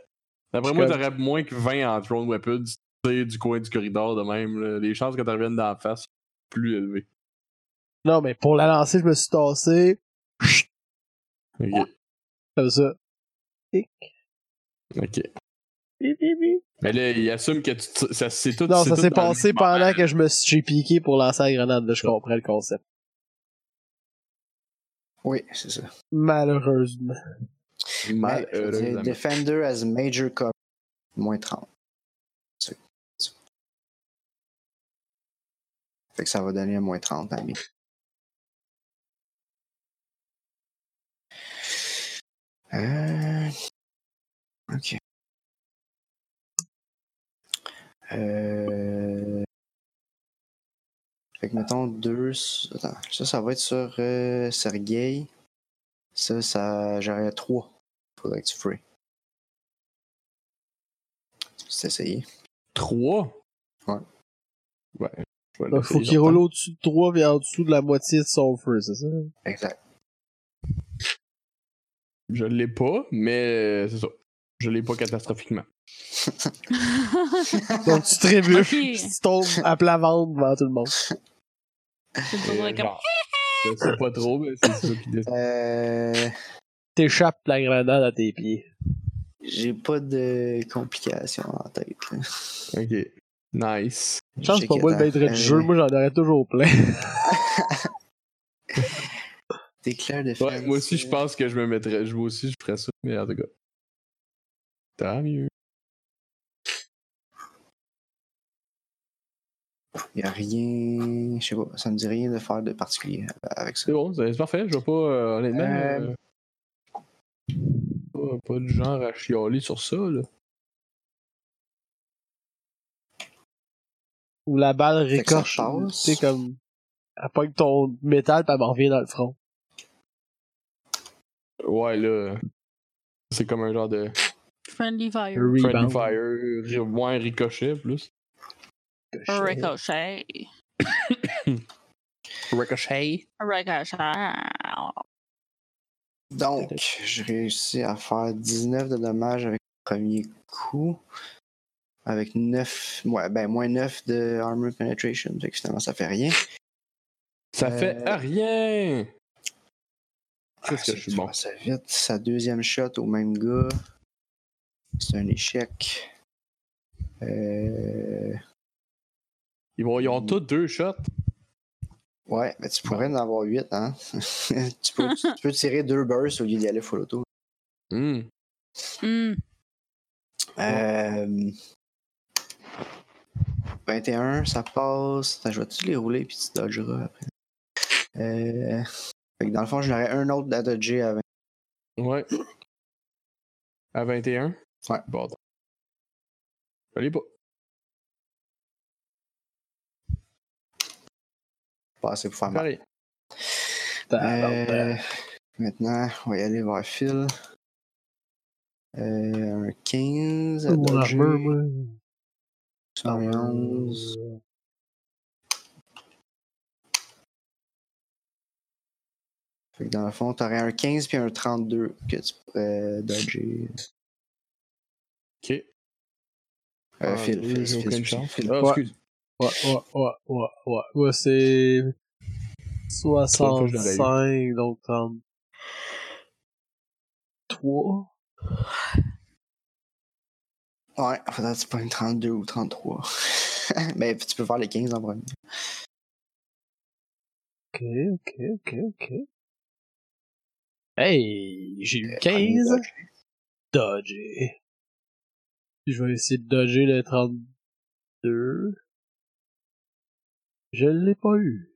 Speaker 2: D'après
Speaker 1: Je
Speaker 2: moi,
Speaker 1: comme-
Speaker 2: t'aurais moins que 20 en Throne Weapon tu sais, du coin du corridor de même. là. Les chances que t'en reviennes dans la face sont plus élevées.
Speaker 1: Non, mais pour la lancer, je me suis tassé. Chut,
Speaker 2: Ok.
Speaker 1: Comme ça.
Speaker 2: ok.
Speaker 1: Bip, bip, bip.
Speaker 2: Mais là, il assume que tu, tu- ça c'est tout.
Speaker 1: Non,
Speaker 2: c'est
Speaker 1: ça
Speaker 2: tout
Speaker 1: s'est
Speaker 2: dans le
Speaker 1: passé
Speaker 2: même
Speaker 1: pendant
Speaker 2: moment.
Speaker 1: que je me suis piqué pour lancer la grenade. Là, je comprends le concept.
Speaker 3: oui, c'est ça.
Speaker 1: Malheureusement.
Speaker 3: Ouais,
Speaker 1: Ben,
Speaker 2: euh,
Speaker 3: je veux dire,
Speaker 2: Malheureusement.
Speaker 3: Defender as major cover. Moins 30. C'est- c'est- Fait que ça va donner un moins 30 à mes- Euh... Ok. Euh... Fait que mettons deux... s- Attends, ça, ça va être sur euh, Sergei. Ça, ça... J'aurais trois. Faudrait que tu free. Tu peux essayer.
Speaker 2: 3
Speaker 3: Ouais.
Speaker 2: Ouais. je vais
Speaker 1: Donc,
Speaker 2: l'essayer,
Speaker 1: faut qu'il
Speaker 2: j'entends.
Speaker 1: roule au-dessus de 3 et en dessous de la moitié de son feu, c'est
Speaker 4: <laughs>
Speaker 1: ça?
Speaker 3: Exact. <laughs>
Speaker 2: Je l'ai pas, mais euh, c'est ça. Je l'ai pas catastrophiquement.
Speaker 1: Donc, tu trébuches,
Speaker 4: Ok.
Speaker 1: puis tu tombes à plat ventre devant tout le monde.
Speaker 4: C'est
Speaker 2: Euh,
Speaker 4: le comme...
Speaker 2: genre,
Speaker 4: <laughs>
Speaker 2: je sais pas trop, mais c'est ça qui décide.
Speaker 3: Euh,
Speaker 1: T'échappes la grenade à tes pieds.
Speaker 3: J'ai pas de complications en tête. là.
Speaker 2: Ok. Nice.
Speaker 1: Je pense
Speaker 3: J'ai
Speaker 1: que pas moi le
Speaker 3: qu'attends.
Speaker 1: maître du jeu,
Speaker 3: Euh,
Speaker 1: moi j'en aurais toujours plein. <laughs>
Speaker 3: Déclare de euh,
Speaker 2: Ouais, moi aussi, je pense que je me mettrais. Je, moi aussi, je ferais ça, mais en tout cas. Tant mieux.
Speaker 3: Y a rien. Je sais pas, ça me dit rien de faire de particulier avec ça.
Speaker 2: C'est bon, c'est c'est parfait. Je vais pas, euh, honnêtement.
Speaker 3: Euh,
Speaker 2: euh, Pas, pas du genre à chialer sur ça, là.
Speaker 1: Ou la balle
Speaker 3: Fait que ça
Speaker 1: ricoche.
Speaker 3: passe.
Speaker 1: Tu sais, comme. Elle pogne ton métal, pis elle m'en revient dans le front.
Speaker 2: ouais, là. C'est comme un genre de
Speaker 4: Friendly Fire.
Speaker 2: friendly
Speaker 1: Rebound.
Speaker 2: fire, ri- moins ricochet plus.
Speaker 4: Ricochet.
Speaker 2: Ricochet.
Speaker 4: Ricochet.
Speaker 3: Donc, j'ai réussi à faire 19 de dommages avec le premier coup. Avec 9, ouais, ben, moins 9 de armor penetration. Fait que finalement, ça fait rien.
Speaker 2: Ça
Speaker 3: Euh,
Speaker 2: fait à rien! Qu'est-ce
Speaker 3: Ah,
Speaker 2: que je suis
Speaker 3: c'est-
Speaker 2: bon?
Speaker 3: Ça passe vite. Sa deuxième shot au même gars. C'est un échec. Euh,
Speaker 2: Ils, vont- ils ont tous deux shots.
Speaker 3: Ouais, mais tu pourrais en avoir 8, hein. <laughs> tu, peux, tu peux tirer deux bursts au lieu d'y aller full auto.
Speaker 2: Hmm.
Speaker 4: Hmm.
Speaker 3: Euh, 21, ça passe. Attends, je vais-tu les rouler puis tu dodgeras après? Euh... Fait que dans le fond, j'en aurais un autre à dodger à 20.
Speaker 2: Ouais. À 21?
Speaker 3: Ouais.
Speaker 2: Bon. attends. Je l'ai pas.
Speaker 3: Pas assez pour faire mal.
Speaker 2: Pareil.
Speaker 3: Euh, maintenant, on va y aller vers Phil. Euh, un 15
Speaker 2: Euh,
Speaker 3: à
Speaker 1: Mon
Speaker 3: dodger,
Speaker 1: armure, moi.
Speaker 3: 71.
Speaker 2: euh,
Speaker 3: Fait que dans le fond, t'aurais un 15 puis un 32 que tu euh, pourrais dodger.
Speaker 2: Ok.
Speaker 3: Euh,
Speaker 2: Ah,
Speaker 3: Phil,
Speaker 2: j'ai
Speaker 3: Phil, Phil,
Speaker 2: aucune
Speaker 3: Phil,
Speaker 2: chance.
Speaker 3: Phil.
Speaker 1: Ouais.
Speaker 2: Ah,
Speaker 3: <laughs>
Speaker 2: excuse.
Speaker 1: Ouais, ouais, ouais, ouais, ouais. Ouais, c'est.
Speaker 2: fois, je l'aurais eu.
Speaker 1: 65, donc 33.
Speaker 3: Ouais, faudrait que tu pognes 32 ou 33. <laughs> Mais tu peux faire les 15 en premier.
Speaker 1: Ok, ok, ok, ok. Hey, j'ai eu
Speaker 3: Premier
Speaker 1: 15.
Speaker 3: dodge.
Speaker 1: Dodger. Puis je vais essayer de dodger le 32. Je l'ai pas eu.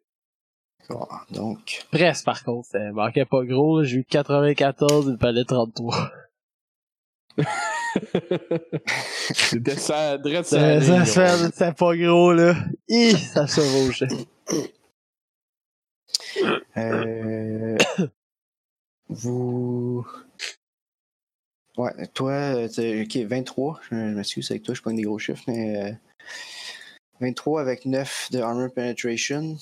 Speaker 3: Bon, donc,
Speaker 1: Presque par contre, ça manquait pas gros, là. j'ai eu 94, il me fallait 33.
Speaker 2: C'était ça, drette
Speaker 1: Ça,
Speaker 2: ça.
Speaker 1: ça, fait- c'est pas gros là. Et ça se chevauchait.
Speaker 3: Euh, vous. Ouais, toi, euh, t'es- ok, 23. Je, je m'excuse avec toi, je prends des gros chiffres, mais. euh, 23 avec 9 de armor penetration.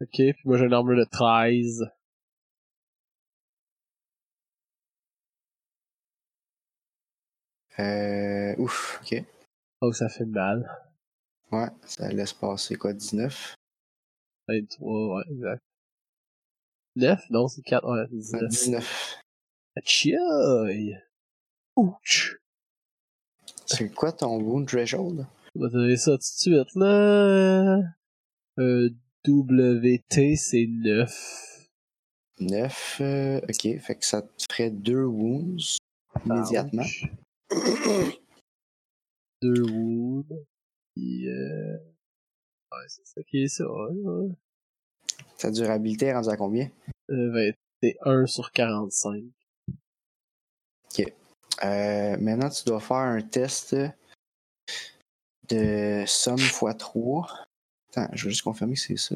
Speaker 1: Ok, puis moi j'ai une armure de 13.
Speaker 3: Euh, ouf, ok.
Speaker 1: Donc Oh, ça fait mal.
Speaker 3: Ouais, ça laisse passer quoi, 19
Speaker 1: 23, ouais, exact. 9? Non, c'est 4, ouais, 19.
Speaker 3: 19.
Speaker 1: Tchioy! Ouch!
Speaker 3: C'est quoi ton wound threshold
Speaker 1: On va donner ça tout de suite, là. Euh, WT, c'est 9.
Speaker 3: 9, euh, ok, fait que ça te ferait 2 wounds immédiatement.
Speaker 1: Ouch. Deux wounds. Puis, euh... Ouais, c'est ça qui est ça, ouais, ouais.
Speaker 3: Ta durabilité est rendue à combien
Speaker 1: Euh, 21 sur 45.
Speaker 3: Euh, maintenant, tu dois faire un test de somme x 3. Attends, je veux juste confirmer que c'est ça.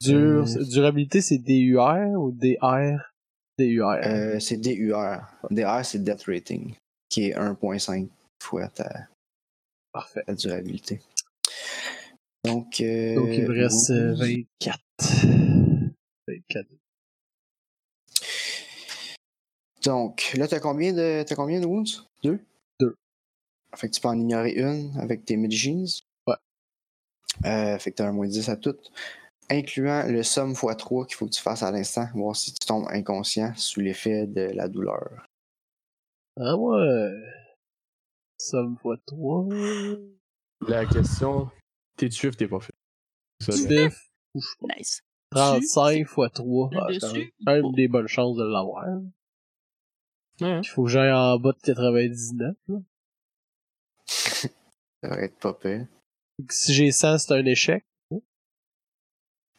Speaker 1: Dur,
Speaker 3: Euh.
Speaker 1: Durabilité, c'est DUR ou DR? DUR.
Speaker 3: Euh, c'est DUR. DUR, c'est Death Rating, qui est 1.5 fois ta,
Speaker 1: Parfait.
Speaker 3: ta durabilité. Donc, euh,
Speaker 1: Donc, il me reste euh,
Speaker 3: 12.
Speaker 1: 24. 24.
Speaker 3: Donc, là, t'as combien de t'as combien de wounds? Deux?
Speaker 1: Deux.
Speaker 3: Fait que tu peux en ignorer une avec tes medicines.
Speaker 1: Ouais.
Speaker 3: Euh, fait que t'as un moins 10 à toutes. Incluant le somme x 3 qu'il faut que tu fasses à l'instant, voir si tu tombes inconscient sous l'effet de la douleur.
Speaker 1: Ah ouais. Somme fois 3.
Speaker 2: La question, t'es tu ou t'es pas fait? Ça, là.
Speaker 3: <laughs>
Speaker 1: 9.
Speaker 4: Nice.
Speaker 1: 35 fois 3.
Speaker 4: Le dessus?
Speaker 1: quand même des bonnes chances de l'avoir.
Speaker 2: Ouais.
Speaker 3: hein.
Speaker 1: Il faut que j'aille en bas de 99. là.
Speaker 3: Ça va être pas pire.
Speaker 1: Donc, Si j'ai 100, c'est un échec.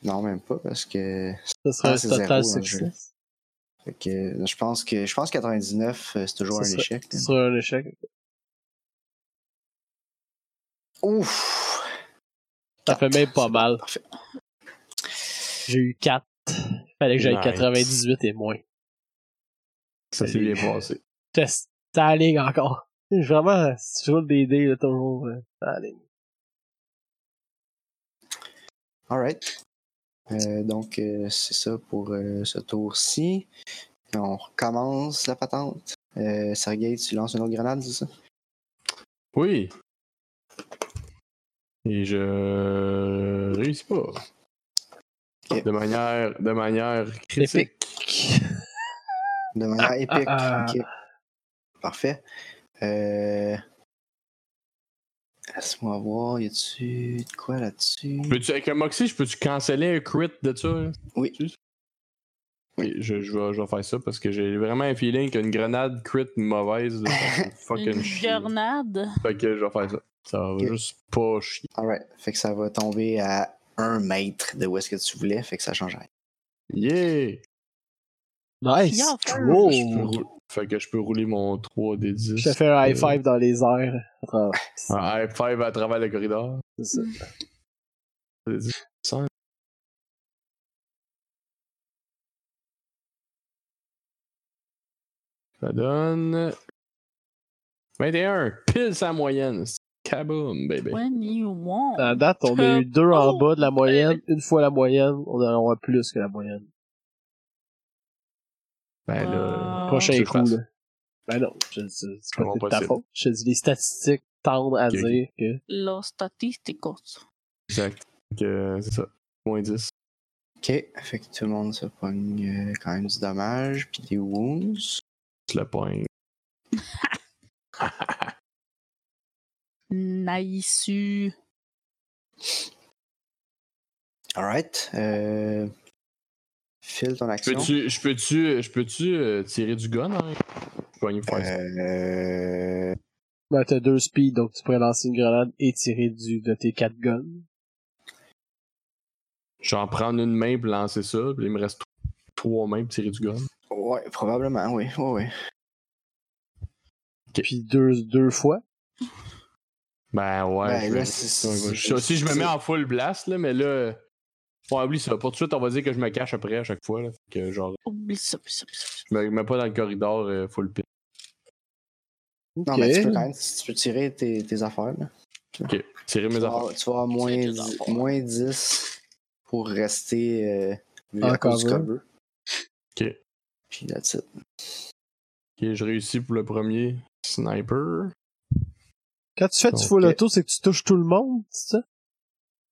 Speaker 3: Non, même pas, parce que.
Speaker 1: Ça serait
Speaker 3: Ah,
Speaker 1: un
Speaker 3: c'est
Speaker 1: total
Speaker 3: zéro dans le jeu.
Speaker 1: succès.
Speaker 3: fait que je pense que. Je pense que 99, euh, c'est toujours
Speaker 1: C'est ça.
Speaker 3: un échec.
Speaker 1: Ce serait un échec.
Speaker 3: Ouf!
Speaker 1: Ça fait même pas
Speaker 3: C'est
Speaker 1: mal.
Speaker 3: Parfait.
Speaker 1: J'ai eu 4. Fallait que j'aille
Speaker 2: Nice.
Speaker 1: 98 et moins.
Speaker 2: Ça s'est bien passé.
Speaker 1: Ça ça la ligne encore. Vraiment, si je roule des dés, là, toujours, euh, ça la ligne.
Speaker 3: Alright. Euh, donc, euh, c'est ça pour euh, ce tour-ci. On recommence la patente. Euh, Sergei, tu lances une autre grenade, c'est ça?
Speaker 2: Oui. Et je réussis pas.
Speaker 3: Ok.
Speaker 2: De manière de manière critique.
Speaker 3: De manière épique.
Speaker 1: ah, ah.
Speaker 3: Ok. Parfait. Euh... Laisse-moi voir, y a-tu de quoi là-dessus?
Speaker 2: Peux-tu avec un Moxie, je peux-tu canceller un crit de ça? là?
Speaker 3: Oui.
Speaker 2: Tu- Ok, je, je vais, je vais faire ça parce que j'ai vraiment un feeling qu'une grenade crit mauvaise, ça <laughs> fait fucking
Speaker 4: Une
Speaker 2: chier.
Speaker 4: grenade.
Speaker 2: Fait que je vais faire ça. Ça va
Speaker 3: Ok.
Speaker 2: juste pas chier.
Speaker 3: Alright. Fait que ça va tomber à un mètre de où est-ce que tu voulais, fait que ça change rien.
Speaker 2: Yeah!
Speaker 1: Nice!
Speaker 4: Fier, fier.
Speaker 1: Wow!
Speaker 2: Je peux rouler- fait que je peux rouler mon 3 des 10.
Speaker 1: Oh! Je te fais un high five dans les airs. Attends,
Speaker 2: Un high five à travers le corridor.
Speaker 1: c'est ça.
Speaker 2: Des 10, cent. Ça donne 21, pile sa moyenne. Kaboom,
Speaker 3: Ben.
Speaker 2: baby.
Speaker 4: 21.
Speaker 1: À date, on a eu deux en
Speaker 4: Oh,
Speaker 1: bas de la moyenne, une fois la moyenne, on en aura plus que la moyenne.
Speaker 2: Ben là,
Speaker 4: Ah.
Speaker 1: Prochain
Speaker 2: je
Speaker 1: coup,
Speaker 2: passe.
Speaker 1: là. Ben non, je, c'est c'est pas
Speaker 2: Comment
Speaker 1: de ta
Speaker 2: possible?
Speaker 1: faute. Je te dis, les statistiques tendent à
Speaker 2: Ok, ok.
Speaker 1: dire que.
Speaker 4: Los statisticos.
Speaker 2: Exact. Fait que c'est ça. Moins 10.
Speaker 3: Ok, fait que tout le monde se pogne euh, quand même du dommage, puis des wounds.
Speaker 2: Je le poigne.
Speaker 4: Naïsu.
Speaker 3: Alright. Euh... File ton
Speaker 2: Je
Speaker 3: action.
Speaker 2: peux-tu je peux-tu- je peux-tu, euh, tirer du gun? Hein? Je vais faire ça.
Speaker 3: Euh...
Speaker 1: Ben, t'as deux speed, donc tu pourrais lancer une grenade et tirer du, de tes quatre guns.
Speaker 2: J'en prends une main pour lancer ça, puis il me reste trois mains pour tirer du gun.
Speaker 3: Ouais, probablement, oui. Ouais, ouais.
Speaker 1: Puis deux, deux fois.
Speaker 2: Ben ouais.
Speaker 3: Ben,
Speaker 2: je
Speaker 3: là,
Speaker 2: vais-
Speaker 3: c'est-
Speaker 2: ouais, ouais.
Speaker 3: c'est-
Speaker 2: Je- si je me
Speaker 3: c'est-
Speaker 2: mets en full blast, là, mais là. euh, Bon, oublie ça. Pour tout de suite, on va dire que je me cache après à chaque fois. Là. Fait Que, genre,
Speaker 4: Oublie ça, oublie ça, oublie ça.
Speaker 2: je me mets pas dans le corridor euh, full pit.
Speaker 3: Non,
Speaker 1: Ok.
Speaker 3: mais tu peux quand même, tu peux tirer tes, tes affaires. Là.
Speaker 2: Ok, tirer
Speaker 3: Tu,
Speaker 2: mes
Speaker 3: vas,
Speaker 2: affaires.
Speaker 3: avoir- tu vas avoir moins,
Speaker 4: tes
Speaker 3: dix-
Speaker 4: affaires.
Speaker 3: moins 10 pour rester euh, vu
Speaker 1: En
Speaker 3: à cause du
Speaker 1: cover.
Speaker 3: cover.
Speaker 2: Ok.
Speaker 3: Puis là, tu
Speaker 2: Ok, je réussis pour le premier sniper.
Speaker 1: Quand tu fais du full
Speaker 2: Ok. Euh.
Speaker 1: auto, c'est que tu touches tout le monde, c'est ça?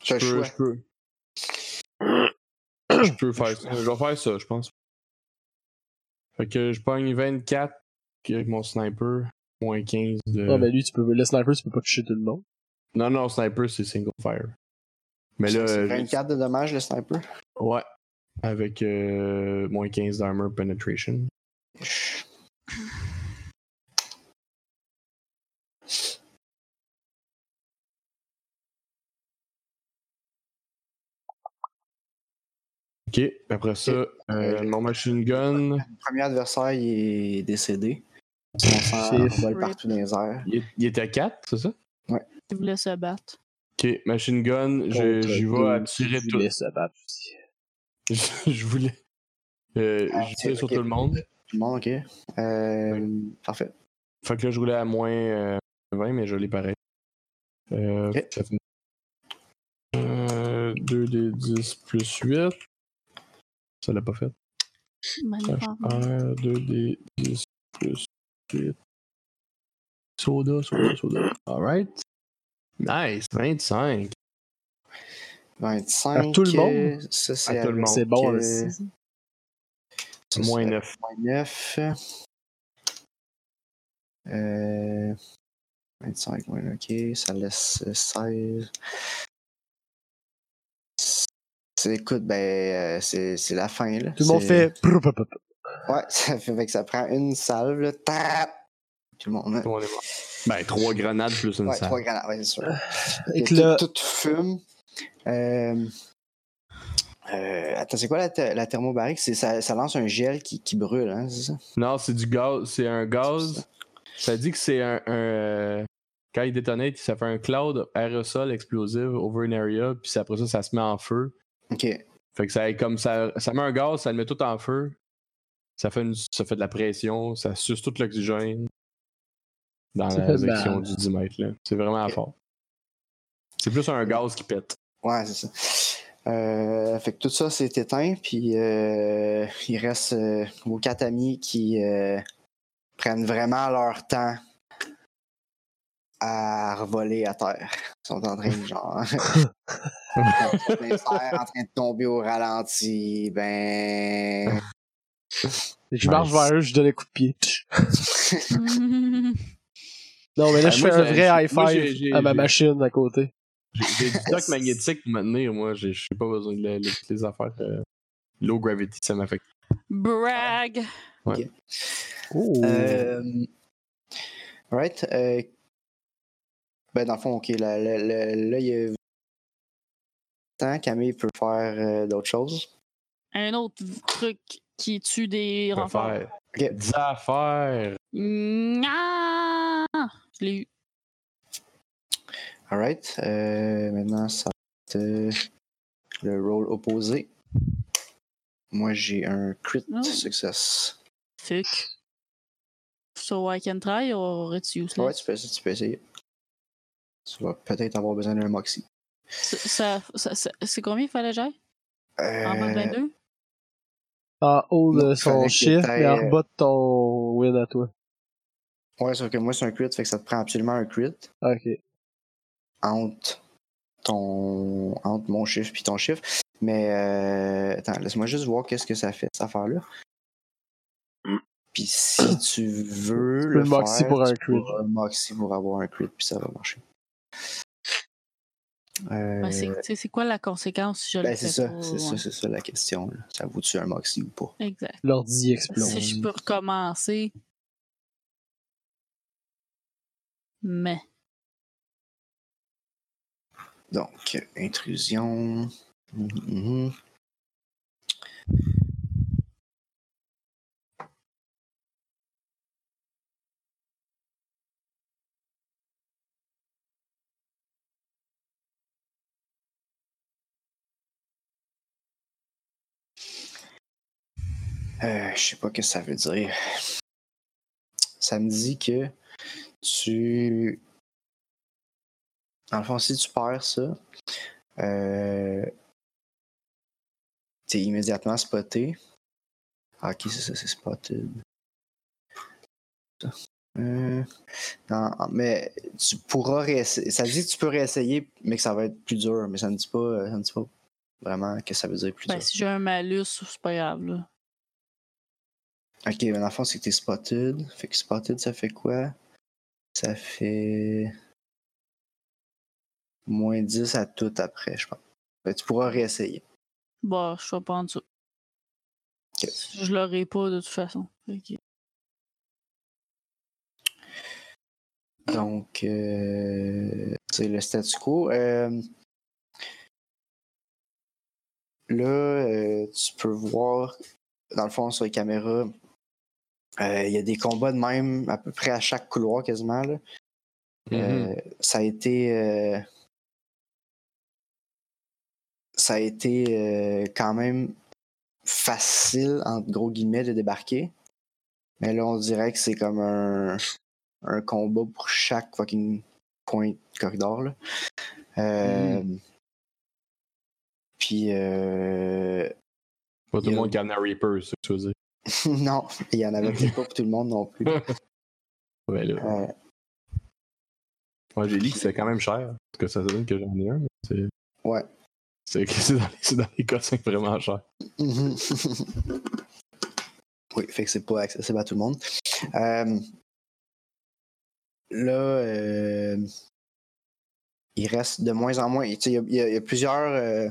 Speaker 3: Tu as
Speaker 2: Je peux,
Speaker 3: choix.
Speaker 2: je peux.
Speaker 3: <coughs>
Speaker 2: je peux faire ça. Je vais faire ça, je pense. Fait que je pogne 24 puis avec mon sniper. Moins 15 de.
Speaker 1: Non, mais lui, tu peux, le sniper, tu peux pas toucher tout le monde.
Speaker 2: Non, non, sniper, c'est single fire. Mais là,
Speaker 3: C'est
Speaker 2: euh,
Speaker 3: 24 de dommages, le sniper.
Speaker 2: ouais. Avec euh, moins 15 d'armor penetration. Ok, après ça,
Speaker 3: Ok.
Speaker 2: euh, mon machine gun,
Speaker 3: Le premier adversaire, il est décédé. Son sang
Speaker 1: C'est
Speaker 3: vole
Speaker 4: vrai.
Speaker 3: partout dans les airs.
Speaker 2: il, est- il était à 4, c'est ça?
Speaker 4: Tu voulais se battre.
Speaker 2: Ok, machine gun, je-
Speaker 1: Contre
Speaker 2: j'y
Speaker 1: deux,
Speaker 2: vais à tirer
Speaker 1: tu
Speaker 2: tout.
Speaker 1: laisses se battre aussi.
Speaker 2: <laughs> Je je voulais. Euh,
Speaker 3: Ah,
Speaker 2: je
Speaker 3: c'est-
Speaker 2: tire sur
Speaker 3: ok.
Speaker 2: tout le monde.
Speaker 3: Tout le monde, ok. Euh, Parfait.
Speaker 2: Fait que là, je roulais à moins euh, 20, mais je l'ai pareil. Euh,
Speaker 3: Ok.
Speaker 2: ça fait- Euh, 2 des 10 plus 8. Ça l'a pas fait.
Speaker 4: Malheureusement.
Speaker 2: HR, 2 des 10 plus 8. Soda, soda, soda. Alright. Nice, 25.
Speaker 3: 25.
Speaker 1: À tout le monde?
Speaker 3: euh, Ça,
Speaker 2: À
Speaker 3: c'est
Speaker 2: tout le monde.
Speaker 1: C'est bon,
Speaker 3: euh,
Speaker 1: là, c'est-
Speaker 3: ça,
Speaker 2: Moins
Speaker 3: c'est
Speaker 2: 9.
Speaker 3: Moins 9. Euh, 25, ouais, ok. Ça laisse euh, 16. C'est- Écoute, ben, euh, c'est c'est la fin, là.
Speaker 1: Tout le monde
Speaker 3: C'est-
Speaker 1: fait. prou, prou, prou, prou.
Speaker 3: Ouais, <laughs> ça fait fait que ça prend une salve, là. Tap! Tout le monde, là.
Speaker 2: Tout le monde est mort. Ben, 3 grenades plus une
Speaker 3: Ouais,
Speaker 2: salle.
Speaker 3: trois grenades, ouais, c'est sûr.
Speaker 1: Et que
Speaker 3: Tout-
Speaker 1: là,
Speaker 3: Tout, fume. Euh, euh, attends, c'est quoi la, th- la thermobarique? C'est- Ça, ça lance un gel qui, qui brûle, hein, c'est ça?
Speaker 2: Non, c'est du gaz. C'est un gaz. Ça dit que c'est un. un, euh, quand il détonate, ça fait un cloud aérosol explosive over an area, puis c'est- après ça, ça se met en feu.
Speaker 3: Ok.
Speaker 2: Fait que ça, est comme ça, ça met un gaz, ça le met tout en feu. Ça fait, une- ça fait de la pression, ça suce tout l'oxygène dans
Speaker 1: Ça
Speaker 2: la
Speaker 1: fait
Speaker 2: section
Speaker 1: mal.
Speaker 2: du 10 mètres. là. C'est vraiment
Speaker 3: Ok.
Speaker 2: fort. C'est plus un gaz qui pète.
Speaker 3: Ouais, c'est ça. Euh, fait que tout ça, c'est éteint, puis euh, il reste euh, vos quatre amis qui euh, prennent vraiment leur temps à revoler à terre. Ils sont en train de genre. les serres <laughs> en train de tomber au ralenti, ben.
Speaker 1: Je marche
Speaker 2: Nice.
Speaker 1: vers eux, je donne un coup de pied.
Speaker 4: Mhm.
Speaker 1: Non, mais là,
Speaker 2: Ah,
Speaker 1: je
Speaker 2: moi,
Speaker 1: fais un
Speaker 2: j'ai-
Speaker 1: vrai high
Speaker 2: moi, j'ai-
Speaker 1: five
Speaker 2: j'ai-
Speaker 1: à ma
Speaker 2: j'ai-
Speaker 1: machine à côté.
Speaker 2: J'ai j'ai du doc magnétique pour me tenir, moi. J'ai j'ai pas besoin de la- les, les affaires. euh, low gravity, ça m'affecte.
Speaker 4: <laughs> Brag.
Speaker 1: Oh.
Speaker 3: Euh,
Speaker 4: Mm.
Speaker 3: right. euh, ben, dans le fond, ok, là, là, là, là, il y a. Tant Camille peut faire euh, d'autres choses.
Speaker 4: Un autre truc qui tue des
Speaker 2: Je peux
Speaker 4: renforts.
Speaker 2: faire
Speaker 3: Ok.
Speaker 2: des affaires.
Speaker 4: Nya! Je l'ai eu.
Speaker 3: Alright. Euh, maintenant, ça va être euh, le rôle opposé. Moi, j'ai un crit
Speaker 4: Oh.
Speaker 3: success.
Speaker 4: Fuck. So I can try or it's useless.
Speaker 3: Ouais, tu peux, essayer, tu peux essayer. Tu vas peut-être avoir besoin d'un moxie.
Speaker 4: Ça, ça- ça- ça- c'est combien il fallait que j'aille? En bas ben, de
Speaker 3: Euh,
Speaker 4: 22?
Speaker 1: en haut de
Speaker 3: non, fallait
Speaker 1: son
Speaker 3: que
Speaker 1: chiffre
Speaker 3: t'ailles,
Speaker 1: et en
Speaker 3: euh,
Speaker 1: bas de ton win à toi.
Speaker 3: ouais, sauf que moi, c'est un crit, fait que ça te prend absolument un crit
Speaker 1: Ok.
Speaker 3: entre, ton, entre mon chiffre puis ton chiffre. Mais euh, attends, laisse-moi juste voir qu'est-ce que ça fait, cette affaire-là. Puis si tu veux
Speaker 1: Tu peux
Speaker 3: le
Speaker 1: le moxie
Speaker 3: faire,
Speaker 1: pour un
Speaker 3: tu
Speaker 1: crit.
Speaker 3: pourras moxie pour avoir un crit, puis ça va marcher. Euh,
Speaker 4: Ben, c'est, tu sais, c'est quoi la conséquence si je
Speaker 3: ben,
Speaker 4: le
Speaker 3: c'est
Speaker 4: fais
Speaker 3: ça,
Speaker 4: pas?
Speaker 3: c'est ça,
Speaker 4: Ouais.
Speaker 3: c'est ça la question. là. Ça vaut-tu un moxie ou pas?
Speaker 4: Exact.
Speaker 1: L'ordi explose.
Speaker 4: Si je peux recommencer. Mais.
Speaker 3: Donc, intrusion. Mhm, mhm. Euh, je sais pas ce que ça veut dire. Ça me dit que tu. Dans le fond, si tu perds ça, euh, t'es immédiatement spoté. Ah, ok, c'est ça, c'est spotted. Ça. Euh, non, ah, mais tu pourras réessayer. Ça dit que tu peux réessayer, mais que ça va être plus dur. Mais ça ne dit pas, ça ne dit pas vraiment que ça veut dire plus
Speaker 4: Ben,
Speaker 3: dur.
Speaker 4: si j'ai un malus, c'est pas grave. Là.
Speaker 3: Ok, mais dans le fond, c'est que t'es spotted. Fait que spotted, ça fait quoi? Ça fait. Moins 10 à tout après, je pense. Ben, tu pourras réessayer.
Speaker 4: Bon, Bah, je vais prendre ça. Je l'aurai pas de toute façon. Fait que-
Speaker 3: Donc, euh, c'est le statu quo. Euh, là, euh, tu peux voir, dans le fond, sur les caméras, euh, il y a des combats de même à peu près à chaque couloir quasiment. Là.
Speaker 2: Mhm.
Speaker 3: Euh, ça a été. euh, ça a été euh, quand même facile, entre gros guillemets, de débarquer. Mais là, on dirait que c'est comme un, un combat pour chaque fucking point de corridor. là. Euh, Puis. euh, <laughs>
Speaker 2: Pas tout le
Speaker 3: yo.
Speaker 2: monde qui a un Reaper, c'est ce que tu veux dire.
Speaker 3: non, il y en avait peut-être pas pour tout le monde non plus.
Speaker 2: Ouais, là.
Speaker 3: Euh,
Speaker 2: Ouais, j'ai lu que c'est quand même cher. En tout cas, ça donne que j'en ai un, mais c'est.
Speaker 3: Ouais.
Speaker 2: C'est que c'est dans, les- c'est dans les cas, c'est vraiment cher.
Speaker 3: Mhm. <laughs> oui, fait que c'est pas accessible à tout le monde. Euh, là, euh, il reste de moins en moins. tu sais, Il y, a- il y a- il y a plusieurs euh,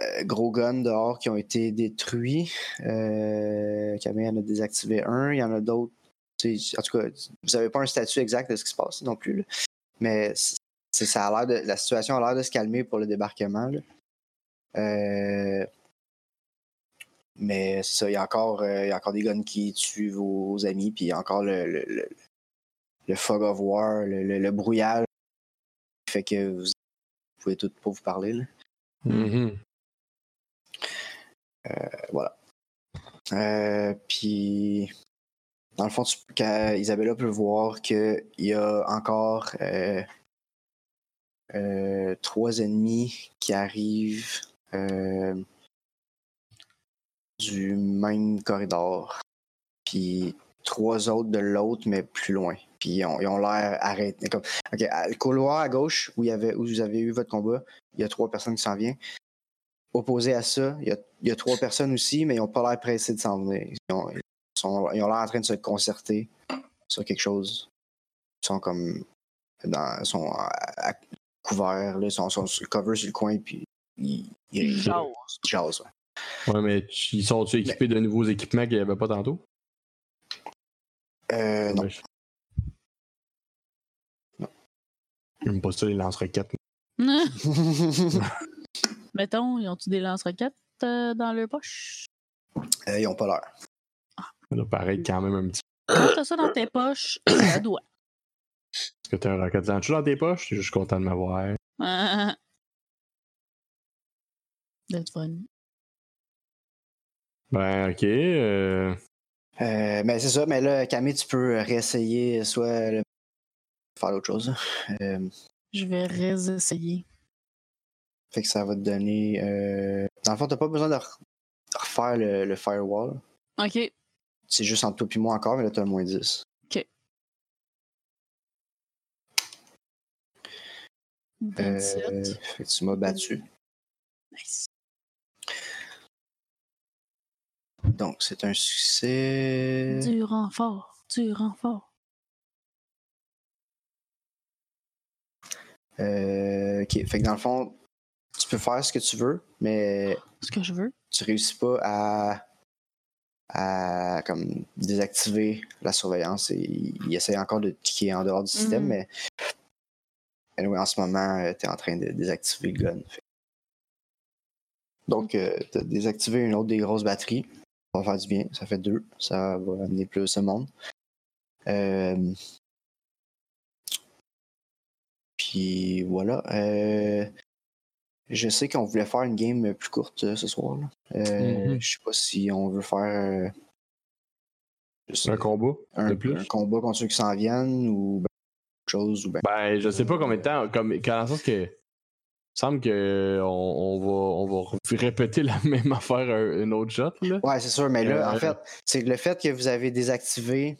Speaker 3: euh, gros guns dehors qui ont été détruits. Euh, Camille en a désactivé un. Il y en a d'autres. tu sais, En tout cas, vous n'avez pas un statut exact de ce qui se passe non plus. là. Mais c'est- ça a l'air de, la situation a l'air de se calmer pour le débarquement. là. Euh, mais c'est ça, il y a encore, euh, il y a encore des guns qui tuent vos amis, puis il y a encore le, le, le, le fog of war, le, le, le brouillage qui fait que vous pouvez tout pas vous parler. là.
Speaker 2: Mhm.
Speaker 3: voilà. Euh, puis, dans le fond, tu, quand Isabella peut voir qu'il y a encore euh, euh, trois ennemis qui arrivent euh, du même corridor. Puis trois autres de l'autre, mais plus loin. Puis ils ont ils ont l'air arrêtés. Comme, OK, à- le couloir à gauche où, il y avait, où vous avez eu votre combat, il y a trois personnes qui s'en viennent. Opposé à ça, il y a, il y a trois personnes aussi, mais ils n'ont pas l'air pressés de s'en venir. Ils ont ils sont- ils ont l'air en train de se concerter sur quelque chose. Ils sont comme dans, ils sont à, à couvert, là, ils sont, sont sur le cover sur le coin, puis ils, ils, ils
Speaker 4: Genre.
Speaker 3: jasent, ouais.
Speaker 2: Ouais, mais tu- ils sont-tu équipés de nouveaux équipements qu'il n'y avait pas tantôt?
Speaker 3: Euh, non.
Speaker 2: Ouais, je- J'aime pas ça, les lance-roquettes.
Speaker 4: <laughs>
Speaker 2: <laughs>
Speaker 4: Mettons, ils ont-tu des lance-roquettes euh, dans leur poche?
Speaker 3: Euh, ils ont pas l'air.
Speaker 2: Là, pareil, quand même un petit.
Speaker 4: Quand t'as ça dans tes poches, <coughs> ça doit.
Speaker 2: Est-ce que t'as un rocket launcher dans tes poches? Je suis juste content de m'avoir.
Speaker 4: Ah. That's fun.
Speaker 2: Ben, ok. euh,
Speaker 3: Euh, mais c'est ça, mais là, Camille, tu peux réessayer soit le- faire autre chose. là. Euh,
Speaker 4: Je vais réessayer.
Speaker 3: fait que ça va te donner. Euh... Dans le fond, t'as pas besoin de re- refaire le, le firewall.
Speaker 4: Ok.
Speaker 3: C'est juste entre toi et moi encore, mais là, t'as le moins 10. Euh,
Speaker 4: 27.
Speaker 3: fait que tu m'as battu.
Speaker 4: Nice.
Speaker 3: Donc, c'est un succès.
Speaker 4: Du renfort. Du renfort.
Speaker 3: Euh, ok, fait que dans le fond, tu peux faire ce que tu veux, mais
Speaker 4: Ce que je veux.
Speaker 3: tu réussis pas à, à comme désactiver la surveillance. Et il essaie encore de te cliquer en dehors du système,
Speaker 4: Mhm.
Speaker 3: mais anyway, en ce moment, tu es en train de désactiver le gun. Fait- Donc, tu as désactivé une autre des grosses batteries. Ça va faire du bien. Ça fait deux. Ça va amener plus de monde. Euh, Puis voilà. Euh, Je sais qu'on voulait faire une game plus courte euh, ce soir. là. Euh,
Speaker 2: Mhm.
Speaker 3: Je sais pas si on veut faire euh, juste
Speaker 2: un combat
Speaker 3: un-
Speaker 2: de
Speaker 3: un
Speaker 2: plus.
Speaker 3: combat contre ceux qui s'en viennent ou ben, autre chose. Ou ben,
Speaker 2: Ben, je sais pas combien de temps. Comme, quand, dans le sens que. Il semble que on, on va, on va répéter <laughs> la même affaire un- une autre shot, là.
Speaker 3: Ouais, c'est sûr, mais là,
Speaker 2: Euh,
Speaker 3: en fait, c'est le fait que vous avez désactivé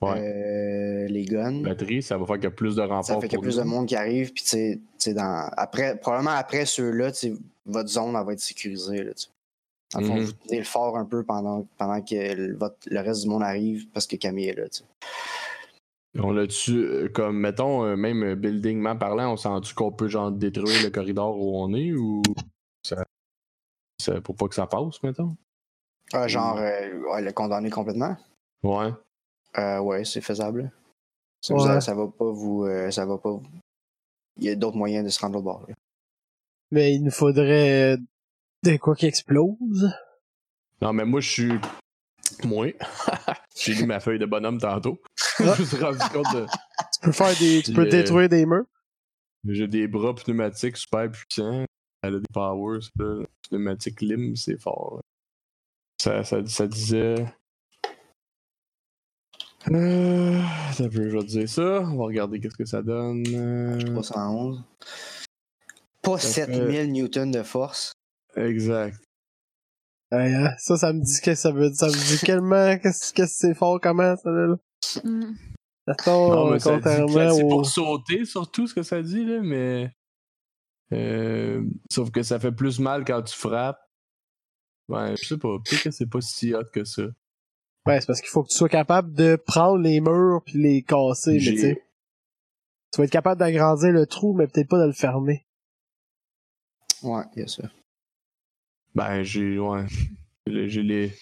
Speaker 2: Ouais.
Speaker 3: euh, les guns.
Speaker 2: Batterie, ça va faire qu'il y a plus de
Speaker 3: ça
Speaker 2: renforts.
Speaker 3: fait qu'il y a
Speaker 2: pour
Speaker 3: plus
Speaker 2: nous.
Speaker 3: de monde qui arrive, puis tu sais, tu sais, dans après, probablement après ceux-là, tu sais, votre zone elle va être sécurisée. Là, tu sais. Dans le fond,
Speaker 2: Mhm.
Speaker 3: vous tenez le fort un peu pendant, pendant que le, votre- le reste du monde arrive parce que Camille est là. tu sais.
Speaker 2: On l'a-tu, euh, comme, mettons, euh, même euh, buildingment parlant, on sent-tu qu'on peut, genre, détruire le corridor où on est ou. Ça... ça- pour pas que ça passe, mettons?
Speaker 3: Ah, genre, euh, ouais, le condamner complètement.
Speaker 2: Ouais.
Speaker 3: Euh, ouais, c'est faisable. Ça,
Speaker 1: Ouais.
Speaker 3: vous- ça va pas vous. euh, ça va pas vous- Il y a d'autres moyens de se rendre au bord. là.
Speaker 1: Mais il nous faudrait euh, de quoi qui explose.
Speaker 2: Non, mais moi, je suis. Moi. <laughs> J'ai lu ma feuille de bonhomme
Speaker 3: <laughs>
Speaker 2: tantôt. je me suis rendu compte de.
Speaker 1: Tu peux faire des. Tu
Speaker 2: Puis,
Speaker 1: peux
Speaker 2: euh,
Speaker 1: détruire des murs.
Speaker 2: J'ai des bras pneumatiques super puissants. Elle a des powers. Là. Pneumatique lim, c'est fort. Ça, ça, ça disait. Euh, attends un peu, je vais te dire ça. On va regarder qu'est-ce que ça donne. Euh,
Speaker 3: 311. Pas
Speaker 2: Ça
Speaker 3: 7000 newtons de force.
Speaker 2: Exact.
Speaker 1: Ouais, hein, ça, ça me dit ce que ça veut dire. Ça me
Speaker 2: <laughs>
Speaker 1: dit tellement qu'est-ce qu'est-ce que c'est fort, comment, ça, là.
Speaker 4: Hmm.
Speaker 1: Attends,
Speaker 2: Non, mais ça dit
Speaker 1: Oh, contrairement
Speaker 2: que c'est
Speaker 1: au.
Speaker 2: pour sauter, surtout ce que ça dit, là, mais. Euh, sauf que ça fait plus mal quand tu frappes. Ouais, je sais pas. Peut-être que c'est pas si hot que ça.
Speaker 1: Ouais, Ben, c'est parce qu'il faut que tu sois capable de prendre les murs puis les casser, mais
Speaker 2: J'ai-
Speaker 1: tu sais. Tu vas être capable d'agrandir le trou, mais peut-être pas de le fermer.
Speaker 3: Ouais, il y a ça.
Speaker 2: Ben, j'ai. Ouais. Le- J'ai les.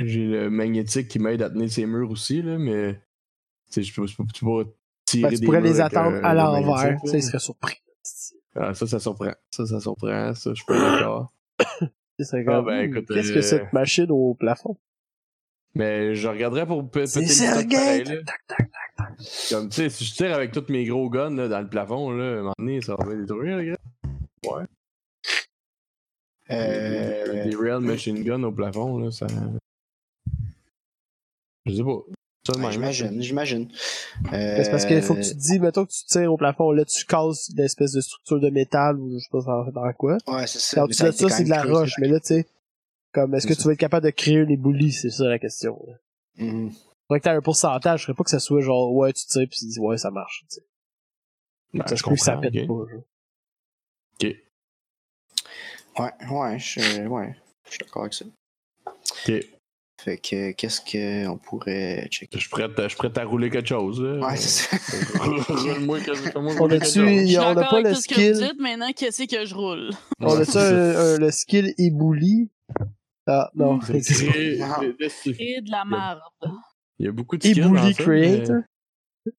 Speaker 2: J'ai le magnétique qui m'aide à tenir ces murs aussi, là, mais. Tu sais, je peux, je peux- tu peux pas tirer
Speaker 1: Ben,
Speaker 2: des
Speaker 1: tu pourrais
Speaker 2: murs
Speaker 1: les
Speaker 2: avec
Speaker 1: attendre
Speaker 2: un-
Speaker 1: à
Speaker 2: un
Speaker 1: l'envers.
Speaker 2: magnétique,
Speaker 1: Ça,
Speaker 2: là.
Speaker 1: il serait surpris.
Speaker 2: Ah, ça, ça surprend. Ça, ça surprend. Ça, je suis pas
Speaker 1: <gasps>
Speaker 2: d'accord.
Speaker 1: Il serait
Speaker 2: Ah,
Speaker 1: comme,
Speaker 2: ben,
Speaker 1: hmm,
Speaker 2: écoute,
Speaker 1: Qu'est-ce
Speaker 2: euh,
Speaker 1: que cette machine au plafond?
Speaker 2: Mais je regarderais pour pe- péter
Speaker 1: C'est
Speaker 2: le stock pareil,
Speaker 1: Sergei!
Speaker 2: là. Comme, tu sais, si je tire avec tous mes gros guns, là, dans le plafond, là, à un moment donné, ça va me détruire, les gars. Ouais.
Speaker 3: Euh,
Speaker 2: Des rail machine gun au plafond, là, ça. Je sais pas. Ça de
Speaker 1: Ben,
Speaker 3: ouais,
Speaker 2: même.
Speaker 3: j'imagine, j'imagine. Euh,
Speaker 1: C'est parce qu'il faut que tu te dis, mettons que tu tires au plafond, là, tu casses l'espèce de structure de métal ou je sais pas dans- dans quoi.
Speaker 3: Euh, Ouais, c'est ça.
Speaker 1: Quand
Speaker 3: mais
Speaker 1: tu
Speaker 3: a
Speaker 1: fais
Speaker 3: été
Speaker 1: ça,
Speaker 3: quand
Speaker 1: c'est de la
Speaker 3: même creusé.
Speaker 1: roche, mais là, tu sais, comme est-ce que
Speaker 2: C'est
Speaker 1: tu vas être capable de créer une éboulis, c'est ça la question. là.
Speaker 3: Mhm.
Speaker 1: Faudrait que t'aies un pourcentage, je ferais pas que ça soit genre, ouais, tu tires pis ouais, ça marche, tu sais.
Speaker 2: Ben,
Speaker 1: Ça
Speaker 2: je
Speaker 1: se peut que ça
Speaker 2: comprends,
Speaker 1: pète
Speaker 2: ok.
Speaker 1: pas, genre.
Speaker 3: Ouais, ouais, je, ouais, je suis d'accord avec ça.
Speaker 2: Ok.
Speaker 3: Fait que qu'est-ce qu'on pourrait checker?
Speaker 2: Je suis prêt, à- je suis prêt à rouler quelque chose.
Speaker 1: Euh,
Speaker 2: là.
Speaker 3: Ouais, c'est ça.
Speaker 2: Roule-moi quelque- fais-moi
Speaker 1: On
Speaker 2: rouler
Speaker 1: a
Speaker 2: quelque
Speaker 1: tu
Speaker 2: chose.
Speaker 4: Je suis
Speaker 1: on a
Speaker 4: d'accord
Speaker 1: pas
Speaker 4: avec
Speaker 1: le
Speaker 4: tout ce que vous
Speaker 1: skill,
Speaker 4: dites, maintenant, qu'est-ce que je roule?
Speaker 1: on a
Speaker 2: Ouais,
Speaker 1: ça, un- un- le skill ébouli. Ah, non.
Speaker 2: c'est
Speaker 1: <laughs>
Speaker 2: ça. Créer-
Speaker 3: Non.
Speaker 2: de- de- de-
Speaker 4: Et de la merde.
Speaker 2: Il y a beaucoup de skills dans
Speaker 1: Ébouli
Speaker 2: ça,
Speaker 1: creator.
Speaker 2: mais-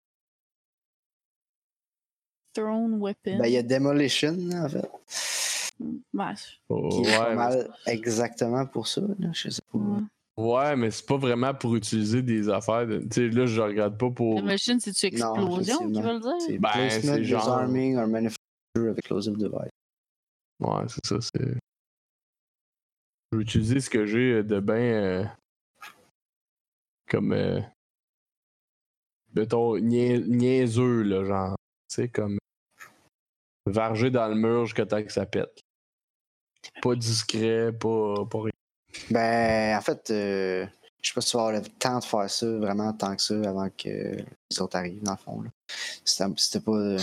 Speaker 4: Throne Weapon.
Speaker 3: Ben, il y a Demolition, là, en fait.
Speaker 4: Ouais.
Speaker 2: Oh,
Speaker 3: Qui est pas
Speaker 2: ouais,
Speaker 3: mal exactement pour ça, là. Je sais pas.
Speaker 4: Ouais.
Speaker 2: Ouais, mais c'est pas vraiment pour utiliser des affaires. de- Tu sais, là, je regarde pas pour.
Speaker 4: La machine, c'est-tu
Speaker 3: Non,
Speaker 4: explosion
Speaker 3: effectivement.
Speaker 4: qui veut le dire?
Speaker 3: C'est
Speaker 2: Ben,
Speaker 3: placement,
Speaker 2: c'est genre-
Speaker 3: disarming, or manufacture of explosive device.
Speaker 2: Ouais, c'est ça. C'est... Je vais utiliser ce que j'ai euh, de bien. comme. Euh, mettons, nia- niaiseux, là, genre. Tu sais, comme. Varger dans le mur jusqu'à temps que ça pète. Pas discret, pas, pas rien.
Speaker 3: Ben, en fait, euh, je sais pas si tu vas avoir le temps de faire ça vraiment tant que ça avant que les autres arrivent, dans le fond. Là. C'était, c'était pas. euh, <sighs>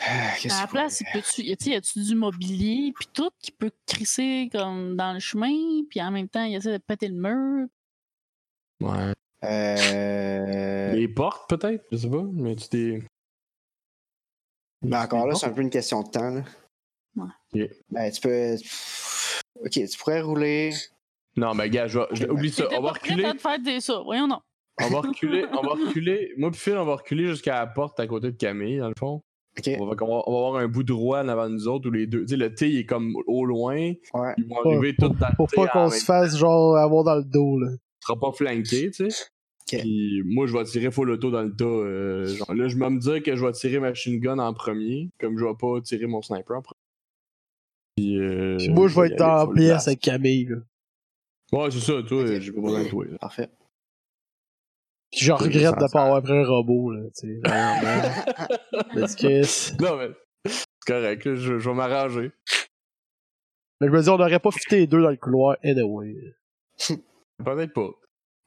Speaker 3: ah, qu'est-ce
Speaker 4: À la
Speaker 3: que-
Speaker 4: place, il peut-tu- y a-tu- y a-tu du mobilier, puis tout, qui peut crisser comme dans le chemin, puis en même temps, il essaie de péter le mur.
Speaker 2: Ouais.
Speaker 3: Euh,
Speaker 2: Des portes, peut-être, je sais pas. Mais tu t'es.
Speaker 3: Mais ben, encore là,
Speaker 2: Bon.
Speaker 3: c'est un peu une question de temps. Là.
Speaker 2: Ok.
Speaker 3: Ben, tu peux. Ok, tu pourrais rouler.
Speaker 2: Non, mais gars, je vais- je- oublie ça.
Speaker 4: T'étais
Speaker 2: On va
Speaker 4: pas prête
Speaker 2: reculer.
Speaker 4: à te faire des ça, voyons non.
Speaker 2: On va reculer, on va reculer. Moi puis Phil, on va reculer jusqu'à la porte à côté de Camille, dans le fond.
Speaker 3: Ok,
Speaker 2: On va, on va- on va avoir un bout droit en avant de nous autres, où les deux... Tu sais, le T, il est comme au loin.
Speaker 3: ouais.
Speaker 2: Ils vont
Speaker 1: Pas-
Speaker 2: arriver
Speaker 1: pour-
Speaker 2: tout dans
Speaker 1: Pour pas qu'on se fasse, genre, avoir dans le dos, là.
Speaker 2: sera pas flanqué, tu sais.
Speaker 3: Ok.
Speaker 2: Puis moi, je vais tirer full auto dans le tas. euh, genre, là, je vais me dire que je vais tirer machine gun en premier, comme je vais pas tirer mon sniper en premier. Puis, euh,
Speaker 1: Puis moi, je vais
Speaker 2: y
Speaker 1: être
Speaker 2: aller
Speaker 1: dans la
Speaker 2: full
Speaker 1: pièce
Speaker 2: blast.
Speaker 1: avec Camille, là.
Speaker 2: Ouais, c'est ça, toi,
Speaker 3: Ok.
Speaker 2: j'ai pas besoin de toi. là.
Speaker 3: Parfait.
Speaker 1: Puis je
Speaker 2: Oui,
Speaker 1: regrette
Speaker 2: ça-
Speaker 1: de pas avoir pris un robot, là, tu sais. vraiment.
Speaker 3: <laughs>
Speaker 1: Parce que-
Speaker 2: Non, mais c'est correct, là, je, je vais m'arranger.
Speaker 1: Mais je me dis, on aurait pas fité les deux dans le couloir, anyway.
Speaker 2: Peut-être pas.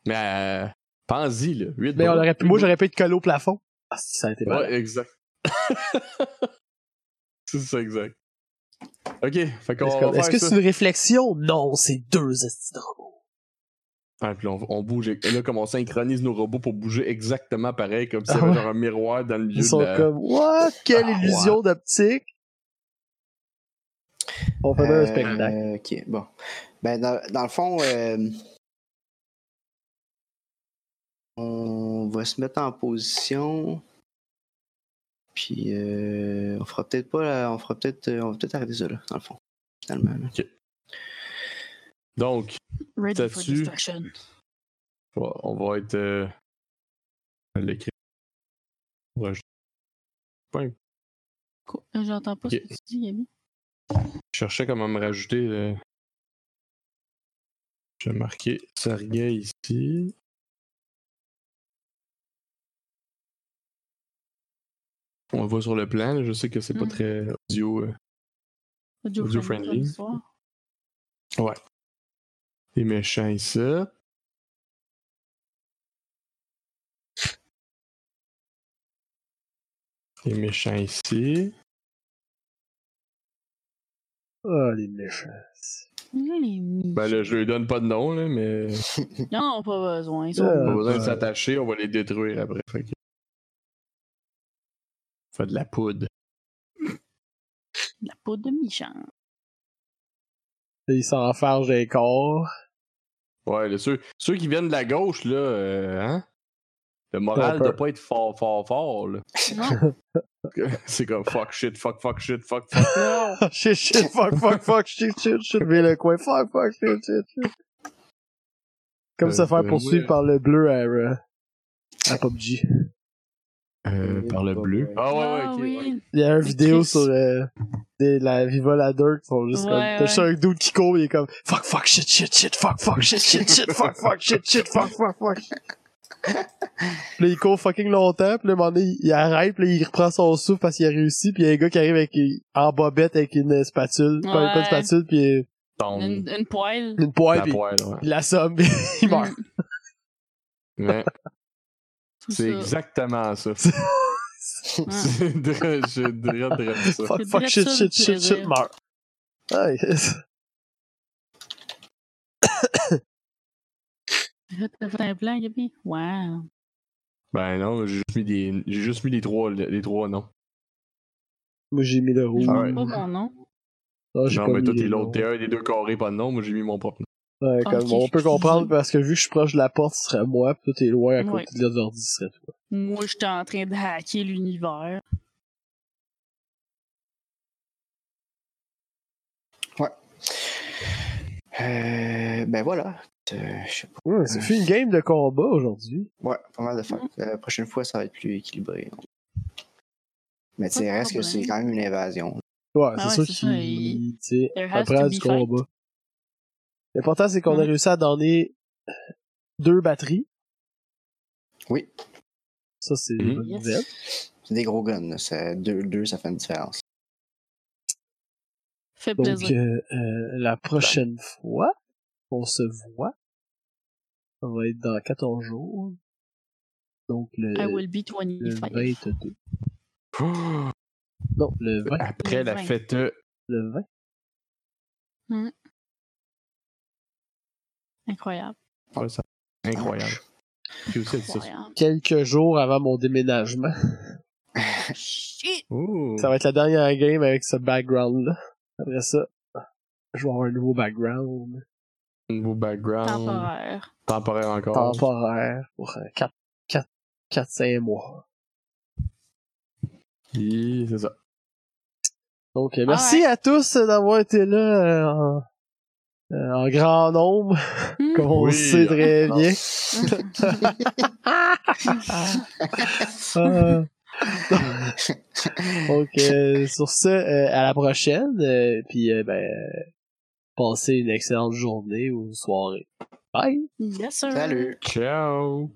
Speaker 2: Mais euh, pense-y, là. 8
Speaker 1: Mais on aurait pu, moi, j'aurais pu être collé au plafond. Ah, si, ça a été mal.
Speaker 2: Ouais, exact. <laughs> c'est ça, exact. Ok, fait qu'on
Speaker 1: Est-ce
Speaker 2: va
Speaker 1: que-
Speaker 2: faire
Speaker 1: Est-ce que
Speaker 2: ça.
Speaker 1: c'est une réflexion? Non, c'est deux estis de robots.
Speaker 2: Ah, puis on, on bouge. Et là, comme on synchronise nos robots pour bouger exactement pareil, comme s'il y
Speaker 1: Ah
Speaker 2: avait
Speaker 1: ouais.
Speaker 2: genre un miroir dans le
Speaker 1: Ils
Speaker 2: milieu
Speaker 1: sont
Speaker 2: de la...
Speaker 1: comme, what? Quelle
Speaker 3: Ah,
Speaker 1: illusion d'optique! On fait bien un
Speaker 3: Euh,
Speaker 1: spectacle.
Speaker 3: ok, bon. Ben, dans, dans le fond, euh, on va se mettre en position. Puis, euh, on fera peut-être pas. la- on fera peut-être. euh, on va peut-être arrêter ça, là, dans le fond. Finalement. là.
Speaker 2: Donc,
Speaker 4: Ready for
Speaker 2: T'as-tu-
Speaker 4: destruction.
Speaker 2: on va- on va être... Euh... je vais l'écrire. Ouais, je
Speaker 4: Quoi? Euh, J'entends pas
Speaker 2: Ok.
Speaker 4: ce que tu dis, Gabi.
Speaker 2: je cherchais comment me rajouter... euh, Je vais marquer Sergei ici. On va sur le plan, là, je sais que c'est pas
Speaker 4: Mm.
Speaker 2: très audio... euh,
Speaker 4: Audio
Speaker 2: Audio
Speaker 4: friendly.
Speaker 2: friendly.
Speaker 4: comme histoire.
Speaker 2: Les méchants ici. Les méchants ici.
Speaker 1: Oh, les méchants.
Speaker 4: Les miches.
Speaker 2: Ben là, je lui donne pas de nom, là, mais
Speaker 4: Ils en ont pas besoin. Ils sont
Speaker 1: Euh,
Speaker 2: pas besoin de
Speaker 1: ouais.
Speaker 2: s'attacher, on va les détruire après. Fait que- Fait de la poudre.
Speaker 4: de la peau de Michan.
Speaker 1: Ils s'enfargent des corps. <laughs>
Speaker 2: Ouais, là, ceux, ceux qui viennent de la gauche, là, euh, hein? Le moral
Speaker 1: Ils ont
Speaker 2: doit
Speaker 1: peur.
Speaker 2: pas être fort, fort, fort, là.
Speaker 4: Non,
Speaker 2: <laughs> C'est comme fuck shit, fuck, fuck shit, fuck,
Speaker 1: <laughs>
Speaker 2: fuck. Non!
Speaker 1: Ah, shit, shit, fuck, fuck, <laughs> fuck, shit, shit, shit, mais le coin, fuck, fuck, shit, shit, shit. Comme
Speaker 2: Euh,
Speaker 1: se faire
Speaker 2: euh,
Speaker 1: poursuivre
Speaker 2: ouais.
Speaker 1: par le bleu à, euh, à PUBG.
Speaker 5: euh, par le bleu.
Speaker 2: Ah ouais, ouais,
Speaker 4: Ah
Speaker 2: ok. ouais.
Speaker 4: oui.
Speaker 1: Il y a une
Speaker 4: Chris.
Speaker 1: vidéo sur euh, des- la Viva la Dirt, ils font juste
Speaker 4: Ouais,
Speaker 1: comme. T'as juste
Speaker 4: ouais.
Speaker 1: un dude qui court, il est comme fuck, fuck, shit, shit, shit, fuck, fuck, shit, shit, shit, fuck, fuck, shit, shit, fuck, fuck, fuck. Puis là, il court fucking longtemps, puis là, à un moment donné, il arrête, puis là, il reprend son souffle parce qu'il a réussi, puis il y a un gars qui arrive avec, en bobette avec une spatule, pas, pas une
Speaker 4: Ouais.
Speaker 1: spatule, puis euh,
Speaker 5: Tombe.
Speaker 4: Une, une poêle.
Speaker 1: une poêle,
Speaker 2: La
Speaker 1: puis
Speaker 2: poêle, ouais.
Speaker 1: <laughs> il l'assomme, puis il meurt.
Speaker 2: Ouais,
Speaker 4: Tout
Speaker 2: c'est
Speaker 4: ça.
Speaker 2: exactement ça.
Speaker 1: C'est-
Speaker 2: <laughs> C'est dra- je dirais dra- ça.
Speaker 1: Fuck,
Speaker 4: C'est
Speaker 1: fuck,
Speaker 4: direct
Speaker 1: shit,
Speaker 4: ça, le
Speaker 1: shit, shit, shit,
Speaker 4: plaisir.
Speaker 1: meurt. Ah, yes.
Speaker 4: Là, T'as fait un plan, Gabi? Wow.
Speaker 2: Ben non, j'ai juste mis des, j'ai juste mis les trois, les trois noms.
Speaker 1: Moi, j'ai mis le
Speaker 4: Je
Speaker 1: rouge.
Speaker 4: ne
Speaker 2: Ah ouais.
Speaker 4: pas mon nom.
Speaker 1: Non, j'ai
Speaker 2: Non,
Speaker 1: pas
Speaker 2: mais
Speaker 1: mis
Speaker 2: toi
Speaker 1: les
Speaker 2: t'es l'autre,
Speaker 1: rouges.
Speaker 2: t'es un des deux carrés, pas de nom, moi j'ai mis mon propre nom.
Speaker 1: Ouais,
Speaker 4: Ah,
Speaker 1: comme
Speaker 4: ok,
Speaker 1: on peut
Speaker 4: je suis
Speaker 1: comprendre
Speaker 4: désolée.
Speaker 1: parce que vu que je suis proche de la porte, ce serait moi, pis toi t'es loin à côté
Speaker 4: Ouais.
Speaker 1: de l'ordi, ce serait toi.
Speaker 4: Moi, j'étais en train de hacker l'univers.
Speaker 3: Euh, ben voilà. Euh, je sais pas.
Speaker 1: Ouais, ça fait une game de combat aujourd'hui.
Speaker 3: Ouais, pas mal de fun.
Speaker 4: Mm-hmm.
Speaker 3: La prochaine fois, ça va être plus équilibré. Mais tu sais,
Speaker 4: Pas de
Speaker 3: reste que c'est quand
Speaker 4: problème.
Speaker 3: même une invasion.
Speaker 1: Ouais,
Speaker 4: Ah
Speaker 1: c'est
Speaker 4: ouais,
Speaker 1: sûr
Speaker 4: c'est ça,
Speaker 1: qu'il
Speaker 4: il-
Speaker 1: tu sais,
Speaker 4: There has
Speaker 1: apprend
Speaker 4: to
Speaker 1: du
Speaker 4: be fight.
Speaker 1: combat. L'important c'est qu'on a
Speaker 4: Ouais.
Speaker 1: réussi à donner deux batteries.
Speaker 3: Oui.
Speaker 1: Ça c'est
Speaker 2: Mhm.
Speaker 1: une bonne
Speaker 4: Yes.
Speaker 1: nouvelle.
Speaker 3: C'est des gros guns. là. Ça- Deux, deux, ça fait une différence.
Speaker 4: Fait
Speaker 1: Donc
Speaker 4: plaisir.
Speaker 1: euh, euh, la prochaine fois, on se voit. Ça va être dans 14 jours. Donc
Speaker 2: euh,
Speaker 4: I
Speaker 1: le,
Speaker 4: will be
Speaker 1: le
Speaker 4: 25.
Speaker 1: 22. Non, le 20.
Speaker 2: Après la
Speaker 4: Ouais.
Speaker 2: fête, euh,
Speaker 1: Le 20.
Speaker 4: Incroyable.
Speaker 2: ouais, ça- incroyable. Puis aussi, elle dit ça.
Speaker 4: Incroyable.
Speaker 1: quelques jours avant mon déménagement.
Speaker 4: Shit!
Speaker 2: Ouh.
Speaker 1: Ça va être la dernière game avec ce background-là. Après ça, je vais avoir un nouveau background
Speaker 2: Nouveau background.
Speaker 4: Temporaire.
Speaker 2: Temporaire encore.
Speaker 1: temporaire pour euh, 4-5 mois.
Speaker 2: Oui, c'est ça.
Speaker 1: Donc, euh, merci à tous euh, d'avoir été là euh, en, euh, en grand nombre, <laughs>
Speaker 4: Hmm.
Speaker 1: comme on
Speaker 2: Oui.
Speaker 1: sait très bien. Ah. <laughs> Donc, euh, sur ce, euh, à la prochaine. euh, Puis, euh, ben, euh, passez une excellente journée ou soirée. Bye!
Speaker 4: Hmm?
Speaker 2: <laughs>
Speaker 4: <laughs> Yes, sir.
Speaker 3: Salut!
Speaker 2: Ciao.